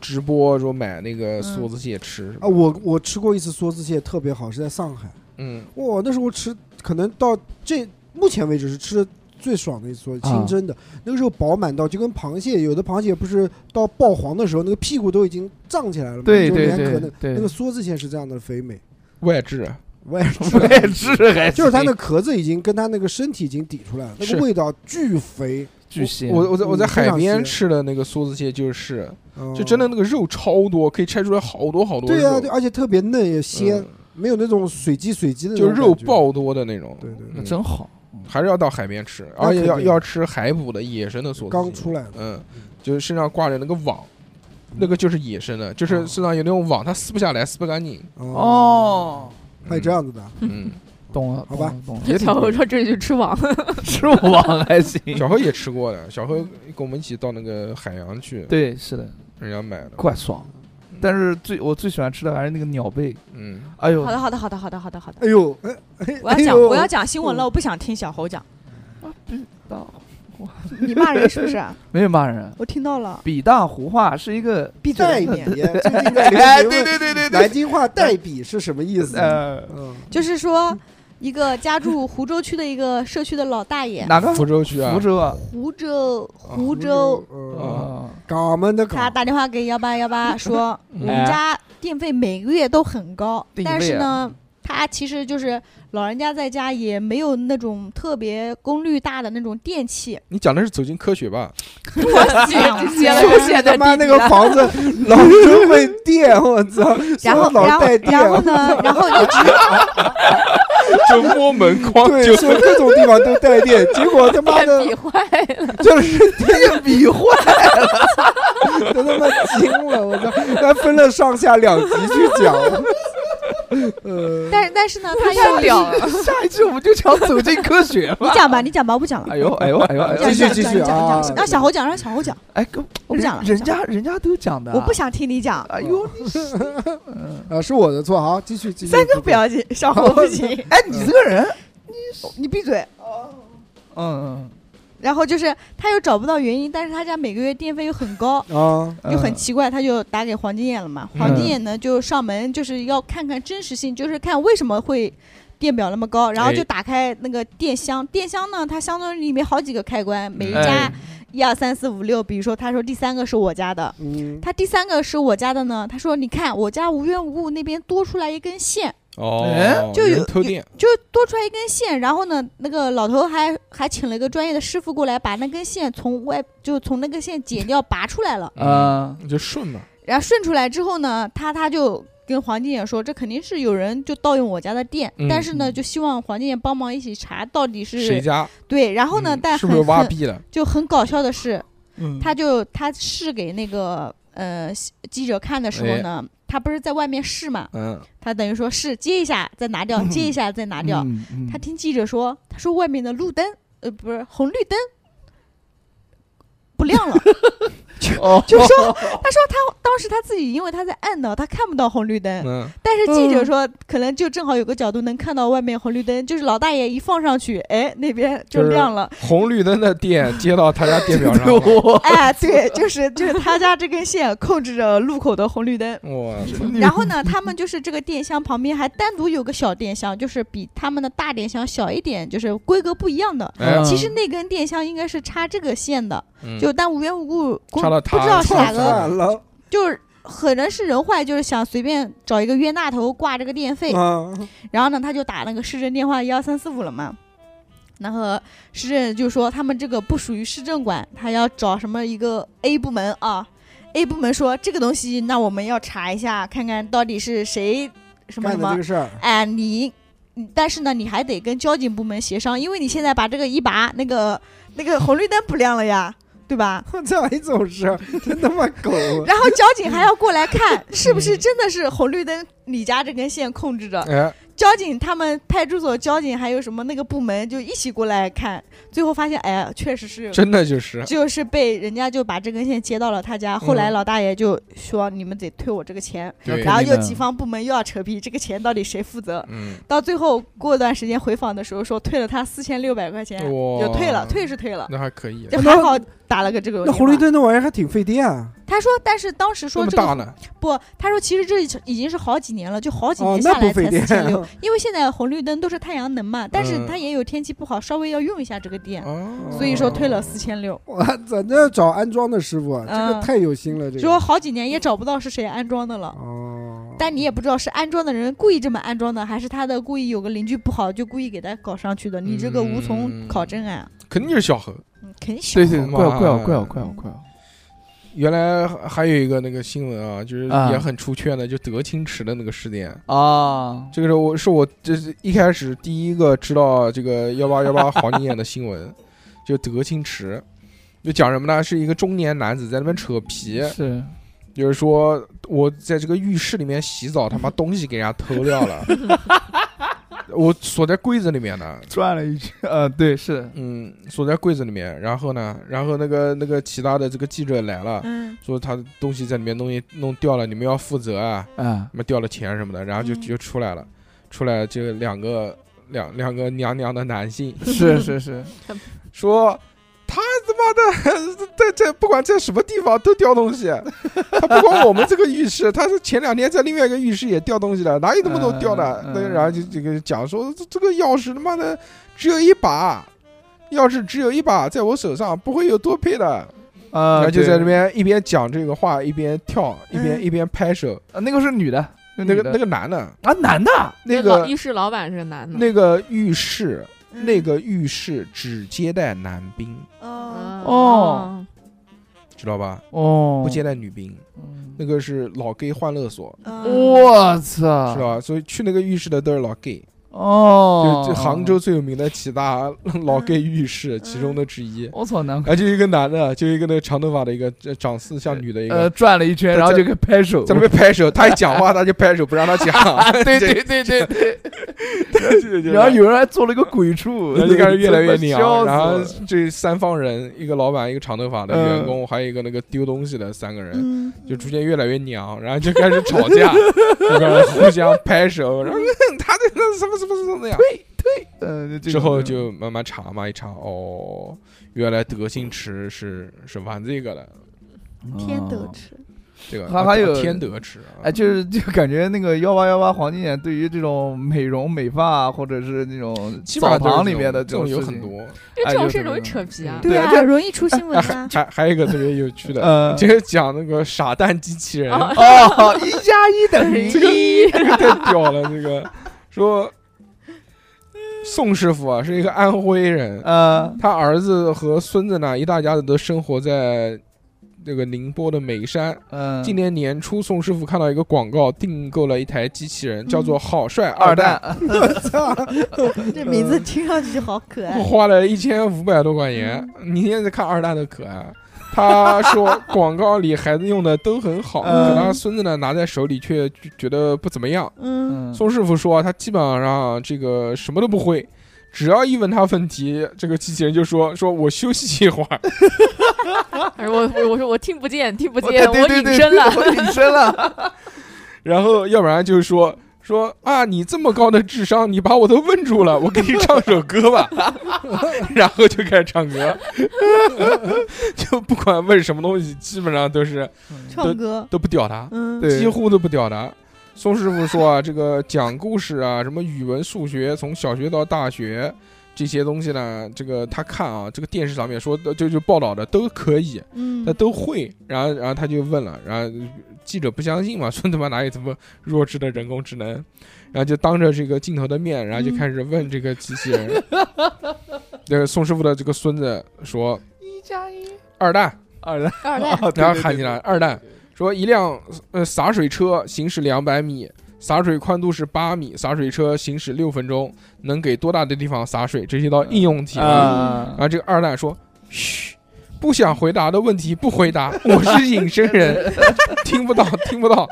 [SPEAKER 1] 直播说买那个梭子蟹吃，
[SPEAKER 4] 啊，我我吃过一次梭子蟹，特别好，是在上海。
[SPEAKER 1] 嗯，
[SPEAKER 4] 哇，那时候吃，可能到这目前为止是吃的最爽的一次，
[SPEAKER 1] 啊
[SPEAKER 4] 清蒸的。那个时候饱满到就跟螃蟹，有的螃蟹不是到爆黄的时候，那个屁股都已经胀起来了嘛，
[SPEAKER 5] 对
[SPEAKER 4] 就
[SPEAKER 5] 对
[SPEAKER 4] 连壳
[SPEAKER 5] 对
[SPEAKER 4] 那
[SPEAKER 5] 对，
[SPEAKER 4] 那个梭子蟹是这样的肥美，
[SPEAKER 1] 外置，
[SPEAKER 4] 我也是，
[SPEAKER 5] 外置还
[SPEAKER 4] 就是它
[SPEAKER 5] 行
[SPEAKER 4] 那壳子已经跟它那个身体已经抵出来了，那
[SPEAKER 1] 是
[SPEAKER 4] 个味道巨肥，
[SPEAKER 5] 巨啊蟹，
[SPEAKER 1] 我我在我在
[SPEAKER 4] 嗯非
[SPEAKER 1] 海
[SPEAKER 4] 常
[SPEAKER 1] 边
[SPEAKER 4] 鲜
[SPEAKER 1] 吃的那个梭子蟹就是，
[SPEAKER 4] 嗯
[SPEAKER 1] 就真的那个肉超多，可以拆出来好多好多
[SPEAKER 4] 对
[SPEAKER 1] 肉，
[SPEAKER 4] 啊，对，而且特别嫩也鲜，
[SPEAKER 1] 嗯，
[SPEAKER 4] 没有那种水鸡水鸡的那
[SPEAKER 1] 就
[SPEAKER 4] 种
[SPEAKER 1] 肉
[SPEAKER 4] 感觉，
[SPEAKER 1] 爆多的那种，
[SPEAKER 4] 对对对
[SPEAKER 5] 那
[SPEAKER 1] 嗯
[SPEAKER 5] 真好。
[SPEAKER 1] 还是要到海边吃，
[SPEAKER 4] 那
[SPEAKER 1] 而且要
[SPEAKER 4] 肯定
[SPEAKER 1] 要吃海捕的野生的梭子蟹
[SPEAKER 4] 刚出来的
[SPEAKER 1] 嗯，就是身上挂着那个网，那个就是野生的，就是
[SPEAKER 4] 哦
[SPEAKER 1] 身上有那种网，它撕不下来，撕不干净。
[SPEAKER 4] 嗯，
[SPEAKER 5] 哦，
[SPEAKER 4] 还有这样子的，啊
[SPEAKER 1] 嗯，
[SPEAKER 5] 懂了，
[SPEAKER 4] 好吧
[SPEAKER 5] 懂了，懂
[SPEAKER 1] 也挺
[SPEAKER 3] 小
[SPEAKER 1] 贵
[SPEAKER 3] 猴
[SPEAKER 1] 的
[SPEAKER 3] 说这里就吃网，
[SPEAKER 5] 吃网还行。
[SPEAKER 1] 小何也吃过的，小何跟我们一起到那个海洋去，
[SPEAKER 5] 对，是的，
[SPEAKER 1] 人家买的。
[SPEAKER 5] 怪爽。但是最我最喜欢吃的还是那个鸟贝，
[SPEAKER 1] 嗯，
[SPEAKER 5] 哎呦
[SPEAKER 6] 好，的，好的，好的，好的，好的，好的。
[SPEAKER 4] 哎呦，哎
[SPEAKER 6] 我要
[SPEAKER 4] 哎
[SPEAKER 6] 讲，
[SPEAKER 4] 呦
[SPEAKER 6] 我要讲新闻了，我不想听小猴讲。你骂人是不是？
[SPEAKER 5] 没有骂人。
[SPEAKER 6] 我听到了，
[SPEAKER 5] 比大胡话是一个
[SPEAKER 6] 闭
[SPEAKER 4] 代
[SPEAKER 6] 嘴。
[SPEAKER 4] 笔，最近在流行问
[SPEAKER 5] 哎对对
[SPEAKER 4] 南京话代笔是什么意思？
[SPEAKER 5] 呃，
[SPEAKER 4] 嗯，
[SPEAKER 6] 就是说，一个家住湖州区的一个社区的老大爷，
[SPEAKER 5] 哪个
[SPEAKER 1] 福州去啊
[SPEAKER 5] 福？州啊？
[SPEAKER 6] 湖州湖
[SPEAKER 4] 湖
[SPEAKER 6] 州，
[SPEAKER 4] 嗯，
[SPEAKER 5] 啊，
[SPEAKER 4] 港们的
[SPEAKER 6] 他
[SPEAKER 4] 港，
[SPEAKER 6] 打电话给幺八幺八说，
[SPEAKER 1] 嗯
[SPEAKER 6] 我们家电费每个月都很高，
[SPEAKER 5] 定位
[SPEAKER 6] 但
[SPEAKER 5] 啊
[SPEAKER 6] 是呢，他其实就是老人家在家也没有那种特别功率大的那种电器，
[SPEAKER 1] 你讲的是走进科学吧？
[SPEAKER 3] 接了
[SPEAKER 4] 就
[SPEAKER 3] 个
[SPEAKER 4] 是
[SPEAKER 3] 线
[SPEAKER 4] 他
[SPEAKER 3] 的
[SPEAKER 4] 妈那
[SPEAKER 3] 地
[SPEAKER 4] 个
[SPEAKER 3] 址啊
[SPEAKER 4] 房子老是会电，我操！
[SPEAKER 6] 然后
[SPEAKER 4] 老
[SPEAKER 6] 然后
[SPEAKER 4] 带电，
[SPEAKER 6] 然后呢，然后你
[SPEAKER 1] 就摸门框
[SPEAKER 4] 对
[SPEAKER 1] 就，
[SPEAKER 4] 说各种地方都带 电，结果他妈的
[SPEAKER 3] 比坏了，
[SPEAKER 4] 就是
[SPEAKER 5] 电笔画
[SPEAKER 4] 都他妈惊了，我操！还分了上下两集去讲，呃，
[SPEAKER 6] 但是但是呢，他
[SPEAKER 3] 太
[SPEAKER 6] 又
[SPEAKER 3] 屌了。
[SPEAKER 5] 下一期我们就讲走进科学
[SPEAKER 6] 你
[SPEAKER 5] 吧。
[SPEAKER 6] 讲吧，你讲吧，我不讲了。
[SPEAKER 5] 哎呦哎呦哎呦！哎呦
[SPEAKER 6] 讲
[SPEAKER 4] 继续
[SPEAKER 6] 讲
[SPEAKER 4] 继
[SPEAKER 6] 讲
[SPEAKER 4] 续
[SPEAKER 6] 讲
[SPEAKER 4] 啊
[SPEAKER 6] 讲让小猴讲，让小猴讲，
[SPEAKER 5] 哎，跟
[SPEAKER 6] 我不讲了
[SPEAKER 5] 人人家人家都讲的，
[SPEAKER 6] 我不。想听哦你讲。
[SPEAKER 5] 哎呦，
[SPEAKER 4] 啊，是我的错，好，继续继续，
[SPEAKER 6] 三哥不要紧，小猴不行，
[SPEAKER 5] 哎，你这个人，
[SPEAKER 6] 你闭嘴。
[SPEAKER 5] 嗯
[SPEAKER 6] 然后就是他又找不到原因，但是他家每个月电费又很高，
[SPEAKER 4] 啊，
[SPEAKER 5] 嗯，
[SPEAKER 6] 又很奇怪，他就打给黄金眼了嘛。黄金眼呢就上门，就是要看看真实性，就是看为什么会电表那么高，
[SPEAKER 5] 哎
[SPEAKER 6] 然后就打开那个电箱，电箱呢它相当于里面好几个开关，每一家
[SPEAKER 5] 哎
[SPEAKER 6] 一二三四五六，比如说他说第三个是我家的，
[SPEAKER 4] 嗯，
[SPEAKER 6] 他第三个是我家的呢，他说你看我家无缘无故那边多出来一根线，
[SPEAKER 1] 哦，
[SPEAKER 6] 就有
[SPEAKER 1] 人偷电，
[SPEAKER 6] 就是多出来一根线，然后呢，那个老头还还请了一个专业的师傅过来，把那根线从外就从那根线剪掉拔出来了，
[SPEAKER 5] 啊，
[SPEAKER 1] 嗯你就顺嘛，
[SPEAKER 6] 然后顺出来之后呢，他他就跟黄金眼说，这肯定是有人就盗用我家的电，
[SPEAKER 1] 嗯
[SPEAKER 6] 但是呢，就希望黄金眼帮忙一起查到底
[SPEAKER 1] 谁
[SPEAKER 6] 是
[SPEAKER 1] 家？
[SPEAKER 6] 对，然后呢，
[SPEAKER 1] 嗯
[SPEAKER 6] 但
[SPEAKER 1] 是
[SPEAKER 6] 很
[SPEAKER 1] 不是挖
[SPEAKER 6] 很
[SPEAKER 1] 逼了？
[SPEAKER 6] 就很搞笑的是，
[SPEAKER 5] 嗯
[SPEAKER 6] 他就他是给那个。呃记者看的时候呢，
[SPEAKER 1] 哎
[SPEAKER 6] 他不是在外面试嘛，
[SPEAKER 1] 嗯，
[SPEAKER 6] 他等于说是接一下再 拿掉，接一下再拿掉。
[SPEAKER 5] 嗯嗯
[SPEAKER 6] 他听记者说，他说外面的路灯，呃，不是红绿灯不亮了。
[SPEAKER 5] 哦，
[SPEAKER 6] 就说 他说他当时他自己，因为他在暗道，他看不到红绿灯。
[SPEAKER 1] 嗯，
[SPEAKER 6] 但是记者说，可能就正好有个角度能看到外面红绿灯，就是老大爷一放上去，哎，那边就
[SPEAKER 1] 就是
[SPEAKER 6] 亮了。
[SPEAKER 1] 红绿灯的电接到他家电表 上了，
[SPEAKER 5] 我
[SPEAKER 6] 哎，对， 就是就是他家这根线控制着路口的红绿灯。
[SPEAKER 1] 我
[SPEAKER 6] 然后呢，他们就是这个电箱旁边还单独有个小电箱，就是比他们的大电箱小一点，就是规格不一样的。
[SPEAKER 1] 哎
[SPEAKER 5] 嗯，
[SPEAKER 6] 其实那根电箱应该是插这个线的，
[SPEAKER 1] 嗯
[SPEAKER 6] 就但无缘无故不
[SPEAKER 1] 插到
[SPEAKER 6] 不
[SPEAKER 1] 他
[SPEAKER 6] 知道是哪
[SPEAKER 1] 上
[SPEAKER 4] 唱
[SPEAKER 6] 个
[SPEAKER 1] 了
[SPEAKER 4] 反了
[SPEAKER 6] 就是可能是人坏，就是想随便找一个冤大头挂这个电
[SPEAKER 1] 嗯
[SPEAKER 6] 费，
[SPEAKER 4] 啊！
[SPEAKER 6] 然后呢，他就打那个市政电话幺三四五了嘛。然后市政就说他们这个不属于市政管，他要找什么一个 A 部门啊，A 部门说这个东西，那我们要查一下，看看到底是谁什么
[SPEAKER 4] 干
[SPEAKER 6] 什
[SPEAKER 4] 的这
[SPEAKER 6] 么
[SPEAKER 4] 个，事儿，
[SPEAKER 6] 哎，你，你但是呢，你还得跟交警部门协商，因为你现在把这个一拔，那个那个红绿灯不亮了呀，对吧？
[SPEAKER 4] 这玩意总是真他妈狗。啊
[SPEAKER 6] 然后交警还要过来看，是不是真的是红绿灯你家这根线控制着？
[SPEAKER 1] 哎，
[SPEAKER 6] 交警他们派出所交警还有什么那个部门就一起过来看，最后发现，哎呀，确实是。
[SPEAKER 1] 真的就是，
[SPEAKER 6] 就是被人家就把这根线接到了他家，后来
[SPEAKER 1] 嗯
[SPEAKER 6] 老大爷就说你们得退我这个钱，
[SPEAKER 1] 对，
[SPEAKER 6] 然后
[SPEAKER 5] 肯定
[SPEAKER 6] 又
[SPEAKER 5] 的
[SPEAKER 6] 几方部门又要扯皮，这个钱到底谁负责？
[SPEAKER 1] 嗯，
[SPEAKER 6] 到最后过段时间回访的时候说退了他四千六百块钱，
[SPEAKER 1] 哇
[SPEAKER 6] 就退了，退是退了，
[SPEAKER 1] 那还可以，啊
[SPEAKER 6] 就还好打了个这个
[SPEAKER 4] 那
[SPEAKER 6] 电话
[SPEAKER 4] 红绿灯那玩意儿还挺费电啊！
[SPEAKER 6] 他说，但是当时
[SPEAKER 1] 这
[SPEAKER 6] 说
[SPEAKER 1] 么
[SPEAKER 6] 这
[SPEAKER 1] 大
[SPEAKER 6] 个
[SPEAKER 1] 呢，
[SPEAKER 6] 不，他说其实这已经是好几年了，就好几
[SPEAKER 4] 哦
[SPEAKER 6] 年，
[SPEAKER 4] 那
[SPEAKER 6] 下
[SPEAKER 4] 不
[SPEAKER 6] 来
[SPEAKER 4] 费
[SPEAKER 6] 才
[SPEAKER 4] 电
[SPEAKER 6] 四千六， 因为现在红绿灯都是太阳能嘛，但是
[SPEAKER 1] 嗯
[SPEAKER 6] 它也有天气不好，稍微要用一下这个电，
[SPEAKER 1] 哦
[SPEAKER 6] 所以说退了四千六。
[SPEAKER 4] 我操，那要找安装的师傅啊，这
[SPEAKER 6] 嗯
[SPEAKER 4] 个太有心了，这
[SPEAKER 6] 结果
[SPEAKER 4] 个。
[SPEAKER 6] 好几年也找不到是谁安装的了。
[SPEAKER 4] 哦，
[SPEAKER 6] 但你也不知道是安装的人故意这么安装的，还是他的故意有个邻居不好就故意给他搞上去的，你这个无从考证啊，
[SPEAKER 1] 肯定就是小何。
[SPEAKER 6] 嗯肯定小
[SPEAKER 5] 对对，
[SPEAKER 1] 好嘛
[SPEAKER 5] 怪我怪我怪我怪我怪我，
[SPEAKER 1] 原来还还有一个那个新闻啊，就是
[SPEAKER 5] 啊
[SPEAKER 1] 也很出圈的，就德清池的那个事件。
[SPEAKER 5] 啊，
[SPEAKER 1] 这个是我是我这是一开始第一个知道这个幺八幺八黄金眼的新闻，就德清池，就讲什么呢？是一个中年男子在那边扯皮，
[SPEAKER 5] 是
[SPEAKER 1] 就是说我在这个浴室里面洗澡，他妈东西给人家偷掉 了，我锁在柜子里面呢。
[SPEAKER 5] 转了一圈，呃，对，是
[SPEAKER 1] 嗯，锁在柜子里面，然后呢，然后那个那个其他的这个记者来了，
[SPEAKER 6] 嗯，
[SPEAKER 1] 说他的东西在里面弄一弄掉了，你们要负责啊。
[SPEAKER 5] 啊
[SPEAKER 1] 什么掉了钱什么的，然后就
[SPEAKER 6] 嗯
[SPEAKER 1] 就出来了，出来这两个两两个娘娘的男性
[SPEAKER 5] 是是 是，
[SPEAKER 1] 说。他他妈的 在在不管在什么地方都掉东西， 他不光我们这个浴室，他是前两天在另外一个浴室也掉东西了，哪有那么多掉的？
[SPEAKER 5] 嗯嗯
[SPEAKER 1] 对，然后就这个讲说这这个钥匙他妈的只有一把，钥匙只有一把，在我手上不会有多配的。然
[SPEAKER 5] 啊，
[SPEAKER 1] 后就在
[SPEAKER 5] 对
[SPEAKER 1] 那，边一边讲这个话，一边跳，一边
[SPEAKER 6] 嗯
[SPEAKER 1] 一边拍手。
[SPEAKER 5] 呃那个是女的，
[SPEAKER 1] 那个那
[SPEAKER 5] 个
[SPEAKER 1] 个男的，
[SPEAKER 5] 啊，男的，
[SPEAKER 1] 那
[SPEAKER 3] 老
[SPEAKER 1] 个
[SPEAKER 3] 浴室老板是个男的，
[SPEAKER 1] 那个浴室，
[SPEAKER 6] 嗯
[SPEAKER 1] 那个浴室只接待男兵，
[SPEAKER 6] 哦，
[SPEAKER 3] 啊
[SPEAKER 5] 哦，
[SPEAKER 1] 知道吧？
[SPEAKER 5] 哦嗯
[SPEAKER 1] 不接待女兵。那个是老 gay 欢乐所，
[SPEAKER 6] 嗯
[SPEAKER 5] 我
[SPEAKER 1] 是
[SPEAKER 5] 操，
[SPEAKER 1] 吧？所以去那个浴室的都是老 gay，
[SPEAKER 5] 哦
[SPEAKER 1] 就，就杭州，最有名的几 大老 gay 浴室其中的之 一。
[SPEAKER 5] 我操，难怪。
[SPEAKER 1] 啊，就一个男的，就一个那个长头发的一个，这长似像女的一
[SPEAKER 5] 呃，
[SPEAKER 1] 个，
[SPEAKER 5] 转了一圈，
[SPEAKER 1] 在
[SPEAKER 5] 然后就给拍手，
[SPEAKER 1] 在那边拍手。他一讲话，他就拍手，不让他讲。
[SPEAKER 5] 对对对对对，
[SPEAKER 1] 对
[SPEAKER 5] 然后有人还做了个鬼畜，
[SPEAKER 1] 然后就开始越来越娘，
[SPEAKER 5] 笑死
[SPEAKER 1] 然后
[SPEAKER 5] 我
[SPEAKER 1] 这三方人，一个老板，一个长头发的
[SPEAKER 5] 嗯
[SPEAKER 1] 员工，还有一个那个丢东西的三个人，
[SPEAKER 6] 嗯，
[SPEAKER 1] 就逐渐越来越娘，然后就开始吵 架，就开始互相拍手，然后 他这个什么什么什么呀？
[SPEAKER 5] 呃，这
[SPEAKER 1] 之
[SPEAKER 5] 种
[SPEAKER 1] 后
[SPEAKER 5] 这种
[SPEAKER 1] 就慢慢查嘛，一查哦，原来德兴池是是玩这个的，
[SPEAKER 6] 天德
[SPEAKER 1] 嗯
[SPEAKER 5] 哦
[SPEAKER 6] 池，
[SPEAKER 1] 这个
[SPEAKER 5] 还还有
[SPEAKER 1] 天德池啊，
[SPEAKER 5] 哎，就是就感觉那个幺八幺八黄金眼对于这种美容美发啊或者是那种
[SPEAKER 1] 基本上
[SPEAKER 5] 澡
[SPEAKER 1] 都是
[SPEAKER 5] 堂里
[SPEAKER 1] 这种
[SPEAKER 5] 面的
[SPEAKER 1] 这种有
[SPEAKER 5] 事
[SPEAKER 1] 很
[SPEAKER 5] 情，
[SPEAKER 1] 多，。
[SPEAKER 3] 就
[SPEAKER 5] 哎
[SPEAKER 3] 这
[SPEAKER 5] 就
[SPEAKER 3] 种
[SPEAKER 5] 是
[SPEAKER 3] 事容易
[SPEAKER 5] 这
[SPEAKER 3] 扯皮啊，
[SPEAKER 5] 对啊
[SPEAKER 6] 啊，
[SPEAKER 5] 这
[SPEAKER 6] 容易出新闻啊
[SPEAKER 1] 还还有一个特别有趣的，
[SPEAKER 5] 呃，
[SPEAKER 1] 这个讲那个傻蛋机器人，
[SPEAKER 3] 哦
[SPEAKER 5] 哦，一加一等于
[SPEAKER 1] 这个
[SPEAKER 5] 一，
[SPEAKER 1] 这个太屌了，这个说宋师傅啊是一个安徽人，
[SPEAKER 5] 呃，
[SPEAKER 1] 他儿子和孙子呢，一大家子都生活在那个宁波的眉山。
[SPEAKER 5] 嗯，
[SPEAKER 1] 今年年初，宋师傅看到一个广告，订购了一台机器人，叫做“好帅
[SPEAKER 5] 二
[SPEAKER 1] 二蛋
[SPEAKER 5] 蛋，
[SPEAKER 4] 操！
[SPEAKER 6] 这名哎字听上去就好可”，爱。
[SPEAKER 1] 花了一千五百多块钱。你现在看二蛋都可爱，他说广告里孩子用的都很好，
[SPEAKER 5] 嗯
[SPEAKER 1] 可他孙子呢拿在手里却觉得不怎么样。
[SPEAKER 2] 嗯，
[SPEAKER 5] 嗯，
[SPEAKER 1] 宋师傅说他基本上这个什么都不会，只要一问他问题，这个机器人就说说我休息一会儿。
[SPEAKER 3] 而我我我说我听不见，听不
[SPEAKER 5] 我
[SPEAKER 3] 见，我
[SPEAKER 5] 对对
[SPEAKER 3] 隐
[SPEAKER 5] 对
[SPEAKER 3] 身了。
[SPEAKER 5] 我隐 身了，
[SPEAKER 1] 然后要不然就是说说啊，你这么高的智商，你把我都问住了，我给你唱首歌吧，然后就开始唱歌， 就不管问什么东西，基本上都是
[SPEAKER 2] 唱歌，
[SPEAKER 1] 都不屌他，
[SPEAKER 2] 嗯，
[SPEAKER 5] 对
[SPEAKER 1] 几乎都不屌他。宋师傅说啊，这个讲故事啊，什么语文、数学，从小学到大学这些东西呢，这个他看啊，这个电视上面说的就就报道的都可以，
[SPEAKER 2] 嗯
[SPEAKER 1] 他，都会，然后然后他就问了，然后记者不相信嘛，说他妈哪有这么弱智的人工智能，然后就当着这个镜头的面，然后
[SPEAKER 5] 嗯
[SPEAKER 1] 就开始问这个机器人， 这个宋师傅的这个孙子说
[SPEAKER 5] 一加一
[SPEAKER 1] 二蛋，
[SPEAKER 5] 二蛋，
[SPEAKER 3] 二蛋，
[SPEAKER 5] 哦对
[SPEAKER 1] 然后
[SPEAKER 5] 对
[SPEAKER 1] 喊
[SPEAKER 5] 对
[SPEAKER 1] 起来二蛋，说一辆呃洒水车行驶两百米。洒水宽度是八米，洒水车行驶六分钟，能给多大的地方洒水？这些道应用题
[SPEAKER 5] 啊
[SPEAKER 1] 然，后这个二蛋说：“嘘，不想回答的问题不回答，我是隐身 人，听不到，听不到。”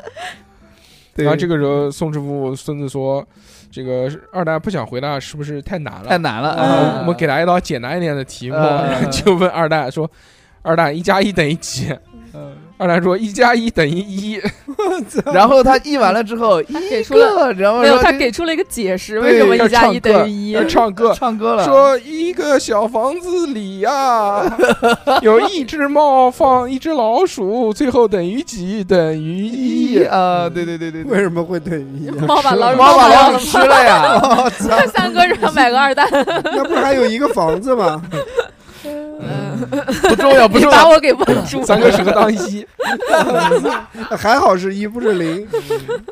[SPEAKER 5] 对
[SPEAKER 1] 然后这个时候，宋师傅孙子说：“这个二蛋不想回答，是不是太难了？
[SPEAKER 5] 太难了，
[SPEAKER 1] 啊
[SPEAKER 5] 啊
[SPEAKER 1] 我们给他一道简单一点的题目。
[SPEAKER 5] 嗯
[SPEAKER 1] 然后就问二蛋说：“二蛋，一加一等于几
[SPEAKER 5] 嗯？”
[SPEAKER 1] 二蛋说：“一加一等于一。
[SPEAKER 5] 然后他译完了之 后，
[SPEAKER 3] 他给出了
[SPEAKER 5] 个，然后
[SPEAKER 3] 没有，
[SPEAKER 5] 说
[SPEAKER 3] 他
[SPEAKER 5] 这
[SPEAKER 3] 给出了一个解释，
[SPEAKER 5] 对
[SPEAKER 3] 为什么
[SPEAKER 1] 要
[SPEAKER 3] 一加
[SPEAKER 1] 唱
[SPEAKER 3] 一
[SPEAKER 1] 歌
[SPEAKER 3] 等于一
[SPEAKER 1] 要？唱歌，
[SPEAKER 5] 唱歌了，
[SPEAKER 1] 说一个小房子里呀、有一只猫放一只老鼠，最后等于几？等于
[SPEAKER 5] 一
[SPEAKER 1] 一。
[SPEAKER 5] 啊，对对对对，对
[SPEAKER 4] 为什么会等于一样？
[SPEAKER 3] 猫把老鼠
[SPEAKER 5] 猫把老
[SPEAKER 3] 了
[SPEAKER 5] 鼠吃 了呀，
[SPEAKER 3] 吗三哥让买个二蛋，
[SPEAKER 4] 那不是还有一个房子吗？
[SPEAKER 5] 不重要不
[SPEAKER 3] 你
[SPEAKER 5] 重
[SPEAKER 3] 把
[SPEAKER 5] 要，
[SPEAKER 3] 我给问住
[SPEAKER 1] 三
[SPEAKER 3] 了。
[SPEAKER 1] 个手当一，
[SPEAKER 4] 还好是一不是 零。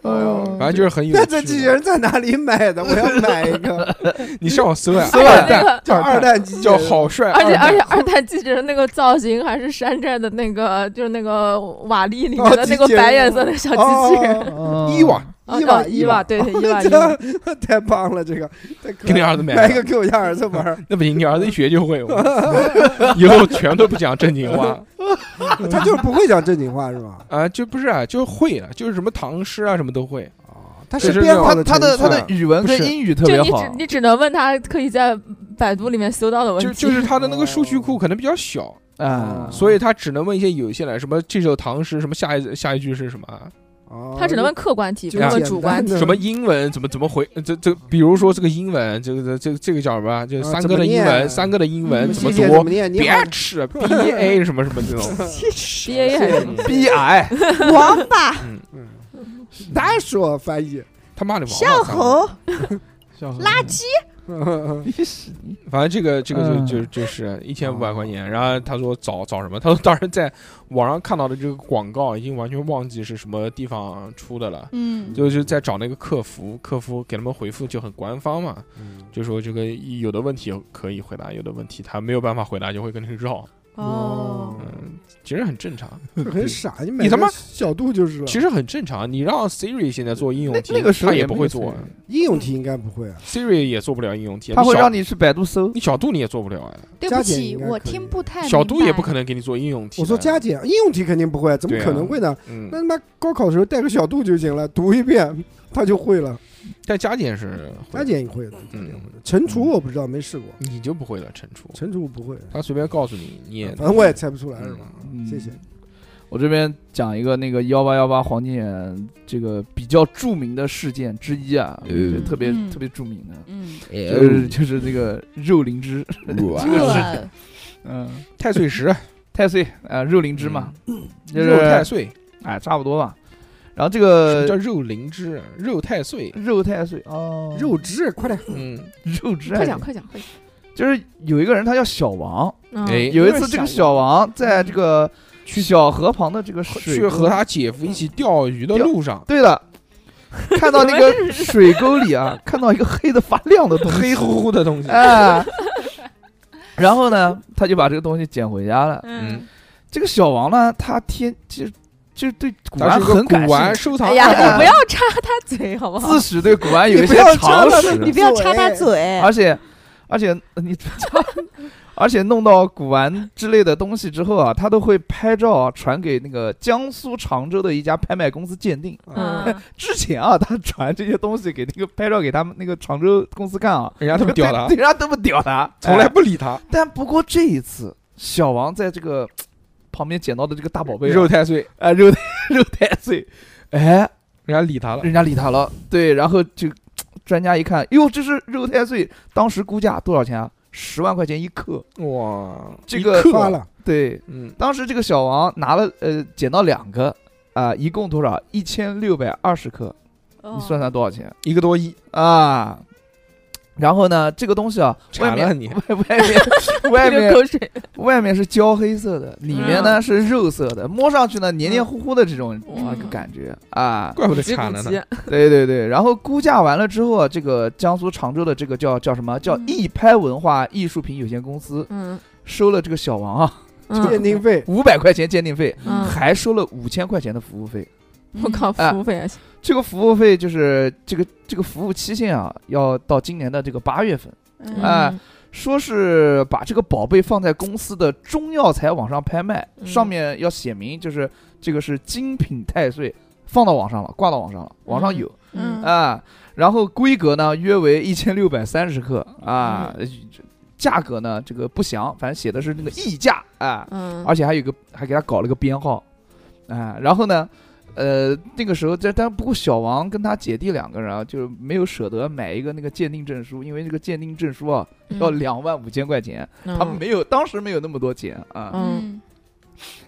[SPEAKER 5] 哎呦，
[SPEAKER 1] 反正就是很有
[SPEAKER 4] 那这机器
[SPEAKER 1] 趣。
[SPEAKER 4] 人在哪里买的？我要买一个
[SPEAKER 1] 你上网搜啊，
[SPEAKER 5] 搜啊
[SPEAKER 1] 二蛋
[SPEAKER 4] 叫二蛋机器人，
[SPEAKER 1] 叫好帅
[SPEAKER 3] 而
[SPEAKER 1] 二
[SPEAKER 3] 且而
[SPEAKER 1] 蛋，
[SPEAKER 3] 且二蛋机器人那个造型还是山寨的那个，就是那个瓦砾里面
[SPEAKER 4] 哦
[SPEAKER 3] 的
[SPEAKER 4] 机
[SPEAKER 3] 那个
[SPEAKER 4] 器人
[SPEAKER 3] 白颜色的小机器人。
[SPEAKER 5] 嗯
[SPEAKER 4] 哦。
[SPEAKER 1] 伊娃
[SPEAKER 4] 伊娃
[SPEAKER 3] 伊娃，对对伊娃伊娃，
[SPEAKER 4] 这 太棒了，这个太可
[SPEAKER 1] 给你
[SPEAKER 4] 爱了。
[SPEAKER 1] 儿子
[SPEAKER 4] 买
[SPEAKER 1] 买
[SPEAKER 4] 一
[SPEAKER 1] 的，
[SPEAKER 4] 个给我家儿子 玩儿，
[SPEAKER 1] 那不行，你儿子一学就会，我操以后全都不讲正经话
[SPEAKER 4] 他就是不会讲正经话是吧？
[SPEAKER 1] 啊，就不是啊，就会了，就是什么唐诗啊什么都 会。
[SPEAKER 4] 啊，他
[SPEAKER 1] 对
[SPEAKER 4] 是
[SPEAKER 1] 是
[SPEAKER 4] 编
[SPEAKER 1] 那
[SPEAKER 4] 好
[SPEAKER 5] 他他的
[SPEAKER 4] 的
[SPEAKER 5] 他
[SPEAKER 4] 程序
[SPEAKER 5] 的语文
[SPEAKER 1] 不
[SPEAKER 5] 跟
[SPEAKER 1] 是
[SPEAKER 5] 英语特
[SPEAKER 3] 就
[SPEAKER 5] 别
[SPEAKER 3] 你只
[SPEAKER 5] 好，
[SPEAKER 3] 你只能问他可以在百度里面搜到的问
[SPEAKER 1] 就
[SPEAKER 3] 题，
[SPEAKER 1] 就是他
[SPEAKER 4] 哦
[SPEAKER 1] 的那个数据库可能比较小，
[SPEAKER 5] 啊，
[SPEAKER 1] 所以他只能问一些有限的，什么这首唐诗，什么下一下一句是什么啊，
[SPEAKER 4] 啊
[SPEAKER 3] 他只能问客观题
[SPEAKER 4] 就
[SPEAKER 3] 不能问主观
[SPEAKER 4] 简单
[SPEAKER 3] 题。
[SPEAKER 4] 的
[SPEAKER 1] 什么英文怎么怎么回？呃这这，比如说这个英文，这个这个这个叫什么啊？这
[SPEAKER 4] 啊
[SPEAKER 1] 三
[SPEAKER 4] 怎
[SPEAKER 1] 哥
[SPEAKER 4] 么
[SPEAKER 1] 的英
[SPEAKER 4] 念
[SPEAKER 1] 文，三哥的英文
[SPEAKER 3] 嗯
[SPEAKER 1] 怎么
[SPEAKER 4] 机器人
[SPEAKER 1] 读
[SPEAKER 4] 怎么念？你好，
[SPEAKER 1] ？bitch b a 什么什么这种。
[SPEAKER 3] B A 还是什么？
[SPEAKER 5] 逼矮，
[SPEAKER 2] 王八，
[SPEAKER 4] 他说翻 译，
[SPEAKER 1] 他妈的王
[SPEAKER 2] 笑
[SPEAKER 1] 八蛋，
[SPEAKER 2] 猴，
[SPEAKER 5] 垃圾，
[SPEAKER 1] 反正这个这个
[SPEAKER 5] 嗯哦
[SPEAKER 1] 就就就是一千五百块钱。然后他说找找什么？他说当时在网上看到的这个广告，已经完全忘记是什么地方出的了。
[SPEAKER 2] 嗯，
[SPEAKER 1] 就是在找那个客服，客服给他们回复就很官方嘛，
[SPEAKER 5] 嗯
[SPEAKER 1] 就说这个有的问题可以回答，有的问题他没有办法回答就会跟你绕，
[SPEAKER 2] 哦，
[SPEAKER 1] 嗯，其实很正常。
[SPEAKER 4] 很傻，你买
[SPEAKER 1] 你他妈
[SPEAKER 4] 个小度就是了。
[SPEAKER 1] 其实很正常，你让 Siri 现在做应用题，
[SPEAKER 5] 那个时候
[SPEAKER 1] 他也
[SPEAKER 5] 没
[SPEAKER 1] 不
[SPEAKER 5] 有
[SPEAKER 1] 会
[SPEAKER 5] Siri
[SPEAKER 1] 做
[SPEAKER 4] 应用题应该不会啊，
[SPEAKER 1] ，Siri 也做不了应用题。
[SPEAKER 5] 他会
[SPEAKER 1] 小
[SPEAKER 5] 让你去百度搜，
[SPEAKER 1] 你小度你也做不了哎，
[SPEAKER 2] 对
[SPEAKER 4] 加
[SPEAKER 2] 不
[SPEAKER 4] 减
[SPEAKER 2] 起，
[SPEAKER 4] 应该
[SPEAKER 2] 我
[SPEAKER 4] 可以
[SPEAKER 2] 听不太明白，
[SPEAKER 1] 小度也不可能给你做应用题的。
[SPEAKER 4] 我说加减，应用题肯定不会，怎么
[SPEAKER 1] 对啊
[SPEAKER 4] 可能会呢？
[SPEAKER 1] 嗯
[SPEAKER 4] 那，他妈高考的时候带个小度就行了，读一遍他就会了。
[SPEAKER 1] 但加减是
[SPEAKER 5] 嗯
[SPEAKER 1] 会
[SPEAKER 4] 加减也会的，加减
[SPEAKER 1] 嗯
[SPEAKER 4] 也会的。乘除我不知道，没试过，
[SPEAKER 1] 你就不会了，陈楚，
[SPEAKER 4] 乘除我不会，
[SPEAKER 1] 他随便告诉你，你也
[SPEAKER 4] 反正我也猜不出来是吧？
[SPEAKER 5] 嗯
[SPEAKER 4] 谢谢。
[SPEAKER 5] 我这边讲一个那个幺八幺八黄金眼这个比较著名的事件之一啊，
[SPEAKER 6] 嗯
[SPEAKER 5] 就特别
[SPEAKER 2] 嗯
[SPEAKER 5] 特别著名的，
[SPEAKER 2] 嗯，
[SPEAKER 5] 就是 就是那个肉灵芝，
[SPEAKER 2] 啊 这
[SPEAKER 5] 嗯，
[SPEAKER 1] 太岁时嗯
[SPEAKER 5] 太岁啊，肉灵芝嘛，就
[SPEAKER 1] 肉太
[SPEAKER 5] 是呃
[SPEAKER 1] 岁，
[SPEAKER 5] 哎，差不多吧。然后这
[SPEAKER 1] 什么叫
[SPEAKER 5] 个
[SPEAKER 1] 肉灵芝，肉太岁，
[SPEAKER 5] 肉太岁哦，
[SPEAKER 4] 肉汁，快点！
[SPEAKER 1] 嗯，
[SPEAKER 5] 肉芝还
[SPEAKER 3] 快
[SPEAKER 5] 是，
[SPEAKER 3] 讲快讲快讲！
[SPEAKER 5] 就是有一个人他叫小王，
[SPEAKER 3] 嗯
[SPEAKER 1] 哎，
[SPEAKER 5] 有一次这个小王在这个去小河旁的这个水
[SPEAKER 1] 去
[SPEAKER 5] 沟
[SPEAKER 1] 和他姐夫一起钓鱼的
[SPEAKER 5] 钓
[SPEAKER 1] 路上，
[SPEAKER 5] 对的，看到那个水沟里啊，看到一个黑的发亮的东西，
[SPEAKER 1] 黑乎乎的东西，
[SPEAKER 5] 哎，然后呢，他就把这个东西捡回家了。
[SPEAKER 1] 嗯，
[SPEAKER 5] 这个小王呢，他天就就对古
[SPEAKER 1] 他
[SPEAKER 5] 玩
[SPEAKER 1] 是个
[SPEAKER 5] 很
[SPEAKER 1] 古
[SPEAKER 5] 感
[SPEAKER 1] 玩
[SPEAKER 5] 兴趣，
[SPEAKER 1] 收藏
[SPEAKER 3] 哎
[SPEAKER 1] 爱
[SPEAKER 3] 呀，
[SPEAKER 1] 好者，
[SPEAKER 3] 你不要插他嘴好不好？
[SPEAKER 5] 自诩对古玩有一
[SPEAKER 4] 你不
[SPEAKER 5] 些
[SPEAKER 4] 要插
[SPEAKER 5] 常
[SPEAKER 4] 他
[SPEAKER 5] 识，
[SPEAKER 2] 你不要插他嘴，
[SPEAKER 5] 而且而且呃你 而且弄到古玩之类的东西之后啊，他都会拍照啊传给那个江苏常州的一家拍卖公司鉴定。
[SPEAKER 3] 嗯，
[SPEAKER 5] 之前啊，他传这些东西给那个拍照给他们那个常州公司看啊，
[SPEAKER 1] 人家他们屌他
[SPEAKER 5] 对，人家都不屌他，
[SPEAKER 1] 从来
[SPEAKER 5] 哎
[SPEAKER 1] 不理他，
[SPEAKER 5] 但不过这一次，小王在这个呃旁边捡到的这个大宝贝、啊，
[SPEAKER 1] 肉太岁，
[SPEAKER 5] 啊、肉 太肉太碎，哎，
[SPEAKER 1] 人家理他了，
[SPEAKER 5] 人家理他了，对，然后就专家一看，哟，这是肉太碎，当时估价多少钱啊？十万块钱一克，
[SPEAKER 1] 哇，
[SPEAKER 5] 嗯这个
[SPEAKER 1] 一
[SPEAKER 4] 发
[SPEAKER 1] 克，
[SPEAKER 4] 了，
[SPEAKER 5] 对，
[SPEAKER 1] 嗯，
[SPEAKER 5] 当时这个小王拿了呃，捡到两个啊、一共多少？一千六百二十克，
[SPEAKER 3] 哦
[SPEAKER 5] 你算算多少钱
[SPEAKER 1] 一个多亿，
[SPEAKER 5] 啊？然后呢，这个东西啊，
[SPEAKER 1] 馋
[SPEAKER 5] 外面
[SPEAKER 1] 了你，
[SPEAKER 5] 外外面外面
[SPEAKER 3] 流口水，
[SPEAKER 5] 外面是焦黑色的，里面呢、
[SPEAKER 3] 嗯
[SPEAKER 5] 是肉色的，摸上去呢黏黏糊糊的这种啊、
[SPEAKER 3] 嗯
[SPEAKER 5] 感觉啊，
[SPEAKER 1] 怪不得
[SPEAKER 3] 急
[SPEAKER 1] 馋了
[SPEAKER 3] 不
[SPEAKER 1] 呢
[SPEAKER 3] 急，？
[SPEAKER 5] 对对对。然后估价完了之后啊，这个江苏常州的这个叫叫什么叫
[SPEAKER 3] 嗯
[SPEAKER 5] 易拍文化艺术品有限公司
[SPEAKER 3] 嗯
[SPEAKER 5] 收了这个小王 啊
[SPEAKER 4] 鉴
[SPEAKER 3] 嗯，
[SPEAKER 4] 定费
[SPEAKER 5] 五百块钱鉴定费，
[SPEAKER 3] 嗯
[SPEAKER 5] 还收了五千块钱的服务费。
[SPEAKER 3] 我靠，
[SPEAKER 1] 啊
[SPEAKER 3] 服务费还行，
[SPEAKER 5] 这个服务费就是这个这个服务期限啊，要到今年的这个八月份。
[SPEAKER 2] 嗯
[SPEAKER 5] 哎
[SPEAKER 1] 啊
[SPEAKER 5] 说是把这个宝贝放在公司的中药材网上拍卖，
[SPEAKER 3] 嗯
[SPEAKER 5] 上面要写明就是这个是精品太岁，放到网上了，挂到网上了，网上有、
[SPEAKER 3] 嗯
[SPEAKER 5] 啊。然后规格呢约为一千六百三十克啊，
[SPEAKER 3] 嗯
[SPEAKER 5] 呃价格呢这个不详，反正写的是那个溢价啊，
[SPEAKER 3] 嗯，
[SPEAKER 5] 而且还有一个还给他搞了个编号啊。然后呢，呃，那个时候在但不过小王跟他姐弟两个人啊，就是没有舍得买一个那个鉴定证书，因为这个鉴定证书啊。要两万五千块钱，
[SPEAKER 3] 嗯
[SPEAKER 5] 他们没有，当时没有那么多钱啊。
[SPEAKER 3] 嗯
[SPEAKER 2] 嗯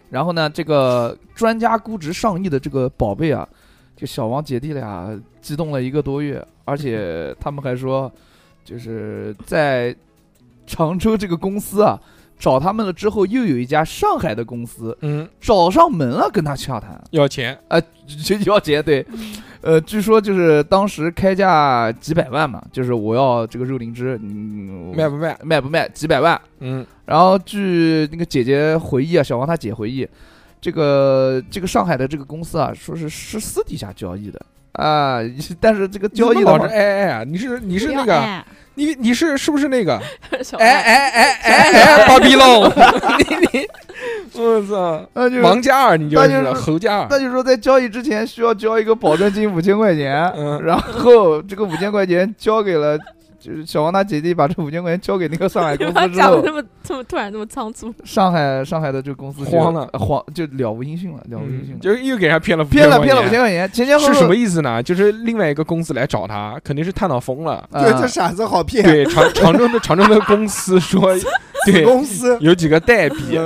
[SPEAKER 5] 然后呢，这个专家估值上亿的这个宝贝啊，就小王姐弟俩激动了一个多月，而且他们还说，就是在常州这个公司啊。找他们了之后，又有一家上海的公司
[SPEAKER 1] 嗯，
[SPEAKER 5] 找上门了，跟他洽谈，
[SPEAKER 1] 要钱，
[SPEAKER 5] 就就要结对，
[SPEAKER 3] 嗯
[SPEAKER 5] 呃，据说就是当时开价几百万嘛，就是我要这个肉灵芝，嗯，
[SPEAKER 1] 卖不卖？
[SPEAKER 5] 卖不卖几百万，
[SPEAKER 1] 嗯，
[SPEAKER 5] 然后据那个姐姐回忆啊，小王他姐回忆，这个这个上海的这个公司啊，说是是私底下交易的啊、 但是这个交易
[SPEAKER 1] 你
[SPEAKER 5] 的
[SPEAKER 1] 老
[SPEAKER 5] 话
[SPEAKER 1] 是哎哎啊，你是 你是那
[SPEAKER 2] 不要
[SPEAKER 1] 个
[SPEAKER 6] 哎
[SPEAKER 2] 爱
[SPEAKER 1] 你你是是不是那个
[SPEAKER 3] 小王
[SPEAKER 5] 哎哎哎哎，
[SPEAKER 1] 哎哎芭比龙，你你，我操，
[SPEAKER 5] 那呃就是
[SPEAKER 1] 王嘉尔你就
[SPEAKER 5] 那
[SPEAKER 1] 是
[SPEAKER 5] 就是
[SPEAKER 1] 了侯嘉
[SPEAKER 5] 那
[SPEAKER 1] 尔，
[SPEAKER 5] 就是说在交易之前需要交一个保证金五千块钱，
[SPEAKER 1] 嗯
[SPEAKER 5] 然后这个五千块钱交给了。就是小王他姐弟把这五千块钱交给那个上海
[SPEAKER 3] 你
[SPEAKER 5] 公
[SPEAKER 3] 们
[SPEAKER 5] 司之
[SPEAKER 3] 讲的
[SPEAKER 5] 后
[SPEAKER 3] 这，么这么突然这么仓促，
[SPEAKER 5] 上海上海的这个公司就
[SPEAKER 1] 慌了
[SPEAKER 5] 呃慌就了无音讯了，了无音讯
[SPEAKER 1] 嗯
[SPEAKER 5] 了，
[SPEAKER 1] 就是又给人家骗了
[SPEAKER 5] 骗了
[SPEAKER 1] 5,000
[SPEAKER 5] 骗了五
[SPEAKER 1] 块钱
[SPEAKER 5] 千块钱，前前后后
[SPEAKER 1] 是什么意思呢？就是另外一个公司来找他，肯定是探到风了。
[SPEAKER 5] 啊
[SPEAKER 4] 对，这傻子好骗。
[SPEAKER 1] 对，常常州的常州的公司说，对，
[SPEAKER 4] 公司
[SPEAKER 1] 有几个代笔，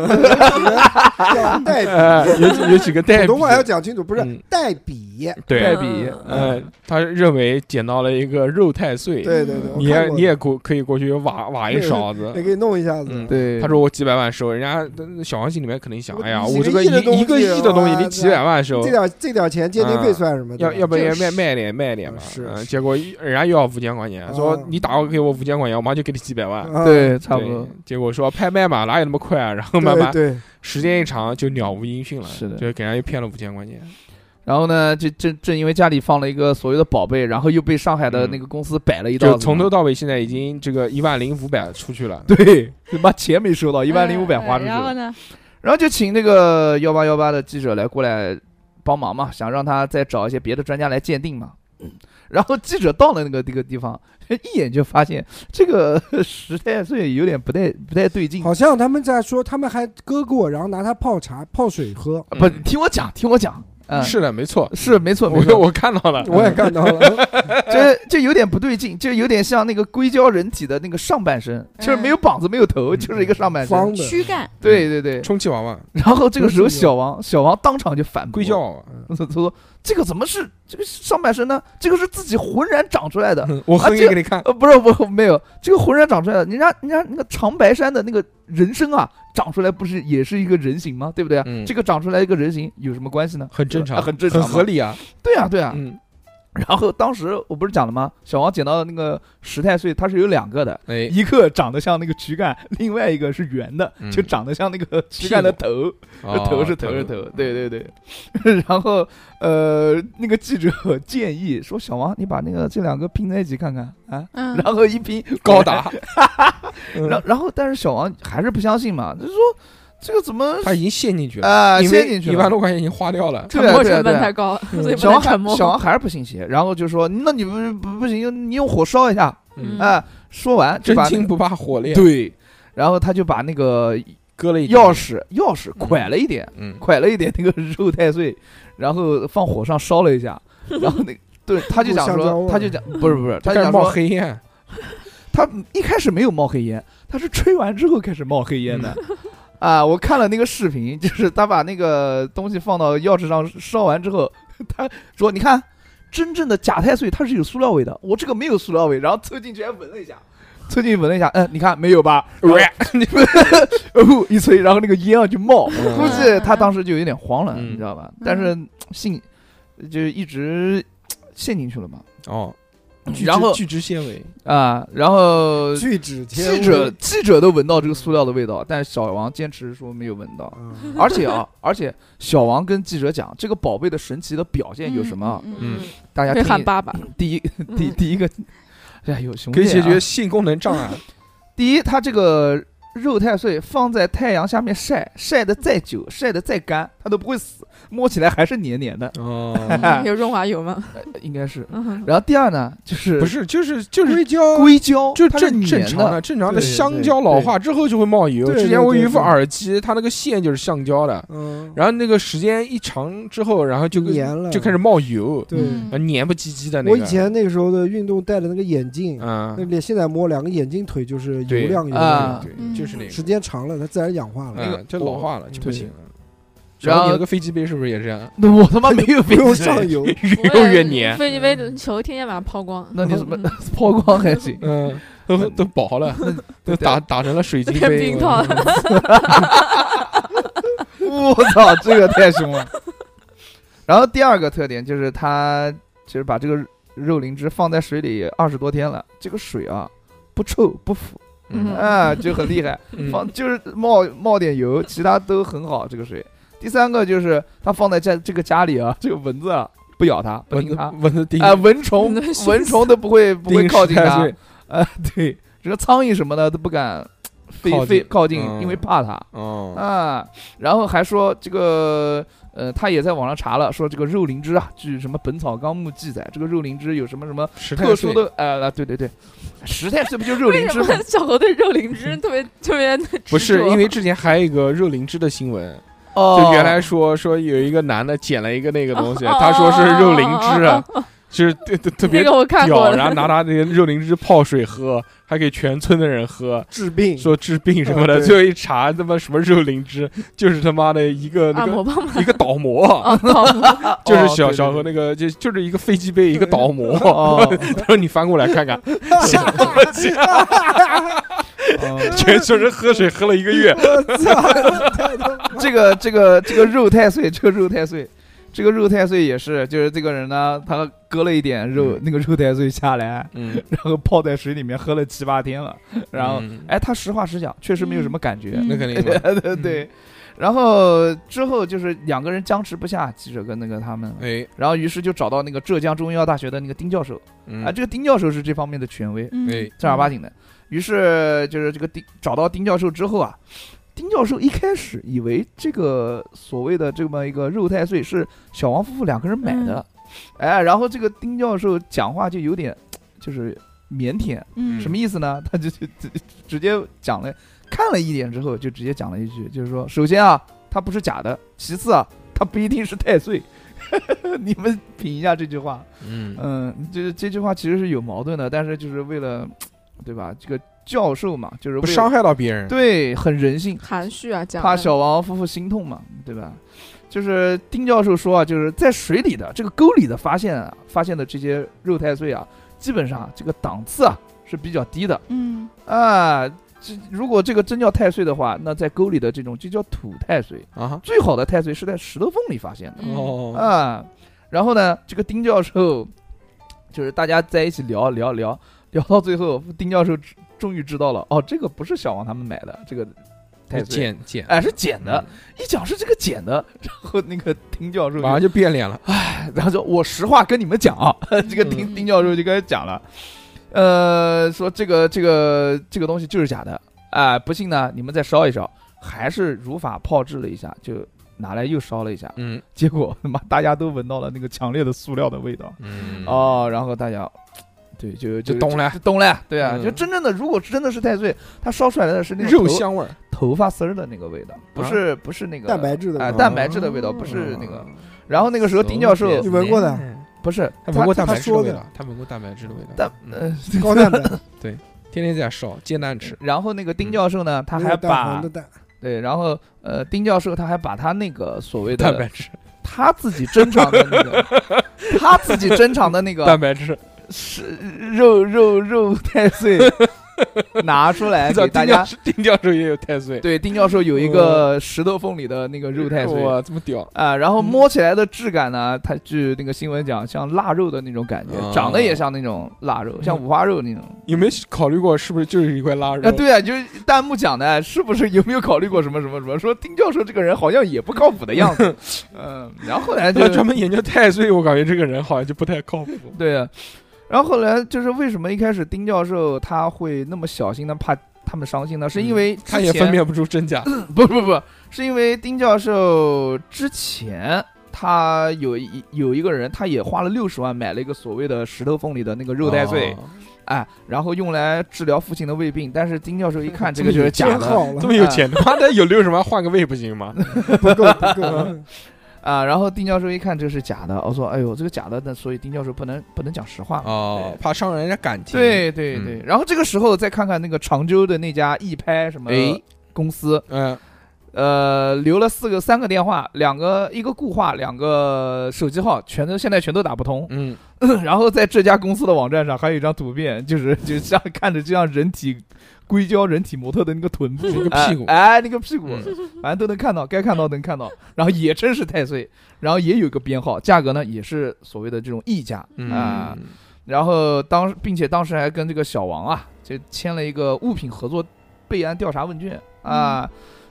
[SPEAKER 4] 叫代笔，
[SPEAKER 1] 呃，有几有几个代
[SPEAKER 4] 普
[SPEAKER 1] 笔，
[SPEAKER 4] 通话要讲清楚，不是
[SPEAKER 1] 嗯
[SPEAKER 4] 代笔。
[SPEAKER 5] 代
[SPEAKER 3] 嗯
[SPEAKER 1] 对，
[SPEAKER 5] 笔，
[SPEAKER 1] 呃，他认为捡到了一个肉太岁，
[SPEAKER 4] 对对对，我
[SPEAKER 1] 你
[SPEAKER 4] 看
[SPEAKER 1] 也
[SPEAKER 4] 过
[SPEAKER 1] 你也过可以过去挖挖一勺子
[SPEAKER 4] 你，给弄一下子。
[SPEAKER 1] 嗯，
[SPEAKER 5] 对，
[SPEAKER 1] 他说我几百万收，人家小王心里面肯定想，
[SPEAKER 4] 我
[SPEAKER 1] 哎呀，
[SPEAKER 4] 几
[SPEAKER 1] 我
[SPEAKER 4] 个
[SPEAKER 1] 这个
[SPEAKER 4] 亿的
[SPEAKER 1] 一一
[SPEAKER 4] 东
[SPEAKER 1] 个
[SPEAKER 4] 西
[SPEAKER 1] 亿的东西，
[SPEAKER 4] 哇
[SPEAKER 1] 你几百万收
[SPEAKER 4] 这，点这点钱鉴定费算什么？
[SPEAKER 1] 嗯要
[SPEAKER 4] 对吧
[SPEAKER 1] 要不
[SPEAKER 4] 这
[SPEAKER 1] 然
[SPEAKER 4] 个
[SPEAKER 1] 卖卖点卖点嘛，
[SPEAKER 4] 是
[SPEAKER 1] 嗯
[SPEAKER 4] 是
[SPEAKER 1] 结果一人家又要五千块钱，说
[SPEAKER 4] 啊
[SPEAKER 1] 你打过给我五千块钱，我马上就给你几百万。
[SPEAKER 4] 啊
[SPEAKER 5] 对，差不多
[SPEAKER 1] 嗯对。，结果说拍卖嘛，哪有那么快啊？ 然后
[SPEAKER 4] 对
[SPEAKER 1] 慢慢
[SPEAKER 4] 对，
[SPEAKER 1] 时间一长就了无音讯了，
[SPEAKER 5] 是的
[SPEAKER 1] 就给人家又骗了五千块钱。
[SPEAKER 5] 然后呢，这正正因为家里放了一个所谓的宝贝，然后又被上海的那个公司摆了一道啊
[SPEAKER 1] 就
[SPEAKER 5] 子嘛，
[SPEAKER 1] 从头到尾，现在已经这个一万零五百出去了。
[SPEAKER 5] 对，他妈钱没收到，一万零五百花
[SPEAKER 6] 哎
[SPEAKER 5] 出去
[SPEAKER 2] 然后
[SPEAKER 5] 了，
[SPEAKER 2] 呢？
[SPEAKER 5] 然后就请那个幺八幺八的记者来过来帮忙嘛，想让他再找一些别的专家来鉴定嘛。
[SPEAKER 2] 嗯
[SPEAKER 5] 然后记者到了那个那个地方，一眼就发现这个 时代岁有点不太不太对劲。
[SPEAKER 4] 好像他们在说，他们还割过，然后拿它泡茶、泡水喝。
[SPEAKER 5] 不，听我讲，听我讲，嗯，
[SPEAKER 1] 嗯是的，没错，
[SPEAKER 5] 是没 错，没
[SPEAKER 1] 我
[SPEAKER 5] 错，
[SPEAKER 1] 我 看到了，
[SPEAKER 4] 我也看到了，
[SPEAKER 5] 这这有点不对劲，就有点像那个硅胶人体的那个上半身，就是没有膀子，没有
[SPEAKER 1] 嗯
[SPEAKER 5] 头，就是一个上半
[SPEAKER 3] 嗯
[SPEAKER 5] 身。
[SPEAKER 4] 方的
[SPEAKER 2] 躯干
[SPEAKER 5] 对对对。
[SPEAKER 1] 充气娃娃、
[SPEAKER 5] 然后这个时候，小王小王当场就反驳
[SPEAKER 1] 硅胶，娃娃，
[SPEAKER 5] 他说：“这个怎么是这个上半身呢？这个是自己浑然长出来的。
[SPEAKER 1] 嗯我哼一个给你看，
[SPEAKER 5] 呃，不是，不没有这个浑然长出来的，人家人家那个长白山的那个人参啊，长出来不是也是一个人形吗？对不对啊？
[SPEAKER 1] 嗯
[SPEAKER 5] 这个长出来一个人形有什么关系呢？
[SPEAKER 1] 很正
[SPEAKER 5] 啊
[SPEAKER 1] 常，
[SPEAKER 5] 很正常嘛
[SPEAKER 1] 很合理啊。
[SPEAKER 5] 对啊，对啊。
[SPEAKER 1] 嗯，
[SPEAKER 5] 然后当时我不是讲了吗？小王捡到那个石太岁，它是有两个的，
[SPEAKER 1] 哎，
[SPEAKER 5] 一个长得像那个躯干，另外一个是圆的，
[SPEAKER 1] 嗯
[SPEAKER 5] 就长得像那个躯干的
[SPEAKER 1] 屁
[SPEAKER 5] 头。
[SPEAKER 1] 哦
[SPEAKER 5] 头是头是头，对对对。 然后呃，那个记者建议说：“小王，你把那个这两个拼在一起看看啊。”
[SPEAKER 2] 嗯
[SPEAKER 5] 然后一拼
[SPEAKER 1] 高，达，
[SPEAKER 5] 然后然后但是小王还是不相信嘛，就说这个怎么
[SPEAKER 1] 他已经陷进去了，
[SPEAKER 5] 啊
[SPEAKER 1] 因为
[SPEAKER 5] 陷进去
[SPEAKER 1] 一万
[SPEAKER 5] 了？
[SPEAKER 1] 多块钱已经花掉了。
[SPEAKER 5] 对
[SPEAKER 3] 沉默
[SPEAKER 5] 对
[SPEAKER 3] 成本
[SPEAKER 5] 对嗯
[SPEAKER 3] 太高，所以不
[SPEAKER 5] 小
[SPEAKER 3] 能
[SPEAKER 5] 王
[SPEAKER 3] 沉
[SPEAKER 5] 还
[SPEAKER 3] 默。
[SPEAKER 5] 小王还是不信邪，然后就说：“那你不不不行，你用火烧一下。
[SPEAKER 1] 嗯
[SPEAKER 3] 嗯”
[SPEAKER 5] 哎，说完就
[SPEAKER 1] 真
[SPEAKER 5] 把那
[SPEAKER 1] 金
[SPEAKER 5] 个
[SPEAKER 1] 不怕火炼，
[SPEAKER 5] 对，然后他就把那个
[SPEAKER 1] 割了一点
[SPEAKER 5] 钥，匙钥匙拐了一点，
[SPEAKER 1] 嗯，
[SPEAKER 5] 蒯了一点那个肉太岁，然后放火上烧了 一下，然后那个对，他就讲
[SPEAKER 4] 香蕉味
[SPEAKER 5] 说，
[SPEAKER 4] 儿
[SPEAKER 5] 他就讲不是不是，
[SPEAKER 1] 开
[SPEAKER 5] 他就
[SPEAKER 1] 始
[SPEAKER 5] 讲
[SPEAKER 1] 冒
[SPEAKER 5] 说，
[SPEAKER 1] 黑烟，
[SPEAKER 5] 他一开始没有冒黑烟，他是吹完之后开始冒黑烟的。
[SPEAKER 1] 嗯
[SPEAKER 5] 啊，我看了那个视频，就是他把那个东西放到钥匙上烧完之后， 他说：“你看，真正的假太岁它是有塑料味的，我这个没有塑料味。”然后凑进去还闻了一下，凑进去闻了一下，嗯，你看没有吧？然后哦一吹，然后那 个烟啊就冒，
[SPEAKER 1] 嗯
[SPEAKER 5] 估计他当时就有点慌了，
[SPEAKER 1] 嗯
[SPEAKER 5] 你知道吧？但是信就是一直陷进去了嘛，
[SPEAKER 1] 哦，聚酯
[SPEAKER 5] 然后
[SPEAKER 1] 聚酯纤维，
[SPEAKER 5] 啊，然后
[SPEAKER 4] 聚酯
[SPEAKER 5] 记
[SPEAKER 4] 记
[SPEAKER 5] 者记者都闻到这个塑料的味道，但是小王坚持说没有闻 到，而且啊，而且小王跟记者讲这个宝贝的神奇的表现有什么啊，
[SPEAKER 2] 嗯嗯
[SPEAKER 1] 嗯，
[SPEAKER 5] 大家
[SPEAKER 3] 可以喊
[SPEAKER 5] 听
[SPEAKER 3] 爸嗯爸，
[SPEAKER 5] 第一第第一个，哎呦，熊
[SPEAKER 1] 可以
[SPEAKER 5] 姐
[SPEAKER 1] 解
[SPEAKER 5] 啊
[SPEAKER 1] 决性功能障碍，
[SPEAKER 5] 第一，它这个肉太岁放在太阳下面晒，晒的再久，晒的再干，它都不会死，摸起来还是黏黏的，
[SPEAKER 1] 哦，
[SPEAKER 5] 啊
[SPEAKER 3] 嗯有润滑油吗？
[SPEAKER 5] 应该是。
[SPEAKER 3] 嗯
[SPEAKER 5] 然后第二呢，就是
[SPEAKER 1] 不是，就是就是
[SPEAKER 4] 硅胶
[SPEAKER 5] 硅胶，
[SPEAKER 1] 就
[SPEAKER 5] 它嗯是
[SPEAKER 1] 正
[SPEAKER 5] 黏
[SPEAKER 1] 正常
[SPEAKER 5] 的，
[SPEAKER 1] 正常的
[SPEAKER 4] 对
[SPEAKER 1] 香
[SPEAKER 4] 对
[SPEAKER 1] 蕉老化之后就会冒油。
[SPEAKER 4] 对
[SPEAKER 1] 之
[SPEAKER 4] 对
[SPEAKER 1] 前我有一
[SPEAKER 4] 对
[SPEAKER 1] 副
[SPEAKER 4] 对
[SPEAKER 1] 耳机，它那个线就是橡胶的，
[SPEAKER 4] 嗯，
[SPEAKER 1] 然后那个时间一长之后，然后就
[SPEAKER 4] 粘了
[SPEAKER 1] 呃就开始冒油，
[SPEAKER 4] 对。
[SPEAKER 2] 嗯
[SPEAKER 1] 啊黏不唧唧的那个。
[SPEAKER 4] 我以前那个时候的运动戴的那个眼镜，那
[SPEAKER 1] 嗯，
[SPEAKER 4] 脸现在摸两个眼睛腿就是油
[SPEAKER 1] 对
[SPEAKER 4] 亮油
[SPEAKER 5] 啊
[SPEAKER 4] 亮，
[SPEAKER 3] 嗯
[SPEAKER 1] 对，就是那个
[SPEAKER 4] 时间长了它自然氧化了。哎
[SPEAKER 1] 那个就老化了，就不行了。
[SPEAKER 5] 然
[SPEAKER 1] 然后你那
[SPEAKER 5] 后
[SPEAKER 1] 个飞机杯是不是也是这 样？
[SPEAKER 5] 那我他 妈没有
[SPEAKER 4] 不
[SPEAKER 5] 飞
[SPEAKER 4] 用
[SPEAKER 5] 机
[SPEAKER 4] 上
[SPEAKER 5] 杯，
[SPEAKER 4] 油，
[SPEAKER 1] 越用越黏。
[SPEAKER 3] 飞机杯的球天天把它抛光，嗯
[SPEAKER 5] 那你 怎么抛光还行？
[SPEAKER 1] 嗯，都都薄 了，都打打成了水晶
[SPEAKER 3] 变
[SPEAKER 1] 杯
[SPEAKER 3] 冰。套了。
[SPEAKER 5] 嗯我操，这个太凶了。 然后第二个特点就是它就是把这个肉灵芝放在水里二十多天了，这个水啊不臭不腐，
[SPEAKER 1] 嗯
[SPEAKER 5] 啊就很厉害。
[SPEAKER 1] 嗯
[SPEAKER 5] 放就是冒冒点油，其他都很好。这个水，第三个就是它放在家这个家里啊，这个蚊子啊不咬它，不
[SPEAKER 1] 蚊
[SPEAKER 5] 叮
[SPEAKER 1] 子
[SPEAKER 5] 它，
[SPEAKER 1] 蚊子叮
[SPEAKER 5] 啊、
[SPEAKER 3] 哎
[SPEAKER 5] 蚊虫
[SPEAKER 3] 蚊子熏死
[SPEAKER 5] 蚊虫都不会不会
[SPEAKER 1] 叮
[SPEAKER 5] 靠
[SPEAKER 1] 十
[SPEAKER 5] 近
[SPEAKER 1] 太
[SPEAKER 5] 它
[SPEAKER 1] 岁，。
[SPEAKER 5] 啊，对，这个苍蝇什么的都不敢飞
[SPEAKER 1] 靠近
[SPEAKER 5] 飞靠近，
[SPEAKER 1] 嗯
[SPEAKER 5] 因为怕它
[SPEAKER 1] 哦，
[SPEAKER 5] 啊。然后还说这个呃，他也在网上查了，说这个肉灵芝啊，据什么《本草纲目》记载，这个肉灵芝有什么什么
[SPEAKER 1] 十太
[SPEAKER 5] 特殊
[SPEAKER 1] 岁
[SPEAKER 5] 的呃，对对对，十太岁不就肉
[SPEAKER 3] 为
[SPEAKER 5] 灵
[SPEAKER 3] 什
[SPEAKER 5] 芝吗
[SPEAKER 3] 么？小猴对肉灵芝特别特别的执
[SPEAKER 1] 不是
[SPEAKER 3] 着
[SPEAKER 1] 因为之前还有一个肉灵芝的新闻，
[SPEAKER 5] 哦，
[SPEAKER 1] 就原来说说有一个男的捡了一个那个东西，
[SPEAKER 3] 哦
[SPEAKER 1] 他说是肉灵芝啊
[SPEAKER 3] 哦，
[SPEAKER 1] 就是特特特别
[SPEAKER 3] 那个我看过
[SPEAKER 1] 屌，
[SPEAKER 3] 了，
[SPEAKER 1] 然后拿他那个肉灵芝泡水喝，还给全村的人喝，
[SPEAKER 4] 治 病。
[SPEAKER 1] 说治病什么
[SPEAKER 4] 哦
[SPEAKER 1] 的。
[SPEAKER 4] 对
[SPEAKER 1] 最后一查，他妈什么肉灵芝，就是他妈的一个那
[SPEAKER 3] 按
[SPEAKER 1] 个
[SPEAKER 3] 摩棒嘛，
[SPEAKER 1] 一个倒模，
[SPEAKER 3] 啊，泡沫
[SPEAKER 1] 就是
[SPEAKER 5] 哦
[SPEAKER 1] 小
[SPEAKER 5] 对
[SPEAKER 1] 小
[SPEAKER 5] 对
[SPEAKER 1] 何
[SPEAKER 5] 对
[SPEAKER 1] 那个就就是一个飞机杯一个倒模。
[SPEAKER 5] 哦，
[SPEAKER 1] 他说你翻过来看 看， 全村人喝水喝了一个月，
[SPEAKER 4] 我操！太他妈
[SPEAKER 5] 这个这个这个肉太岁，这个肉太岁，这个肉太岁也是，就是这个人呢，他割了一点肉，
[SPEAKER 1] 嗯
[SPEAKER 5] 那个肉太岁下来，
[SPEAKER 1] 嗯，
[SPEAKER 5] 然后泡在水里面喝了七八天了，然后，
[SPEAKER 1] 嗯
[SPEAKER 5] 哎，他实话实讲，确实没有什么感觉，
[SPEAKER 1] 那肯定 嘛，
[SPEAKER 5] 对对呃对。然后之后就是两个人僵持不下，记者跟那个他们，
[SPEAKER 1] 哎，
[SPEAKER 5] 然后于是就找到那个浙江中医药大学的那个丁教授
[SPEAKER 1] 嗯
[SPEAKER 5] 啊，这个丁教授是这方面的权威，
[SPEAKER 2] 嗯
[SPEAKER 1] 哎
[SPEAKER 5] 正儿八经的。于是就是这个丁找到丁教授之后啊，丁教授一开始以为这个所谓的这么一个肉太岁是小王夫妇两个人买的，哎，然后这个丁教授讲话就有点就是腼腆，
[SPEAKER 2] 嗯
[SPEAKER 5] 什么意思呢？他就就就直接讲了，看了一眼之后就直接讲了一句，就是说，首先啊，它不是假的；其次啊，它不一定是太岁。 你们品一下这句话，
[SPEAKER 1] 嗯
[SPEAKER 5] 嗯，就是这句话其实是有矛盾的，但是就是为了，对吧？这个教授嘛，就是为
[SPEAKER 1] 不伤害到别人，
[SPEAKER 5] 对，很人性，
[SPEAKER 3] 含蓄啊，讲
[SPEAKER 5] 怕
[SPEAKER 3] 的
[SPEAKER 5] 小王夫妇心痛嘛，对吧？就是丁教授说啊，就是在水里的这个沟里的发现啊，发现的这些肉太岁啊，基本上啊这个档次啊是比较低的
[SPEAKER 2] 嗯
[SPEAKER 5] 啊。这如果这个真叫太岁的话，那在沟里的这种就叫土太岁。
[SPEAKER 1] 啊，
[SPEAKER 5] 最好的太岁是在石头缝里发现的。
[SPEAKER 3] 嗯
[SPEAKER 1] 哦，
[SPEAKER 5] 啊，然后呢，这个丁教授就是大家在一起聊聊聊聊到最后，丁教授知终于知道了，哦，这个不是小王他们买的，这个太
[SPEAKER 1] 是
[SPEAKER 5] 对，
[SPEAKER 1] 剪剪
[SPEAKER 5] 哎，是捡的。，一讲是这个捡的，然后那个丁教
[SPEAKER 1] 嗯
[SPEAKER 5] 授就
[SPEAKER 1] 马上就变脸了。
[SPEAKER 5] 然后就我实话跟你们讲啊， 这个丁
[SPEAKER 3] 嗯
[SPEAKER 5] 丁教授就开始讲了，呃，说这个这个这个东西就是假的啊、不信呢你们再烧一烧，还是如法炮制了一下，就拿来又烧了一下，
[SPEAKER 1] 嗯
[SPEAKER 5] 结果他妈大家都闻到了那个强烈的塑料的味道
[SPEAKER 1] 嗯，
[SPEAKER 5] 哦，然后大家。对，就
[SPEAKER 1] 就懂了
[SPEAKER 5] 就懂了，对啊，
[SPEAKER 1] 嗯
[SPEAKER 5] 就真正的，如果真的是太岁，它烧出来的是那个
[SPEAKER 1] 肉
[SPEAKER 5] 头
[SPEAKER 1] 香啊味儿，
[SPEAKER 5] 头发丝儿的那个味道，不是不是那个
[SPEAKER 4] 蛋白质的
[SPEAKER 5] 啊
[SPEAKER 4] 味道
[SPEAKER 5] 蛋白质的味道，不是那
[SPEAKER 1] 啊
[SPEAKER 5] 个。然后那个时候丁教授
[SPEAKER 4] 你闻过的？
[SPEAKER 5] 不是
[SPEAKER 1] 哎他闻过
[SPEAKER 4] 他
[SPEAKER 1] 蛋白质的味
[SPEAKER 4] 他说
[SPEAKER 1] 道，他闻过蛋白质的味道。
[SPEAKER 5] 但
[SPEAKER 1] 嗯
[SPEAKER 5] 呃，
[SPEAKER 4] 高蛋白，
[SPEAKER 1] 天天在烧，煎蛋吃。
[SPEAKER 5] 然后那个
[SPEAKER 1] 嗯
[SPEAKER 5] 丁教授呢，他
[SPEAKER 4] 没有
[SPEAKER 5] 还
[SPEAKER 4] 蛋黄
[SPEAKER 5] 把
[SPEAKER 4] 的蛋，
[SPEAKER 5] 对，然后呃，丁教授他还把他那个所 谓
[SPEAKER 1] 蛋白
[SPEAKER 5] 的
[SPEAKER 1] 质，
[SPEAKER 5] 他自己珍藏的那个他自己珍藏的那
[SPEAKER 1] 蛋
[SPEAKER 5] 个
[SPEAKER 1] 白 质，
[SPEAKER 5] 是肉肉肉太岁拿 出来
[SPEAKER 1] 知道
[SPEAKER 5] 给大
[SPEAKER 1] 丁
[SPEAKER 5] 家
[SPEAKER 1] 教。授，嗯丁教授也有太 岁，
[SPEAKER 5] 对，丁教授有一个石头缝里的那个肉太岁
[SPEAKER 1] 哇，这么屌，
[SPEAKER 5] 啊，然后
[SPEAKER 1] 嗯
[SPEAKER 5] 摸起来的质感呢，它据那个新闻讲像腊肉的那种感觉，
[SPEAKER 1] 哦
[SPEAKER 5] 长得也像那种腊肉，像五花肉那种。
[SPEAKER 1] 有没有考虑过是不是就是一块腊嗯肉？
[SPEAKER 5] 啊，，对啊，就是弹幕讲的，是不是有没有考虑过什么什么什么？说丁教授这个人好像也不靠谱的 样子，嗯，然后后来就
[SPEAKER 1] 他专门研究太岁，我感觉这个人好像就不太靠谱。
[SPEAKER 5] 对啊，然后后来就是为什么一开始丁教授他会那么小心的怕他们伤心呢？是因为
[SPEAKER 1] 嗯他
[SPEAKER 5] 之
[SPEAKER 1] 也分
[SPEAKER 5] 前
[SPEAKER 1] 辨不出真 假，
[SPEAKER 5] 不不不，是因为丁教授之前。他有一有一个人，他也花了六十万买了一个所谓的石头缝里的那个肉带碎，
[SPEAKER 1] 哦
[SPEAKER 5] 哎，然后用来治疗父亲的胃病。但是丁教授一看，这
[SPEAKER 1] 这么
[SPEAKER 5] 个就是
[SPEAKER 1] 有
[SPEAKER 5] 假
[SPEAKER 4] 真
[SPEAKER 5] 的，
[SPEAKER 4] 好了
[SPEAKER 1] 这，么有 钱，他妈的有六十万换个胃不行吗？
[SPEAKER 4] 不够不够，
[SPEAKER 5] 啊，然后丁教授一看这是假的，我说哎呦这个假的，那所以丁教授不能不能讲实话嘛。
[SPEAKER 1] 哦，怕伤人家感情。，
[SPEAKER 5] 对对
[SPEAKER 1] 嗯
[SPEAKER 5] 对，然后这个时候再看看那个常州的那家易拍什么
[SPEAKER 1] 哎
[SPEAKER 5] 公司，
[SPEAKER 1] 嗯，
[SPEAKER 5] 呃，留了四个三个电话，两个一个固话，两个手机号，全都现在全都打不通。
[SPEAKER 1] 嗯，
[SPEAKER 5] 然后在这家公司的网站上还有一张图片，就是就像看着就像人体硅胶人体模特的那个臀部，
[SPEAKER 1] 那个 屁股
[SPEAKER 5] 哎，哎那个屁股，
[SPEAKER 1] 嗯
[SPEAKER 5] 反正都能看到，该看到能看到。然后也真是太岁，然后也有个编号，价格呢也是所谓的这种溢价啊。
[SPEAKER 1] 嗯
[SPEAKER 5] 然后当时并且当时还跟这个小王啊，就签了一个物品合作备案调查问卷啊，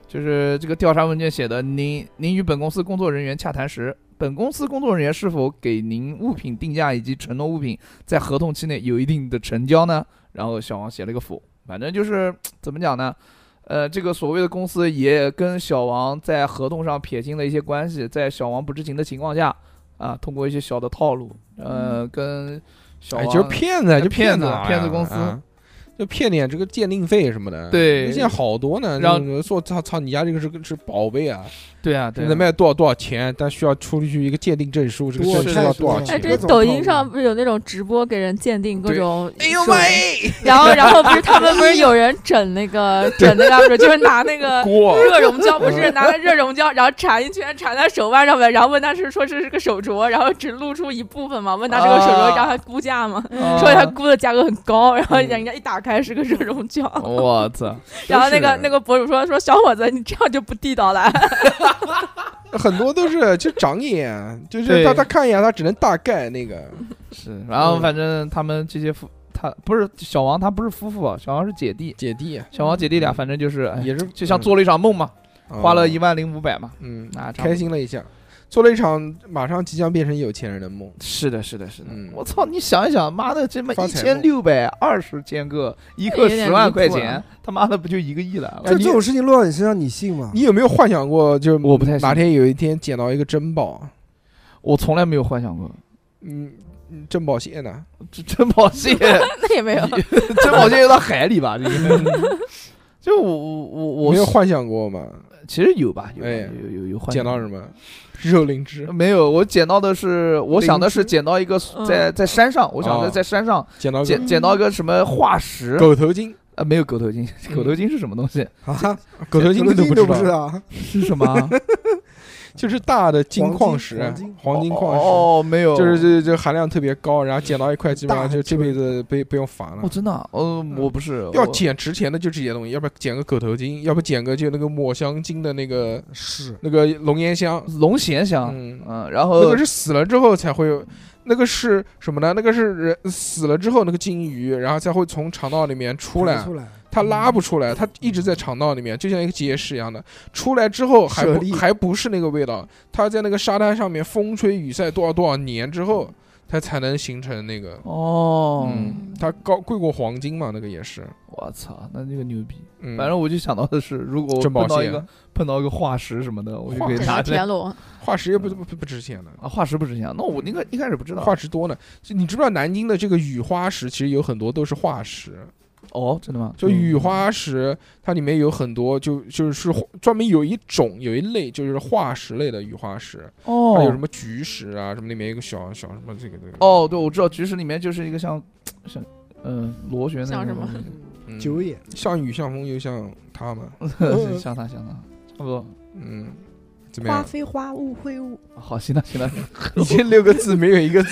[SPEAKER 5] 就是这个调查问卷写的，您您与本公司工作人员洽谈时。本公司工作人员是否给您物品定价以及承诺物品在合同期内有一定的成交呢？然后小王写了一个否，反正就是怎么讲呢？呃，这个所谓的公司也跟小王在合同上撇清了一些关系，在小王不知情的情况下，啊，通过一些小的套路，呃，跟小
[SPEAKER 1] 哎，
[SPEAKER 5] 王、
[SPEAKER 1] 就是骗子，就
[SPEAKER 5] 啊骗
[SPEAKER 1] 子
[SPEAKER 5] 子
[SPEAKER 1] 啊，
[SPEAKER 5] 骗子公司
[SPEAKER 1] 啊就骗点这个鉴定费什么的。
[SPEAKER 5] 对
[SPEAKER 1] 那现在好多呢，
[SPEAKER 5] 让
[SPEAKER 1] 就是说操操，你家这个是个是宝贝啊，
[SPEAKER 5] 对啊，对
[SPEAKER 1] 能卖多少多少钱，但需要出去一个鉴定证书，这个
[SPEAKER 5] 多
[SPEAKER 1] 证书
[SPEAKER 5] 太
[SPEAKER 1] 要
[SPEAKER 4] 多
[SPEAKER 1] 多少
[SPEAKER 4] 了
[SPEAKER 3] 哎，
[SPEAKER 1] 钱？
[SPEAKER 4] 这
[SPEAKER 3] 这
[SPEAKER 4] 种
[SPEAKER 3] 抖
[SPEAKER 4] 套
[SPEAKER 3] 音
[SPEAKER 4] 路
[SPEAKER 3] 上不是有那种直播给人鉴定各
[SPEAKER 5] 对
[SPEAKER 3] 种，
[SPEAKER 5] 哎呦喂，
[SPEAKER 3] 然后然后不是他们不是有人整那个整那个不是就是拿那个
[SPEAKER 1] 锅
[SPEAKER 3] 热熔胶，不是拿那热熔胶，然后缠一圈缠在手腕上面，然后问他是说是是个手镯，然后只露出一部分嘛，问他这个手镯
[SPEAKER 5] 啊
[SPEAKER 3] 让他估价嘛，
[SPEAKER 5] 啊
[SPEAKER 3] 说 他估的价格很高，然后
[SPEAKER 1] 嗯
[SPEAKER 3] 人家一打开是个热熔胶。
[SPEAKER 5] 我操，
[SPEAKER 3] 然后那个那
[SPEAKER 1] 个
[SPEAKER 3] 个博主说说小伙子，你这样就不地道了。
[SPEAKER 1] 很多都是就长眼，就是
[SPEAKER 5] 对
[SPEAKER 1] 他他看一眼，他只能大概那个
[SPEAKER 5] 是，然后
[SPEAKER 1] 嗯
[SPEAKER 5] 反正他们这些夫，他不是小王，他不是夫妇啊，小王是姐弟，
[SPEAKER 1] 姐弟啊，
[SPEAKER 5] 小王姐弟俩，反正就是、哎
[SPEAKER 1] 也是
[SPEAKER 5] 就像做了一场梦嘛，
[SPEAKER 1] 嗯
[SPEAKER 5] 花了一万零五百嘛，
[SPEAKER 1] 嗯
[SPEAKER 5] 啊，差不
[SPEAKER 1] 开
[SPEAKER 5] 多。
[SPEAKER 1] 心了一下，做了一场马上即将变成有钱人的梦。
[SPEAKER 5] 是的，是的，是的
[SPEAKER 1] 嗯。
[SPEAKER 5] 我操，你想一想，妈的，这么
[SPEAKER 1] 发
[SPEAKER 5] 一
[SPEAKER 1] 财
[SPEAKER 5] 千
[SPEAKER 1] 梦
[SPEAKER 5] 六百二十千个，一个
[SPEAKER 3] 有点
[SPEAKER 5] 十万
[SPEAKER 3] 离谱
[SPEAKER 5] 块
[SPEAKER 3] 了
[SPEAKER 5] 钱，他妈的不就一个亿了？啊
[SPEAKER 1] 哎
[SPEAKER 4] 这
[SPEAKER 1] 你
[SPEAKER 4] 这种事情落到你身上，你信吗？
[SPEAKER 1] 你有没有幻想过，就是
[SPEAKER 5] 我不太信
[SPEAKER 1] 哪天有一天捡到一个珍宝啊？
[SPEAKER 5] 我从来没有幻想过，
[SPEAKER 1] 嗯，嗯珍宝蟹呢？
[SPEAKER 5] 这珍宝 蟹，
[SPEAKER 3] 那也没有，
[SPEAKER 5] 珍宝蟹游到海里吧？这个 就我我我
[SPEAKER 1] 没有
[SPEAKER 5] 我，
[SPEAKER 1] 幻想过吗？
[SPEAKER 5] 其实有吧，有吧
[SPEAKER 1] 哎
[SPEAKER 5] 有有有幻
[SPEAKER 1] 捡
[SPEAKER 5] 想
[SPEAKER 1] 到
[SPEAKER 5] 过
[SPEAKER 1] 什么？肉灵芝，
[SPEAKER 5] 没有，我捡到的是，我想的是捡到一个
[SPEAKER 3] 嗯
[SPEAKER 5] 在在山上，我想
[SPEAKER 1] 哦
[SPEAKER 5] 着在山上
[SPEAKER 1] 捡到
[SPEAKER 5] 捡
[SPEAKER 1] 个
[SPEAKER 5] 捡到一个什么化石，
[SPEAKER 1] 狗头金
[SPEAKER 5] 呃，没有狗头金，
[SPEAKER 1] 嗯
[SPEAKER 5] 狗头金是什么东西？
[SPEAKER 4] 啊，
[SPEAKER 1] 狗头金
[SPEAKER 4] 金
[SPEAKER 1] 你
[SPEAKER 4] 都
[SPEAKER 1] 不
[SPEAKER 4] 知
[SPEAKER 1] 道，
[SPEAKER 4] 道 啊，
[SPEAKER 5] 是什么？
[SPEAKER 1] 就是大的金矿石啊
[SPEAKER 4] 黄金，
[SPEAKER 1] 黄金矿石，
[SPEAKER 5] 哦，没有，
[SPEAKER 1] 就是这这含量特别高，然后捡到一块，基本上就
[SPEAKER 4] 大
[SPEAKER 1] 这辈子不不用烦
[SPEAKER 5] 哦，
[SPEAKER 1] 了。
[SPEAKER 5] 真的啊，呃，我不是
[SPEAKER 1] 嗯要
[SPEAKER 5] 我
[SPEAKER 1] 捡值钱的就这些东西，要不然捡个狗头金，要不捡个就那个抹香鲸的那个
[SPEAKER 4] 是
[SPEAKER 1] 那个龙涎香，
[SPEAKER 5] 龙涎香，
[SPEAKER 1] 嗯，
[SPEAKER 5] 嗯，然
[SPEAKER 1] 那
[SPEAKER 5] 后
[SPEAKER 1] 个是死了之后才会有，那个是什么呢？那个是人死了之后，那个金鱼，然后才会从肠道里面出来
[SPEAKER 4] 弹，出来，
[SPEAKER 1] 它拉不出来，它一直在肠道里面，就像一个结石一样的。出来之后还
[SPEAKER 4] 舍
[SPEAKER 1] 不
[SPEAKER 4] 利
[SPEAKER 1] 还不是那个味道，它在那个沙滩上面风吹雨晒多少多少年之后，它才能形成那个。
[SPEAKER 5] 哦，
[SPEAKER 1] 嗯，它高贵过黄金嘛，那个也是。
[SPEAKER 5] 我操，那这个牛逼！
[SPEAKER 1] 嗯，
[SPEAKER 5] 反正我就想到的是，如果我
[SPEAKER 1] 珍宝
[SPEAKER 5] 碰到一
[SPEAKER 1] 蟹
[SPEAKER 5] 个碰到一个化石什么的，我就可以
[SPEAKER 1] 化石
[SPEAKER 5] 拿
[SPEAKER 3] 整个
[SPEAKER 5] 着
[SPEAKER 3] 铁笼，
[SPEAKER 1] 化石也不不不值钱的。
[SPEAKER 5] 啊，化石不值钱。那我那个一开始不知道
[SPEAKER 1] 化石多呢，就你知不知道南京的这个雨花石其实有很多都是化石，
[SPEAKER 5] 哦，真的吗？
[SPEAKER 1] 就雨花石，它里面有很多就就是化专门有一种有一类就是化石类的雨花石，
[SPEAKER 5] 哦
[SPEAKER 1] 还有什么菊石啊，什么里面有个小小什么这个这个
[SPEAKER 5] 哦，对，我知道，菊石里面就是一个像像嗯螺旋那
[SPEAKER 3] 像
[SPEAKER 5] 种
[SPEAKER 3] 什么
[SPEAKER 5] 东西
[SPEAKER 1] 嗯
[SPEAKER 4] 久也，
[SPEAKER 1] 像雨像风又像他们，
[SPEAKER 4] 嗯
[SPEAKER 5] 像它像它，差不多。
[SPEAKER 1] 嗯，怎么
[SPEAKER 2] 花
[SPEAKER 1] 样？
[SPEAKER 2] 非花，雾非雾。
[SPEAKER 5] 好，行了行 了，
[SPEAKER 1] 你这六个字没有一个字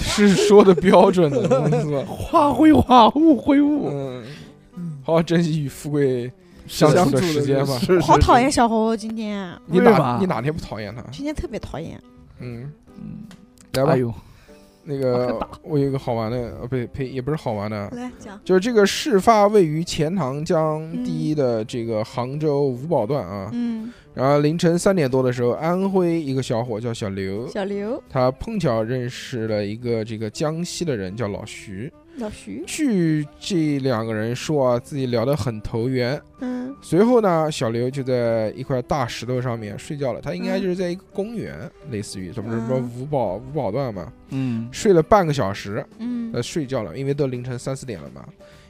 [SPEAKER 1] 是说的标准的，我跟你 说，
[SPEAKER 5] 化灰化雾灰雾，
[SPEAKER 1] 嗯，好好珍惜与富贵 相
[SPEAKER 5] 相
[SPEAKER 1] 处的
[SPEAKER 4] 处的
[SPEAKER 1] 时间吧。
[SPEAKER 5] 是
[SPEAKER 2] 好讨厌，小猴猴今天，
[SPEAKER 1] 你
[SPEAKER 5] 为什
[SPEAKER 1] 哪
[SPEAKER 5] 么
[SPEAKER 1] 你哪天不讨厌他？
[SPEAKER 2] 今天特别讨厌。
[SPEAKER 1] 嗯，
[SPEAKER 5] 嗯
[SPEAKER 1] 来吧
[SPEAKER 5] 哎，呦，
[SPEAKER 1] 那
[SPEAKER 5] 往
[SPEAKER 1] 个
[SPEAKER 5] 下
[SPEAKER 1] 我有一个好玩的，呃，不对，呸，也不是好玩的，
[SPEAKER 2] 来讲，
[SPEAKER 1] 就是这个事发位于钱塘江第一的这个杭州五宝段啊，
[SPEAKER 2] 嗯，
[SPEAKER 1] 然后凌晨三点多的时候，安徽一个小伙叫小刘，
[SPEAKER 2] 小刘、
[SPEAKER 1] 他碰巧认识了一个这个江西的人叫老徐，
[SPEAKER 2] 老徐，
[SPEAKER 1] 据这两个人说啊，自己聊得很投缘。
[SPEAKER 2] 嗯
[SPEAKER 1] 随后呢，小刘就在一块大石头上面睡觉了，他应该就是在一个公园，类似于什么什么
[SPEAKER 2] 嗯
[SPEAKER 1] 五宝五宝段嘛，
[SPEAKER 5] 嗯，
[SPEAKER 1] 睡了半个小时。
[SPEAKER 2] 嗯
[SPEAKER 1] 呃，睡觉了，因为都凌晨三四点了嘛。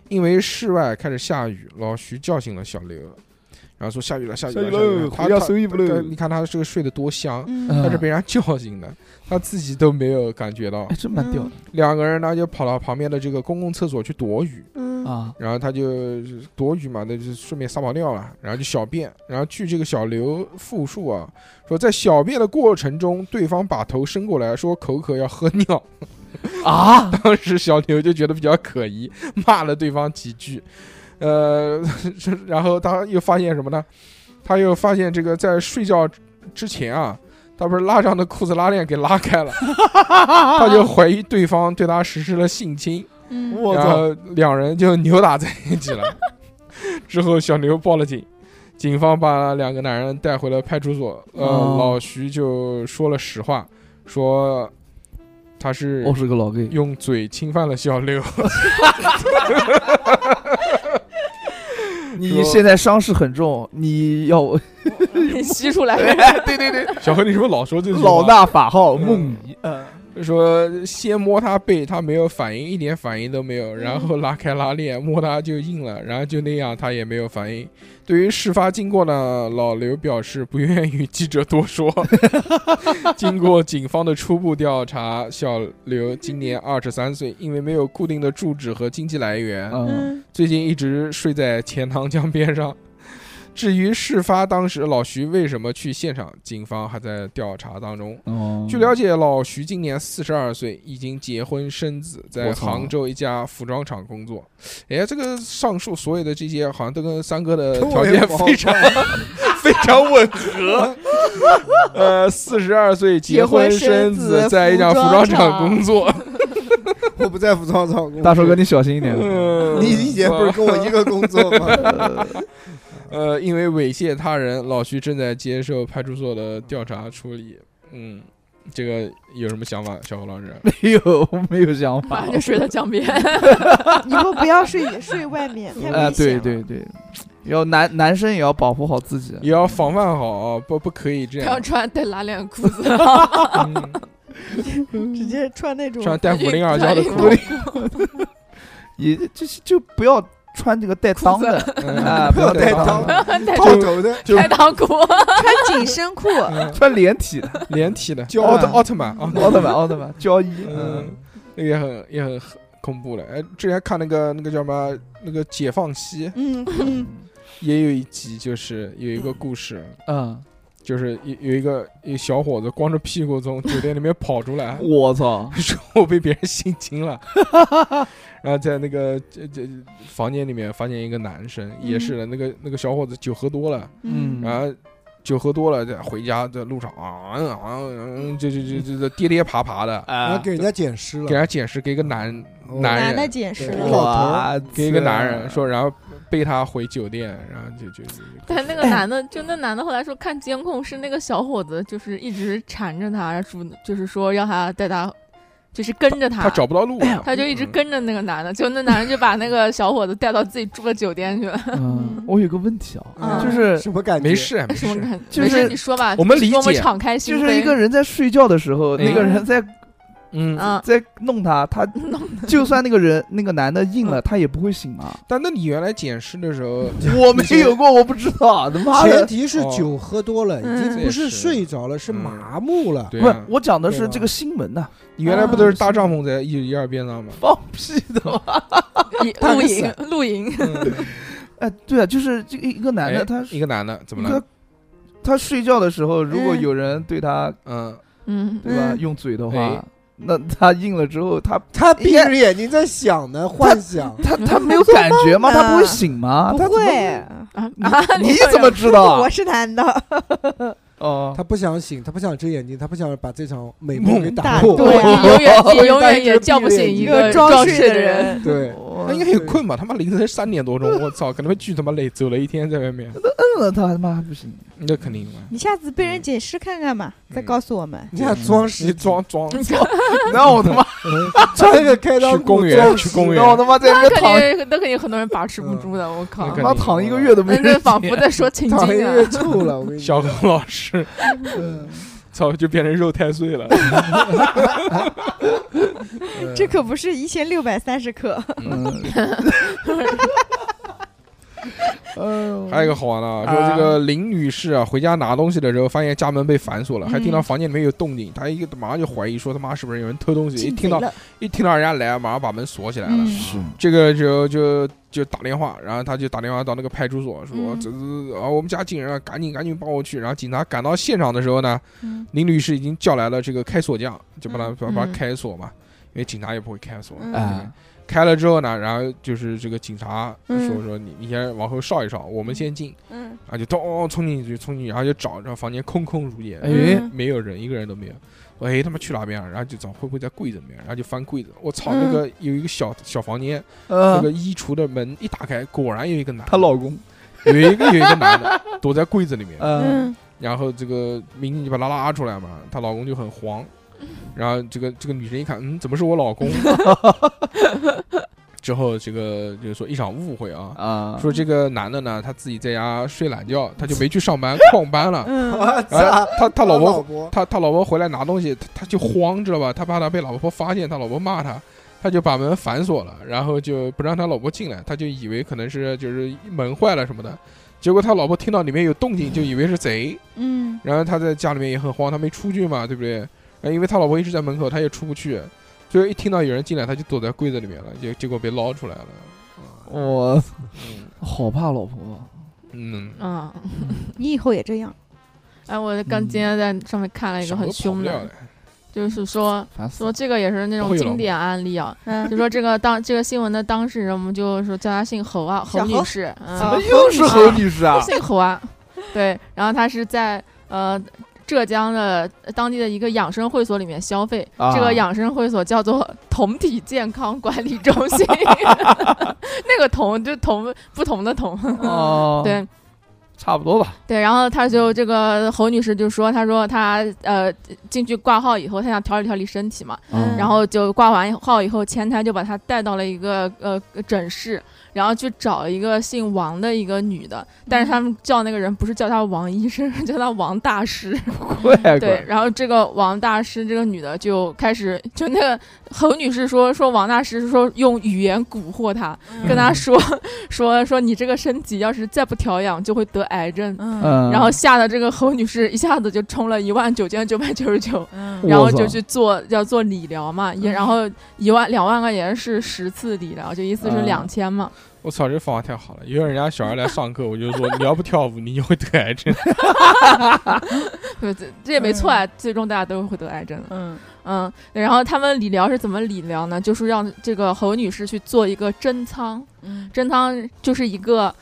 [SPEAKER 1] 因为室外开始下雨，老徐叫醒了小刘，然后说下雨了，下雨了，下雨了。他他
[SPEAKER 5] 收益不
[SPEAKER 1] 他你看他这个睡得多香，
[SPEAKER 2] 嗯
[SPEAKER 1] 他是
[SPEAKER 5] 嗯
[SPEAKER 1] 被人家叫醒的，他自己都没有感觉到
[SPEAKER 5] 哎，。真蛮屌的
[SPEAKER 1] 两个人呢就跑到旁边的这个公共厕所去躲雨，
[SPEAKER 2] 嗯
[SPEAKER 5] 啊！
[SPEAKER 1] 然后他就躲雨嘛，那就顺便撒泡尿了，然后就小便。然后据这个小刘复述啊，说在小便的过程中，对方把头伸过来说口渴要喝尿。
[SPEAKER 5] 啊，
[SPEAKER 1] 当时小刘就觉得比较可疑，骂了对方几句，呃， 这然后他又发现什么呢？他又发现这个在睡觉之前啊，他不是拉上的裤子拉链给拉开 了，他就怀疑对方对他实施了性侵，
[SPEAKER 2] 嗯，
[SPEAKER 5] 我
[SPEAKER 1] 然
[SPEAKER 5] 操，
[SPEAKER 1] 后两人就扭打在一起 了。之后小刘报了警，警方把两个男人带回了派出所。呃，
[SPEAKER 5] 哦
[SPEAKER 1] 老徐就说了实话，说他是
[SPEAKER 5] 哦我是个老 gay，
[SPEAKER 1] 用嘴侵犯了小刘，
[SPEAKER 5] 你现在伤势很重，你 要我
[SPEAKER 3] 吸出来，
[SPEAKER 5] 对对对，
[SPEAKER 1] 小何，你是不是老说这句话
[SPEAKER 5] 老大法号梦遗，嗯
[SPEAKER 1] 说先摸他背，他没有反应，一点反应都没有，然后拉开拉链摸他就硬了，然后就那样，他也没有反应。对于事发经过呢，老刘表示不愿与记者多说。经过警方的初步调查，小刘今年二十三岁，因为没有固定的住址和经济来源，
[SPEAKER 5] 嗯，
[SPEAKER 2] 嗯
[SPEAKER 1] 最近一直睡在钱塘江边上。至于事发当时老徐为什么去现场，警方还在调查当中。
[SPEAKER 5] 哦
[SPEAKER 1] 据了解，老徐今年四十二岁，已经结婚生子，在
[SPEAKER 5] 我操
[SPEAKER 1] 杭州一家服装厂工作。哎，这个上述所有的这些，好像都跟三哥 的条件非 常非常吻合。呃，四十二岁结婚生
[SPEAKER 2] 结婚生
[SPEAKER 1] 子，
[SPEAKER 2] 子
[SPEAKER 1] 在一家服装厂工 作。
[SPEAKER 4] 我不在 服装厂工
[SPEAKER 5] 大
[SPEAKER 4] 作
[SPEAKER 5] 寿哥，你小心一点。
[SPEAKER 1] 嗯
[SPEAKER 4] 你以前不是跟我一个工作吗？
[SPEAKER 1] 呃，因为猥亵他人，老徐正在接受派出所的调查处理。嗯，这个有什么想法，小侯 老师？
[SPEAKER 5] 没有，我没有想
[SPEAKER 3] 马
[SPEAKER 5] 法
[SPEAKER 3] 上。就睡到江边。
[SPEAKER 6] 以后不要睡睡外面，太
[SPEAKER 5] 啊，
[SPEAKER 6] 危险
[SPEAKER 5] 对
[SPEAKER 6] 了。
[SPEAKER 5] 对对，要男男生也要保护好自己。
[SPEAKER 1] 也要防范好啊，不不可以这
[SPEAKER 3] 不要
[SPEAKER 1] 样。
[SPEAKER 3] 穿带拉链的裤子，
[SPEAKER 1] 嗯
[SPEAKER 6] 直接穿那种
[SPEAKER 1] 穿带五零二幺的裤
[SPEAKER 5] 不
[SPEAKER 1] 子，
[SPEAKER 5] 对，也就是就不要穿这个带裆的
[SPEAKER 1] 嗯
[SPEAKER 5] 啊，不要
[SPEAKER 4] 带
[SPEAKER 5] 裆的，
[SPEAKER 3] 带
[SPEAKER 4] 套头的
[SPEAKER 1] 就
[SPEAKER 3] 带裆裤，
[SPEAKER 6] 紧身裤，
[SPEAKER 1] 嗯
[SPEAKER 5] 穿连体的。
[SPEAKER 1] 连体 的，
[SPEAKER 4] 胶
[SPEAKER 1] 奥特
[SPEAKER 5] 带
[SPEAKER 1] 奥特曼啊，
[SPEAKER 5] 奥特曼，奥特曼交易，
[SPEAKER 1] 嗯
[SPEAKER 5] 嗯，，
[SPEAKER 1] 那个也很也很恐怖了。哎，之前看那个那个叫什么那个《解放西》，
[SPEAKER 6] 嗯嗯，
[SPEAKER 1] 也有一集，就是有一个故事，
[SPEAKER 5] 嗯，，
[SPEAKER 1] 就是有有一个有小伙子光着屁股从酒店里面跑出来
[SPEAKER 5] 我操，
[SPEAKER 1] 说我被别人性侵 了，然后在那个这这房间里面发现一个男生，也是的，那个那个小伙子酒喝多了。
[SPEAKER 5] 嗯
[SPEAKER 1] 然后酒喝多了，这回家在路上啊，嗯啊，嗯就就就就就跌跌爬爬的，
[SPEAKER 4] 然
[SPEAKER 5] 啊
[SPEAKER 4] 后给人家捡尸
[SPEAKER 1] 给
[SPEAKER 4] 了，
[SPEAKER 1] 人家解释，给一个男
[SPEAKER 4] 哦
[SPEAKER 1] 男
[SPEAKER 6] 男
[SPEAKER 1] 人
[SPEAKER 6] 的解释
[SPEAKER 4] 对
[SPEAKER 6] 了，
[SPEAKER 5] 哇，
[SPEAKER 1] 给一个男人说，然后背他回酒店，然后就就就
[SPEAKER 3] 但那个男的，就那男的后来说看监控是那个小伙子，就是一直缠着他，主就是说让他带他，就是跟着他，
[SPEAKER 1] 他找不到路了，
[SPEAKER 3] 他就一直
[SPEAKER 1] 嗯
[SPEAKER 3] 跟着那个男的，就那男的就把那个小伙子带到自己住的酒店去了。
[SPEAKER 5] 嗯，我有个问题啊，
[SPEAKER 4] 嗯
[SPEAKER 5] 就是
[SPEAKER 4] 什么感觉？
[SPEAKER 1] 没事啊没
[SPEAKER 3] 什么
[SPEAKER 1] 事，
[SPEAKER 3] 感觉？
[SPEAKER 5] 就
[SPEAKER 3] 没
[SPEAKER 5] 是
[SPEAKER 3] 事，你说吧。
[SPEAKER 1] 我们理
[SPEAKER 3] 我们
[SPEAKER 1] 解
[SPEAKER 3] 敞开心
[SPEAKER 5] 就
[SPEAKER 3] 扉。
[SPEAKER 5] 是一个人在睡觉的时候，
[SPEAKER 1] 嗯
[SPEAKER 5] 那个人在
[SPEAKER 1] 嗯，
[SPEAKER 3] 啊，
[SPEAKER 5] 在弄他，他 就算那个人那个男的硬了，他也不会醒 嘛。
[SPEAKER 1] 但那你原来捡尸的时候，
[SPEAKER 5] 我没有过，我不知道，他妈
[SPEAKER 4] 前
[SPEAKER 5] 的。
[SPEAKER 4] 提是
[SPEAKER 1] 哦
[SPEAKER 4] 酒喝多了，已
[SPEAKER 3] 嗯
[SPEAKER 4] 经 不
[SPEAKER 1] 也是
[SPEAKER 4] 是睡着了，是
[SPEAKER 1] 嗯
[SPEAKER 4] 麻木了。
[SPEAKER 1] 对
[SPEAKER 5] 不是
[SPEAKER 1] 啊，，
[SPEAKER 5] 我讲的是
[SPEAKER 4] 对吧
[SPEAKER 5] 这个新闻呐，
[SPEAKER 1] 你原来不都是搭帐篷在
[SPEAKER 4] 哦
[SPEAKER 1] 一一二边上吗？
[SPEAKER 5] 放屁的
[SPEAKER 1] 哦
[SPEAKER 5] 嘛！
[SPEAKER 3] 一露营，露营。
[SPEAKER 4] 嗯
[SPEAKER 5] 哎，对啊，就是这个一个男的，
[SPEAKER 1] 哎
[SPEAKER 5] 他
[SPEAKER 1] 一个男的怎么
[SPEAKER 5] 他
[SPEAKER 1] 了？
[SPEAKER 5] 他睡觉的时候，如果
[SPEAKER 6] 嗯
[SPEAKER 5] 有人对他
[SPEAKER 1] 嗯，
[SPEAKER 3] 嗯，
[SPEAKER 5] 对吧
[SPEAKER 6] 嗯
[SPEAKER 5] 用嘴的话
[SPEAKER 1] 哎，
[SPEAKER 5] 那他硬了之后，他
[SPEAKER 4] 他闭着眼睛在想呢，幻想。
[SPEAKER 5] 他他没有感觉吗？
[SPEAKER 6] 做梦呢
[SPEAKER 5] 他不会醒吗？
[SPEAKER 6] 不
[SPEAKER 5] 他怎么
[SPEAKER 6] 会，
[SPEAKER 3] 啊
[SPEAKER 5] 你
[SPEAKER 3] 啊！
[SPEAKER 5] 你怎么知道
[SPEAKER 6] 我
[SPEAKER 5] 啊？
[SPEAKER 6] 是男的，
[SPEAKER 5] 哦，
[SPEAKER 4] 他不想醒，他不想睁眼睛，他不想把这场美梦给
[SPEAKER 6] 打
[SPEAKER 4] 破。
[SPEAKER 6] 对
[SPEAKER 3] 啊你永远
[SPEAKER 4] 我
[SPEAKER 3] 也永
[SPEAKER 4] 当
[SPEAKER 3] 远
[SPEAKER 4] 时
[SPEAKER 3] 也
[SPEAKER 4] 闭着
[SPEAKER 3] 叫不醒
[SPEAKER 4] 眼
[SPEAKER 3] 一
[SPEAKER 6] 一
[SPEAKER 4] 睛
[SPEAKER 3] 个
[SPEAKER 6] 个
[SPEAKER 3] 装
[SPEAKER 6] 装
[SPEAKER 3] 睡
[SPEAKER 6] 睡
[SPEAKER 3] 的
[SPEAKER 6] 的
[SPEAKER 3] 人。
[SPEAKER 6] 人，哎
[SPEAKER 4] 对，
[SPEAKER 1] 他应该也困吧？他妈凌晨三点多钟，我操，可能会巨他妈累，走了一天在外面，
[SPEAKER 5] 摁了他他妈不行。
[SPEAKER 1] 那肯定嘛。
[SPEAKER 6] 你下次被
[SPEAKER 1] 嗯
[SPEAKER 6] 人解释看看嘛，再告诉我们。
[SPEAKER 4] 你想装
[SPEAKER 1] 你
[SPEAKER 4] 屎
[SPEAKER 1] 嗯装装
[SPEAKER 5] 那我他妈，
[SPEAKER 4] 穿个开裆
[SPEAKER 1] 去
[SPEAKER 4] 裤
[SPEAKER 1] 公园
[SPEAKER 4] 装
[SPEAKER 1] 去
[SPEAKER 4] 屎
[SPEAKER 1] 公
[SPEAKER 5] 那我
[SPEAKER 1] 园，
[SPEAKER 5] 他妈在
[SPEAKER 3] 那
[SPEAKER 5] 那
[SPEAKER 3] 肯
[SPEAKER 5] 躺，
[SPEAKER 3] 定，那肯定很多人把持不住的。我靠
[SPEAKER 1] 那，肯
[SPEAKER 5] 他妈躺一个月都没
[SPEAKER 1] 哎
[SPEAKER 3] 那个
[SPEAKER 5] 人
[SPEAKER 3] 仿佛
[SPEAKER 5] 醒
[SPEAKER 3] 在说情
[SPEAKER 4] 躺一
[SPEAKER 3] 境
[SPEAKER 4] 个月
[SPEAKER 3] 啊。
[SPEAKER 4] 吐了，我跟你
[SPEAKER 1] 小
[SPEAKER 4] 讲。
[SPEAKER 1] 何老师，
[SPEAKER 4] 嗯
[SPEAKER 1] 操，就变成肉太碎了。嗯
[SPEAKER 6] 这可不是一千六百三十克，
[SPEAKER 5] 嗯哎
[SPEAKER 1] 还有一个好玩的，啊，说这个林女士啊，回家拿东西的时候，发现家门被反锁了，还听到房间里面有动静，她一个马上就怀疑说他妈是不是有人偷东西，一
[SPEAKER 6] 进
[SPEAKER 1] 听
[SPEAKER 6] 贼
[SPEAKER 1] 到
[SPEAKER 6] 了。
[SPEAKER 1] 一听到人家来，马上把门锁起来了。
[SPEAKER 5] 呦，
[SPEAKER 2] 嗯
[SPEAKER 5] 是
[SPEAKER 1] 这个就就就打电话，然后他就打电话到那个派出所说，
[SPEAKER 6] 嗯
[SPEAKER 1] 这这啊我们家进人了，赶紧赶紧帮我去。然后警察赶到现场的时候呢，
[SPEAKER 6] 嗯
[SPEAKER 1] 林律师已经叫来了这个开锁匠，就帮他
[SPEAKER 6] 嗯
[SPEAKER 1] 把把
[SPEAKER 3] 嗯
[SPEAKER 1] 他开锁嘛，因为警察也不会开锁。
[SPEAKER 6] 嗯
[SPEAKER 5] 啊，
[SPEAKER 1] 开了之后呢，然后就是这个警察说
[SPEAKER 6] 嗯
[SPEAKER 1] 说你你先往后稍一稍，我们先进，
[SPEAKER 6] 嗯
[SPEAKER 1] 然后就咚咚冲进去冲进去，然后就找，然后房间空空如也，
[SPEAKER 5] 哎，
[SPEAKER 1] 没有人，一个人都没有。我哎，他妈去哪边啊？然后就找会不会在柜子里面，然后就翻柜子。我操，那个有一个小小房间，那 个
[SPEAKER 5] 嗯，
[SPEAKER 1] 衣橱的门一打开，果然有一个男的，
[SPEAKER 5] 她老公，
[SPEAKER 1] 有一个有一个男的 躲在柜子里面，
[SPEAKER 5] 嗯，
[SPEAKER 6] 嗯
[SPEAKER 1] 然后这个民警就把他拉出来嘛，她老公就很慌，然后这个这个女生一看，嗯，怎么是我老公？ 之后这个就是说一场误会啊，
[SPEAKER 5] 啊，
[SPEAKER 1] 说这个男的呢他自己在家睡懒觉，他就没去上班旷班了，
[SPEAKER 6] 嗯，
[SPEAKER 4] 我
[SPEAKER 1] 然
[SPEAKER 4] 操
[SPEAKER 1] 后，他他老
[SPEAKER 4] 老
[SPEAKER 1] 婆
[SPEAKER 4] 婆
[SPEAKER 1] 他他老婆回来拿东西，他他就慌，知道吧？他怕他被老婆发现，他老婆骂他，他就把门反锁了，然后就不让他老婆进来，他就以为可能是就是门坏了什么的。结果他老婆听到里面有动静，就以为是贼，
[SPEAKER 6] 嗯，
[SPEAKER 1] 然后他在家里面也很慌，他没出去嘛，对不对？然后因为他老婆一直在门口，他也出不去，最后一听到有人进来，他就躲在柜子里面了，结结果被捞出来了。
[SPEAKER 5] 我
[SPEAKER 1] 嗯
[SPEAKER 5] 好怕老婆，
[SPEAKER 1] 嗯，
[SPEAKER 3] 嗯，
[SPEAKER 6] 你以后也这样。
[SPEAKER 3] 哎，我刚今天在上面看了一个
[SPEAKER 1] 想
[SPEAKER 3] 很
[SPEAKER 1] 都跑不
[SPEAKER 3] 凶
[SPEAKER 1] 了
[SPEAKER 3] 的，就是说
[SPEAKER 5] 烦死
[SPEAKER 3] 说
[SPEAKER 5] 了。
[SPEAKER 3] 这个也是那
[SPEAKER 1] 会
[SPEAKER 3] 种
[SPEAKER 1] 有老
[SPEAKER 3] 经典案例啊，
[SPEAKER 6] 嗯
[SPEAKER 3] 就说这个当这个新闻的当事人，我们就说叫她姓侯啊，侯
[SPEAKER 6] 小
[SPEAKER 3] 女
[SPEAKER 6] 侯
[SPEAKER 3] 士，嗯
[SPEAKER 5] 怎，么又是侯女士啊？
[SPEAKER 3] 姓侯啊，对，然后她是在呃浙江的当地的一个养生会所里面消费，
[SPEAKER 5] 啊
[SPEAKER 3] 这个养生会所叫做同体健康管理中 心，那个同就同不同的同，
[SPEAKER 5] 哦，，
[SPEAKER 3] 对
[SPEAKER 5] 差不多吧。
[SPEAKER 3] 对，然后她就这个侯女士就说，她说她呃进去挂号以后，她想调理调理身体嘛，
[SPEAKER 6] 嗯
[SPEAKER 3] 然后就挂完号以后，前台就把他带到了一个呃诊室，然后去找一个姓王的一个女的，但是他们叫那个人不是叫他王医生， 是叫他王大师。
[SPEAKER 5] 怪怪，
[SPEAKER 3] 对，然后这个王大师这个女的就开始就那个侯女士说说王大师说用语言蛊惑她，跟她说 说说你这个身体要是再不调养就会得癌症，
[SPEAKER 6] 嗯
[SPEAKER 5] 嗯，
[SPEAKER 3] 然后吓得这个侯女士一下子就充了一万九千九百九十九。
[SPEAKER 6] 嗯
[SPEAKER 5] 我
[SPEAKER 3] 然后
[SPEAKER 5] 操
[SPEAKER 3] 就去做要做理疗嘛，也
[SPEAKER 6] 嗯
[SPEAKER 3] 然后一万两万块钱是十次理疗，就一次
[SPEAKER 1] 嗯
[SPEAKER 3] 是
[SPEAKER 5] 啊
[SPEAKER 3] 两千嘛。
[SPEAKER 1] 我操，这方法太好了！以后人家小孩来上课，我就说你要不跳舞，你就会得癌症。
[SPEAKER 3] 对，这这也没错
[SPEAKER 1] 嗯
[SPEAKER 3] 啊，最终大家都会得癌症的。
[SPEAKER 6] 嗯
[SPEAKER 3] 嗯，然后他们理疗是怎么理疗呢？就是让这个侯女士去做一个针仓，
[SPEAKER 6] 嗯
[SPEAKER 3] 针仓就是一个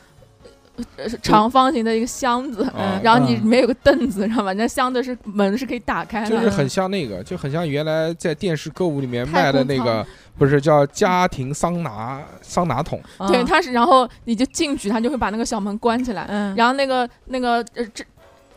[SPEAKER 3] 呃是长方形的一个箱子，
[SPEAKER 1] 啊，
[SPEAKER 3] 然后你
[SPEAKER 5] 嗯
[SPEAKER 3] 里面有个凳子，知道吧？那箱子是门是可以打开
[SPEAKER 1] 就是
[SPEAKER 3] 的，
[SPEAKER 1] 很像那个，就很像原来在电视购物里面卖
[SPEAKER 2] 太
[SPEAKER 1] 的
[SPEAKER 2] 空
[SPEAKER 1] 那个，不是叫家庭桑拿桑拿桶，
[SPEAKER 3] 对，
[SPEAKER 2] 嗯
[SPEAKER 3] 它是，然后你就进去，它就会把那个小门关起来，
[SPEAKER 2] 嗯，
[SPEAKER 3] 然后那个那个呃正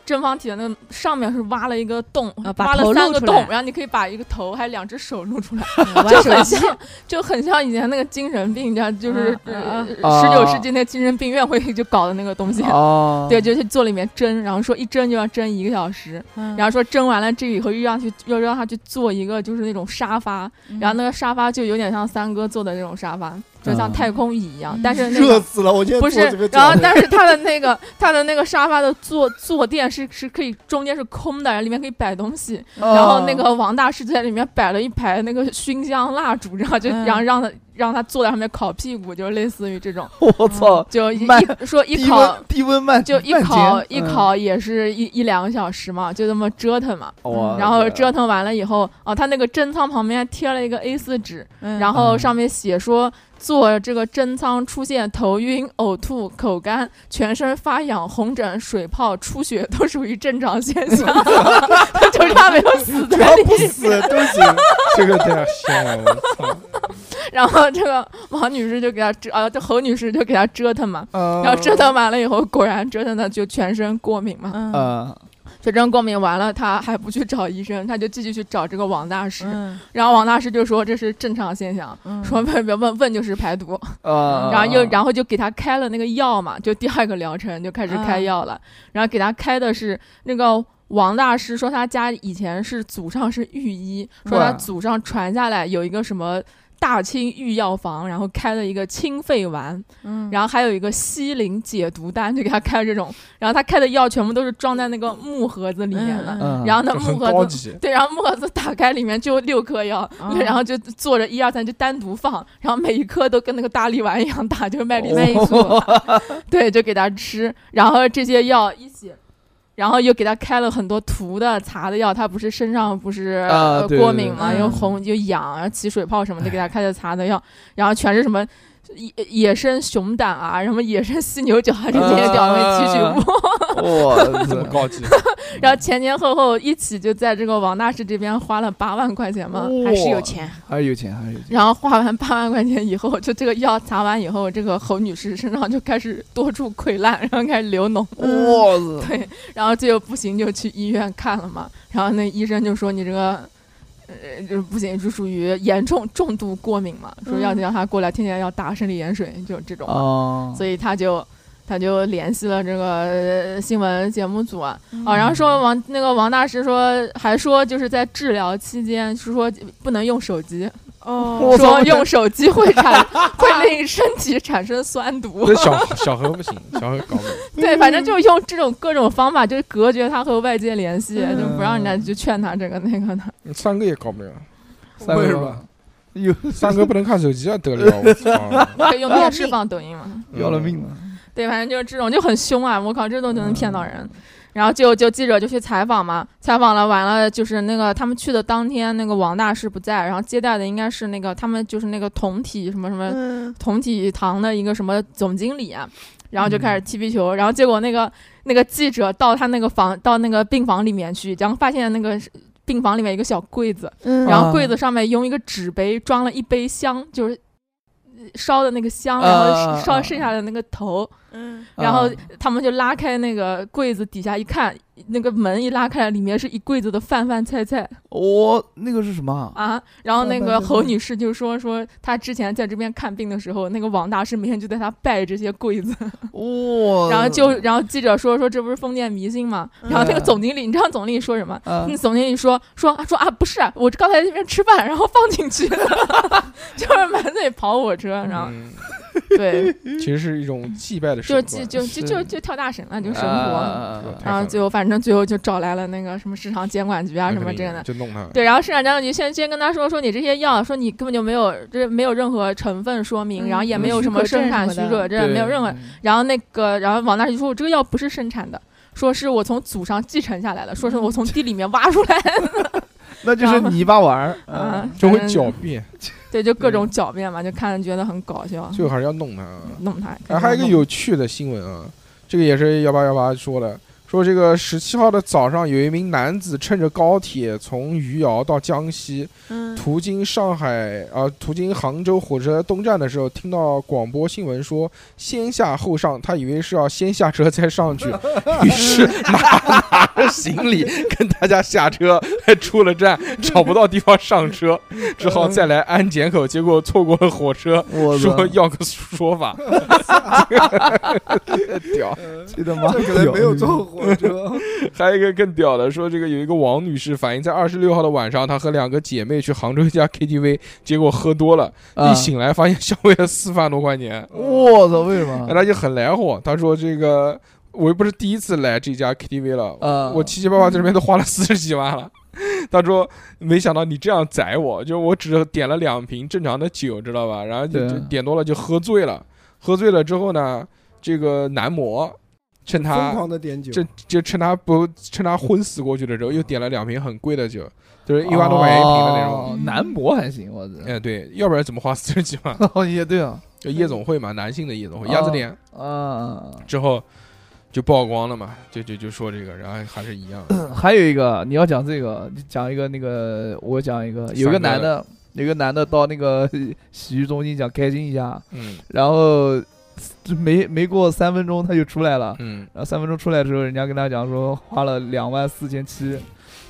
[SPEAKER 3] 正方体的那个上面是挖了一个洞，
[SPEAKER 2] 啊把
[SPEAKER 3] 挖
[SPEAKER 2] 头
[SPEAKER 3] 了三
[SPEAKER 2] 露
[SPEAKER 3] 个
[SPEAKER 2] 出
[SPEAKER 3] 洞
[SPEAKER 2] 来，
[SPEAKER 3] 然后你可以把一个头还有两只手露出来，
[SPEAKER 6] 嗯
[SPEAKER 2] 后
[SPEAKER 3] 就很像，就很像以前那个精神病，你知道，就是呃
[SPEAKER 2] 嗯
[SPEAKER 3] 十九世纪那精神病院会就搞的那个东西。
[SPEAKER 5] 哦，
[SPEAKER 3] 对，就去做里面针，然后说一针就要针一个小时，然
[SPEAKER 2] 然
[SPEAKER 3] 后说针完了这个以后又让去又让他去做一个就是那种沙发，
[SPEAKER 2] 嗯
[SPEAKER 3] 然后那个沙发就有点像三哥做的那种沙发，就像
[SPEAKER 5] 嗯
[SPEAKER 3] 太空椅一样，
[SPEAKER 2] 嗯
[SPEAKER 3] 但是那
[SPEAKER 4] 热
[SPEAKER 3] 个。
[SPEAKER 4] 死了！ 我今天
[SPEAKER 3] 不
[SPEAKER 4] 坐
[SPEAKER 3] 是
[SPEAKER 4] 这边，
[SPEAKER 3] 然后但是他的那个 他的那个沙发的坐坐垫是是可以中间是空的，然后里面可以摆东西，
[SPEAKER 5] 哦
[SPEAKER 3] 然后那个王大师就在里面摆了一排那个熏香蜡烛，然后就
[SPEAKER 2] 嗯
[SPEAKER 3] 然后让他让他坐在上面烤屁股，就类似于这种，
[SPEAKER 5] 我操，
[SPEAKER 3] 就一
[SPEAKER 5] 哦 慢
[SPEAKER 3] 一说嗯一
[SPEAKER 5] 低
[SPEAKER 3] 烤
[SPEAKER 5] 温低温慢
[SPEAKER 3] 就一烤
[SPEAKER 5] 慢煎
[SPEAKER 3] 一
[SPEAKER 5] 嗯
[SPEAKER 3] 烤也是一一两个小时嘛，就这么折腾嘛。
[SPEAKER 5] 哇
[SPEAKER 3] 然后
[SPEAKER 5] 塞
[SPEAKER 3] 折腾完了以后，哦，他那个针仓旁边还贴了一个 A 4纸，
[SPEAKER 2] 后
[SPEAKER 3] 然后
[SPEAKER 5] 嗯
[SPEAKER 3] 上面写说做这个针仓出现头晕、呕吐、口干、全身发痒、红疹、水泡、出血都属于正常现象， 就是他没有死
[SPEAKER 4] 只
[SPEAKER 3] 在
[SPEAKER 4] 要
[SPEAKER 3] 里
[SPEAKER 4] 不
[SPEAKER 3] 面
[SPEAKER 4] 死都行。
[SPEAKER 1] 这个太香了，我操！
[SPEAKER 3] 然后这个王女士就给他折，啊，这侯女士就给他折腾嘛。
[SPEAKER 5] 然
[SPEAKER 4] 嗯
[SPEAKER 3] 然后折腾完了以后，果然折腾的就全身过敏嘛。
[SPEAKER 2] 嗯
[SPEAKER 5] 呃，
[SPEAKER 3] 全身过敏完了，他还不去找医生，他就继续去找这个王大师。
[SPEAKER 2] 嗯
[SPEAKER 3] 然后王大师就说这是正常现象，
[SPEAKER 2] 嗯
[SPEAKER 3] 说问问问问就是排毒，
[SPEAKER 5] 呃，
[SPEAKER 3] 然后又
[SPEAKER 5] 后
[SPEAKER 3] 然后就给他开了那个药嘛，就第二个疗程就开始
[SPEAKER 5] 嗯
[SPEAKER 3] 开药了。然后给他开的是那个王大师说他家以前是祖上是御医，说
[SPEAKER 5] 哇
[SPEAKER 3] 他祖上传下来有一个什么。大清御药房，然后开了一个清肺丸，
[SPEAKER 2] 嗯
[SPEAKER 3] 然后还有一个西林解毒丹，就给他开这种。然后他开的药全部都是装在那个木盒子里面的，
[SPEAKER 5] 嗯
[SPEAKER 3] 然后那
[SPEAKER 1] 就
[SPEAKER 3] 木
[SPEAKER 1] 很高
[SPEAKER 3] 盒子，
[SPEAKER 1] 级，
[SPEAKER 3] 对，然后木盒子打开，里面就六颗药，
[SPEAKER 5] 啊
[SPEAKER 2] 哦
[SPEAKER 3] 然后就坐着一二三就单独放，然后每一颗都跟那个大力丸一样大，就是麦
[SPEAKER 5] 哦
[SPEAKER 3] 丽
[SPEAKER 2] 麦丽素
[SPEAKER 3] 对，就给他吃，然后这些药一起。然后又给他开了很多涂的、擦的药，他不是身上不是、
[SPEAKER 5] 啊
[SPEAKER 3] 呃
[SPEAKER 5] 对
[SPEAKER 3] 过
[SPEAKER 5] 对对
[SPEAKER 3] 敏嘛，
[SPEAKER 2] 嗯
[SPEAKER 3] 又红又痒，然后起水泡什么的，给他开的擦的药，然后全是什么野野生熊胆啊，什么野生犀牛角啊这些
[SPEAKER 5] 啊
[SPEAKER 3] 调味提取物，
[SPEAKER 5] 哇
[SPEAKER 1] 这么
[SPEAKER 5] 塞，
[SPEAKER 1] 高级，
[SPEAKER 3] 然后前前后后一起就在这个王大师这边花了八万块钱
[SPEAKER 5] 哦
[SPEAKER 3] 嘛，
[SPEAKER 1] 嗯
[SPEAKER 3] 还是有钱。
[SPEAKER 5] 还是有钱，还是有钱。
[SPEAKER 3] 然后花完八万块钱以后，就这个药擦完以后，这个侯女士身上就开始多处溃烂，然后开始流脓，
[SPEAKER 5] 哇
[SPEAKER 3] 对，然后这个不行就去医院看了嘛。然后那医生就说你这个。呃，就是不行，就属于严重重度过敏嘛，说要
[SPEAKER 2] 嗯
[SPEAKER 3] 让他过来，天天要打生理盐水，就这种。
[SPEAKER 5] 塞！啊，
[SPEAKER 3] 所以他就他就联系了这个呃新闻节目组啊，啊，然后说王那个王大师说还说就是在治疗期间是说不能用手机，
[SPEAKER 5] 我
[SPEAKER 6] 嗯
[SPEAKER 2] 哦
[SPEAKER 5] 操
[SPEAKER 3] 说用手机会产会令身体产生酸毒
[SPEAKER 1] 那，小小何不行，小何搞不懂。
[SPEAKER 3] 对，反正就用这种各种方法就是隔绝他和外界联系，就不让人家去劝他这个那个的。
[SPEAKER 1] 三哥也搞不了，
[SPEAKER 5] 三
[SPEAKER 4] 为
[SPEAKER 5] 个
[SPEAKER 4] 什
[SPEAKER 5] 吧
[SPEAKER 4] 么？
[SPEAKER 5] 又
[SPEAKER 1] 三哥不能看手机啊，得了，我操！
[SPEAKER 3] 可以用电视放抖音嘛？
[SPEAKER 5] 要了命
[SPEAKER 3] 嗯
[SPEAKER 5] 了！
[SPEAKER 3] 对，反正就是这种就很凶啊！我靠，这都能骗到人。然后就就记者就去采访嘛，采访了完了就是那个他们去的当天，那个王大师不在，然后接待的应该是那个他们就是那个同体什么什么
[SPEAKER 6] 嗯，
[SPEAKER 3] 同体堂的一个什么总经理啊，然后就
[SPEAKER 5] 嗯
[SPEAKER 3] 开始踢皮球，然后结果那个那个记者到他那个房到那个病房里面去，然后发现那个是病房里面有一个小柜子，
[SPEAKER 6] 嗯
[SPEAKER 3] 然
[SPEAKER 5] 啊
[SPEAKER 3] 后柜子上面用一个纸杯装了一杯香，就是呃烧的那个香，
[SPEAKER 5] 啊
[SPEAKER 3] 然
[SPEAKER 5] 啊
[SPEAKER 3] 后
[SPEAKER 5] 啊
[SPEAKER 3] 烧剩下的那个头，
[SPEAKER 6] 嗯
[SPEAKER 3] 然后
[SPEAKER 5] 啊
[SPEAKER 3] 他们就拉开那个柜子底下一看，那个门一拉开，里面是一柜子的饭饭菜菜
[SPEAKER 5] 我那个是什么啊？
[SPEAKER 3] 啊。然后那
[SPEAKER 5] 饭饭
[SPEAKER 3] 个
[SPEAKER 5] 菜菜
[SPEAKER 3] 侯女士就说说她之前在这边看病的时候，那个王大师每天就带她拜这些柜子，
[SPEAKER 5] 哇！
[SPEAKER 3] 然后就然后记者说说这不是封建迷信吗？然后那个总经理，你知道总经理说什么？
[SPEAKER 5] 啊
[SPEAKER 3] 那总经理说说啊说啊，不是，我刚才在那边吃饭， 然后放进去的，就是满嘴跑火车，然后
[SPEAKER 1] 嗯，
[SPEAKER 3] 对，
[SPEAKER 1] 其实是一种祭拜的
[SPEAKER 3] 就
[SPEAKER 1] 手段，哎
[SPEAKER 3] 就就就是就就跳大神了，就神
[SPEAKER 5] 啊
[SPEAKER 3] 婆。
[SPEAKER 5] 啊啊啊
[SPEAKER 1] 太
[SPEAKER 3] 然后
[SPEAKER 1] 狠
[SPEAKER 3] 最后反正最后就找来了那个什么市场监管局啊
[SPEAKER 1] 那
[SPEAKER 3] 什么
[SPEAKER 1] 肯
[SPEAKER 3] 这
[SPEAKER 1] 定
[SPEAKER 3] 个的，
[SPEAKER 1] 就弄他。
[SPEAKER 3] 对，然后市场监管局先先跟他说说你这些药，说你根本就没有这没有任何成分说明，
[SPEAKER 2] 嗯
[SPEAKER 3] 然后也没有
[SPEAKER 6] 许
[SPEAKER 3] 什么
[SPEAKER 6] 可证
[SPEAKER 3] 生产许
[SPEAKER 6] 什么的
[SPEAKER 3] 可
[SPEAKER 6] 嗯
[SPEAKER 3] 证，没有任何
[SPEAKER 5] 对
[SPEAKER 3] 然后那个，然后王大师就说：“我这个药不是生产的，说是我从祖上继承下来的，说是我
[SPEAKER 6] 嗯
[SPEAKER 3] 从地里面挖出来的。
[SPEAKER 5] 那就是泥巴玩儿
[SPEAKER 3] 啊
[SPEAKER 5] 嗯，
[SPEAKER 1] 就会
[SPEAKER 3] 反正
[SPEAKER 1] 狡辩，
[SPEAKER 3] 对，就各种狡辩嘛，就看着觉得很搞笑，
[SPEAKER 1] 最后还是要弄他啊。
[SPEAKER 3] 弄他。
[SPEAKER 1] 哎，还有一个有趣的新闻啊，这个也是幺八幺八说的，说这个十七号的早上，有一名男子乘着高铁从余姚到江西，
[SPEAKER 6] 嗯，
[SPEAKER 1] 途经上海啊、途经杭州火车东站的时候，听到广播新闻说先下后上，他以为是要先下车再上去，于是拿拿着行李跟大家下车，还出了站，找不到地方上车，只好再来安检口，结果错过了火车，
[SPEAKER 5] 我
[SPEAKER 1] 说要个说 法，屌。
[SPEAKER 5] 记得吗？
[SPEAKER 4] 这可能没有坐火车，
[SPEAKER 1] 还有一个更屌的，说这个有一个王女士反映，在二十六号的晚上，她和两个姐妹去杭州一家 KTV，结果喝多了，
[SPEAKER 5] 啊
[SPEAKER 1] 一醒来发现消费了四万多块钱，
[SPEAKER 5] 我操，为什
[SPEAKER 1] 那
[SPEAKER 5] 么？
[SPEAKER 1] 她就很来火，她说这个我又不是第一次来这家 KTV 了，
[SPEAKER 3] 呃
[SPEAKER 5] 啊，
[SPEAKER 1] 我七七八八这边都花了四十几万了。她说：“没想到你这样宰我，就我只点了两瓶正常的酒，知道吧？然后就
[SPEAKER 5] 对啊
[SPEAKER 1] 就点多了就喝醉了，喝醉了之后呢，这个男模趁他
[SPEAKER 4] 疯狂的点酒
[SPEAKER 1] 这，就趁他不趁他昏死过去的时候，又点了两瓶很贵的酒，就是一万多块钱一瓶的那种。
[SPEAKER 5] 哦男模还行，我
[SPEAKER 1] 哎，对，要不然怎么花四十几万？
[SPEAKER 5] 操，也对啊，
[SPEAKER 1] 就夜总会嘛，男性的夜总会，
[SPEAKER 5] 哦
[SPEAKER 1] 鸭子店
[SPEAKER 5] 啊，
[SPEAKER 1] 之后就曝光了嘛，就就就说这个，然后还是一样的。
[SPEAKER 5] 还有一个你要讲这个，你讲一个那个，我讲一个，有一个男的，有一个男的到那个 洗浴中心想开心一下，
[SPEAKER 1] 嗯
[SPEAKER 5] 然后 就没没过三分钟他就出来了。
[SPEAKER 1] 嗯，
[SPEAKER 5] 然后三分钟出来之后，人家跟他讲说花了两万四千七，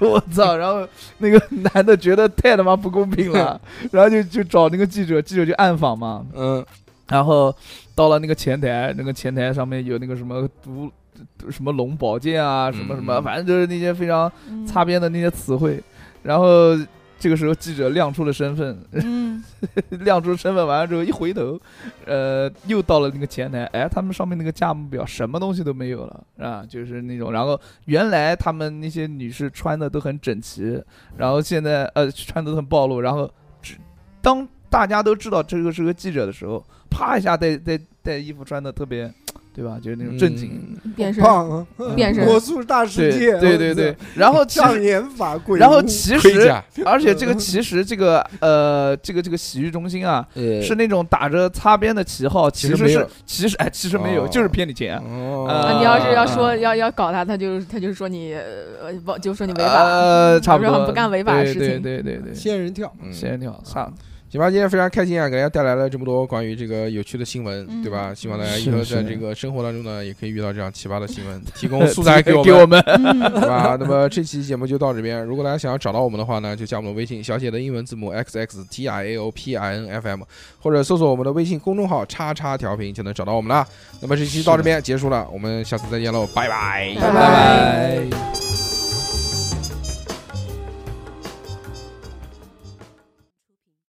[SPEAKER 5] 我操！然后那个男的觉得太他妈不公平了，然后就就找那个记者，记者就暗访嘛。
[SPEAKER 1] 嗯，
[SPEAKER 5] 然后到了那个前台，那个前台上面有那个什么毒毒什么龙宝剑啊，什么什么，
[SPEAKER 1] 嗯
[SPEAKER 5] 反正就是那些非常擦边的那些词汇。然后这个时候记者亮出了身份，
[SPEAKER 6] 嗯，
[SPEAKER 5] 亮出身份完了之后一回头，呃，又到了那个前台，哎，他们上面那个价目表什么东西都没有了啊，就是那种，然后原来他们那些女士穿的都很整齐，然后现在呃穿的都很暴露，然后只当大家都知道这个是个记者的时候，啪一下带带带衣服穿的特别，对吧？就是那
[SPEAKER 1] 嗯
[SPEAKER 5] 种正经，
[SPEAKER 3] 变身
[SPEAKER 4] 胖啊，
[SPEAKER 3] 变身
[SPEAKER 4] 魔术大世
[SPEAKER 5] 对
[SPEAKER 4] 界，
[SPEAKER 5] 对对对，然后其
[SPEAKER 4] 障
[SPEAKER 5] 实
[SPEAKER 4] 眼法鬼屋，
[SPEAKER 5] 然后其
[SPEAKER 1] 盔
[SPEAKER 5] 实。
[SPEAKER 1] 甲，
[SPEAKER 5] 而且这个其实这个呃这个这个洗浴中心啊，是那种打着擦边的旗号，
[SPEAKER 1] 其
[SPEAKER 5] 其
[SPEAKER 1] 实
[SPEAKER 5] 实
[SPEAKER 1] 没有
[SPEAKER 5] 是其实哎，其实没有，
[SPEAKER 1] 哦
[SPEAKER 5] 就是骗你钱。
[SPEAKER 1] 哦
[SPEAKER 5] 啊
[SPEAKER 3] 啊，你要是要说
[SPEAKER 5] 啊
[SPEAKER 3] 要要搞他，他就是他就是说你呃不就说你违法，
[SPEAKER 5] 呃，差不
[SPEAKER 3] 他
[SPEAKER 5] 多
[SPEAKER 3] 说不干违法的
[SPEAKER 5] 对
[SPEAKER 3] 事情
[SPEAKER 5] 对对对对，
[SPEAKER 4] 仙人跳，
[SPEAKER 1] 嗯
[SPEAKER 5] 仙人跳，操，
[SPEAKER 1] 行吧，今天非常开心啊，给大家带来了这么多关于这个有趣的新闻，
[SPEAKER 6] 嗯
[SPEAKER 1] 对吧？希望大家以
[SPEAKER 5] 是
[SPEAKER 1] 后
[SPEAKER 5] 是
[SPEAKER 1] 在这个生活当中呢，也可以遇到这样奇葩的新闻，提供
[SPEAKER 5] 呃
[SPEAKER 1] 素材给我
[SPEAKER 5] 给
[SPEAKER 1] 们
[SPEAKER 5] 我。们，
[SPEAKER 6] 嗯
[SPEAKER 1] 对吧？那么这期节目就到这边。如果大家想要找到我们的话呢，就加我们的微信，小写的英文字母 x x t i a o p i n f m，或者搜索我们的微信公众号“叉叉调频”就能找到我们了。那么这期到这边结束了，我们下次再见喽，拜拜。
[SPEAKER 5] 拜拜。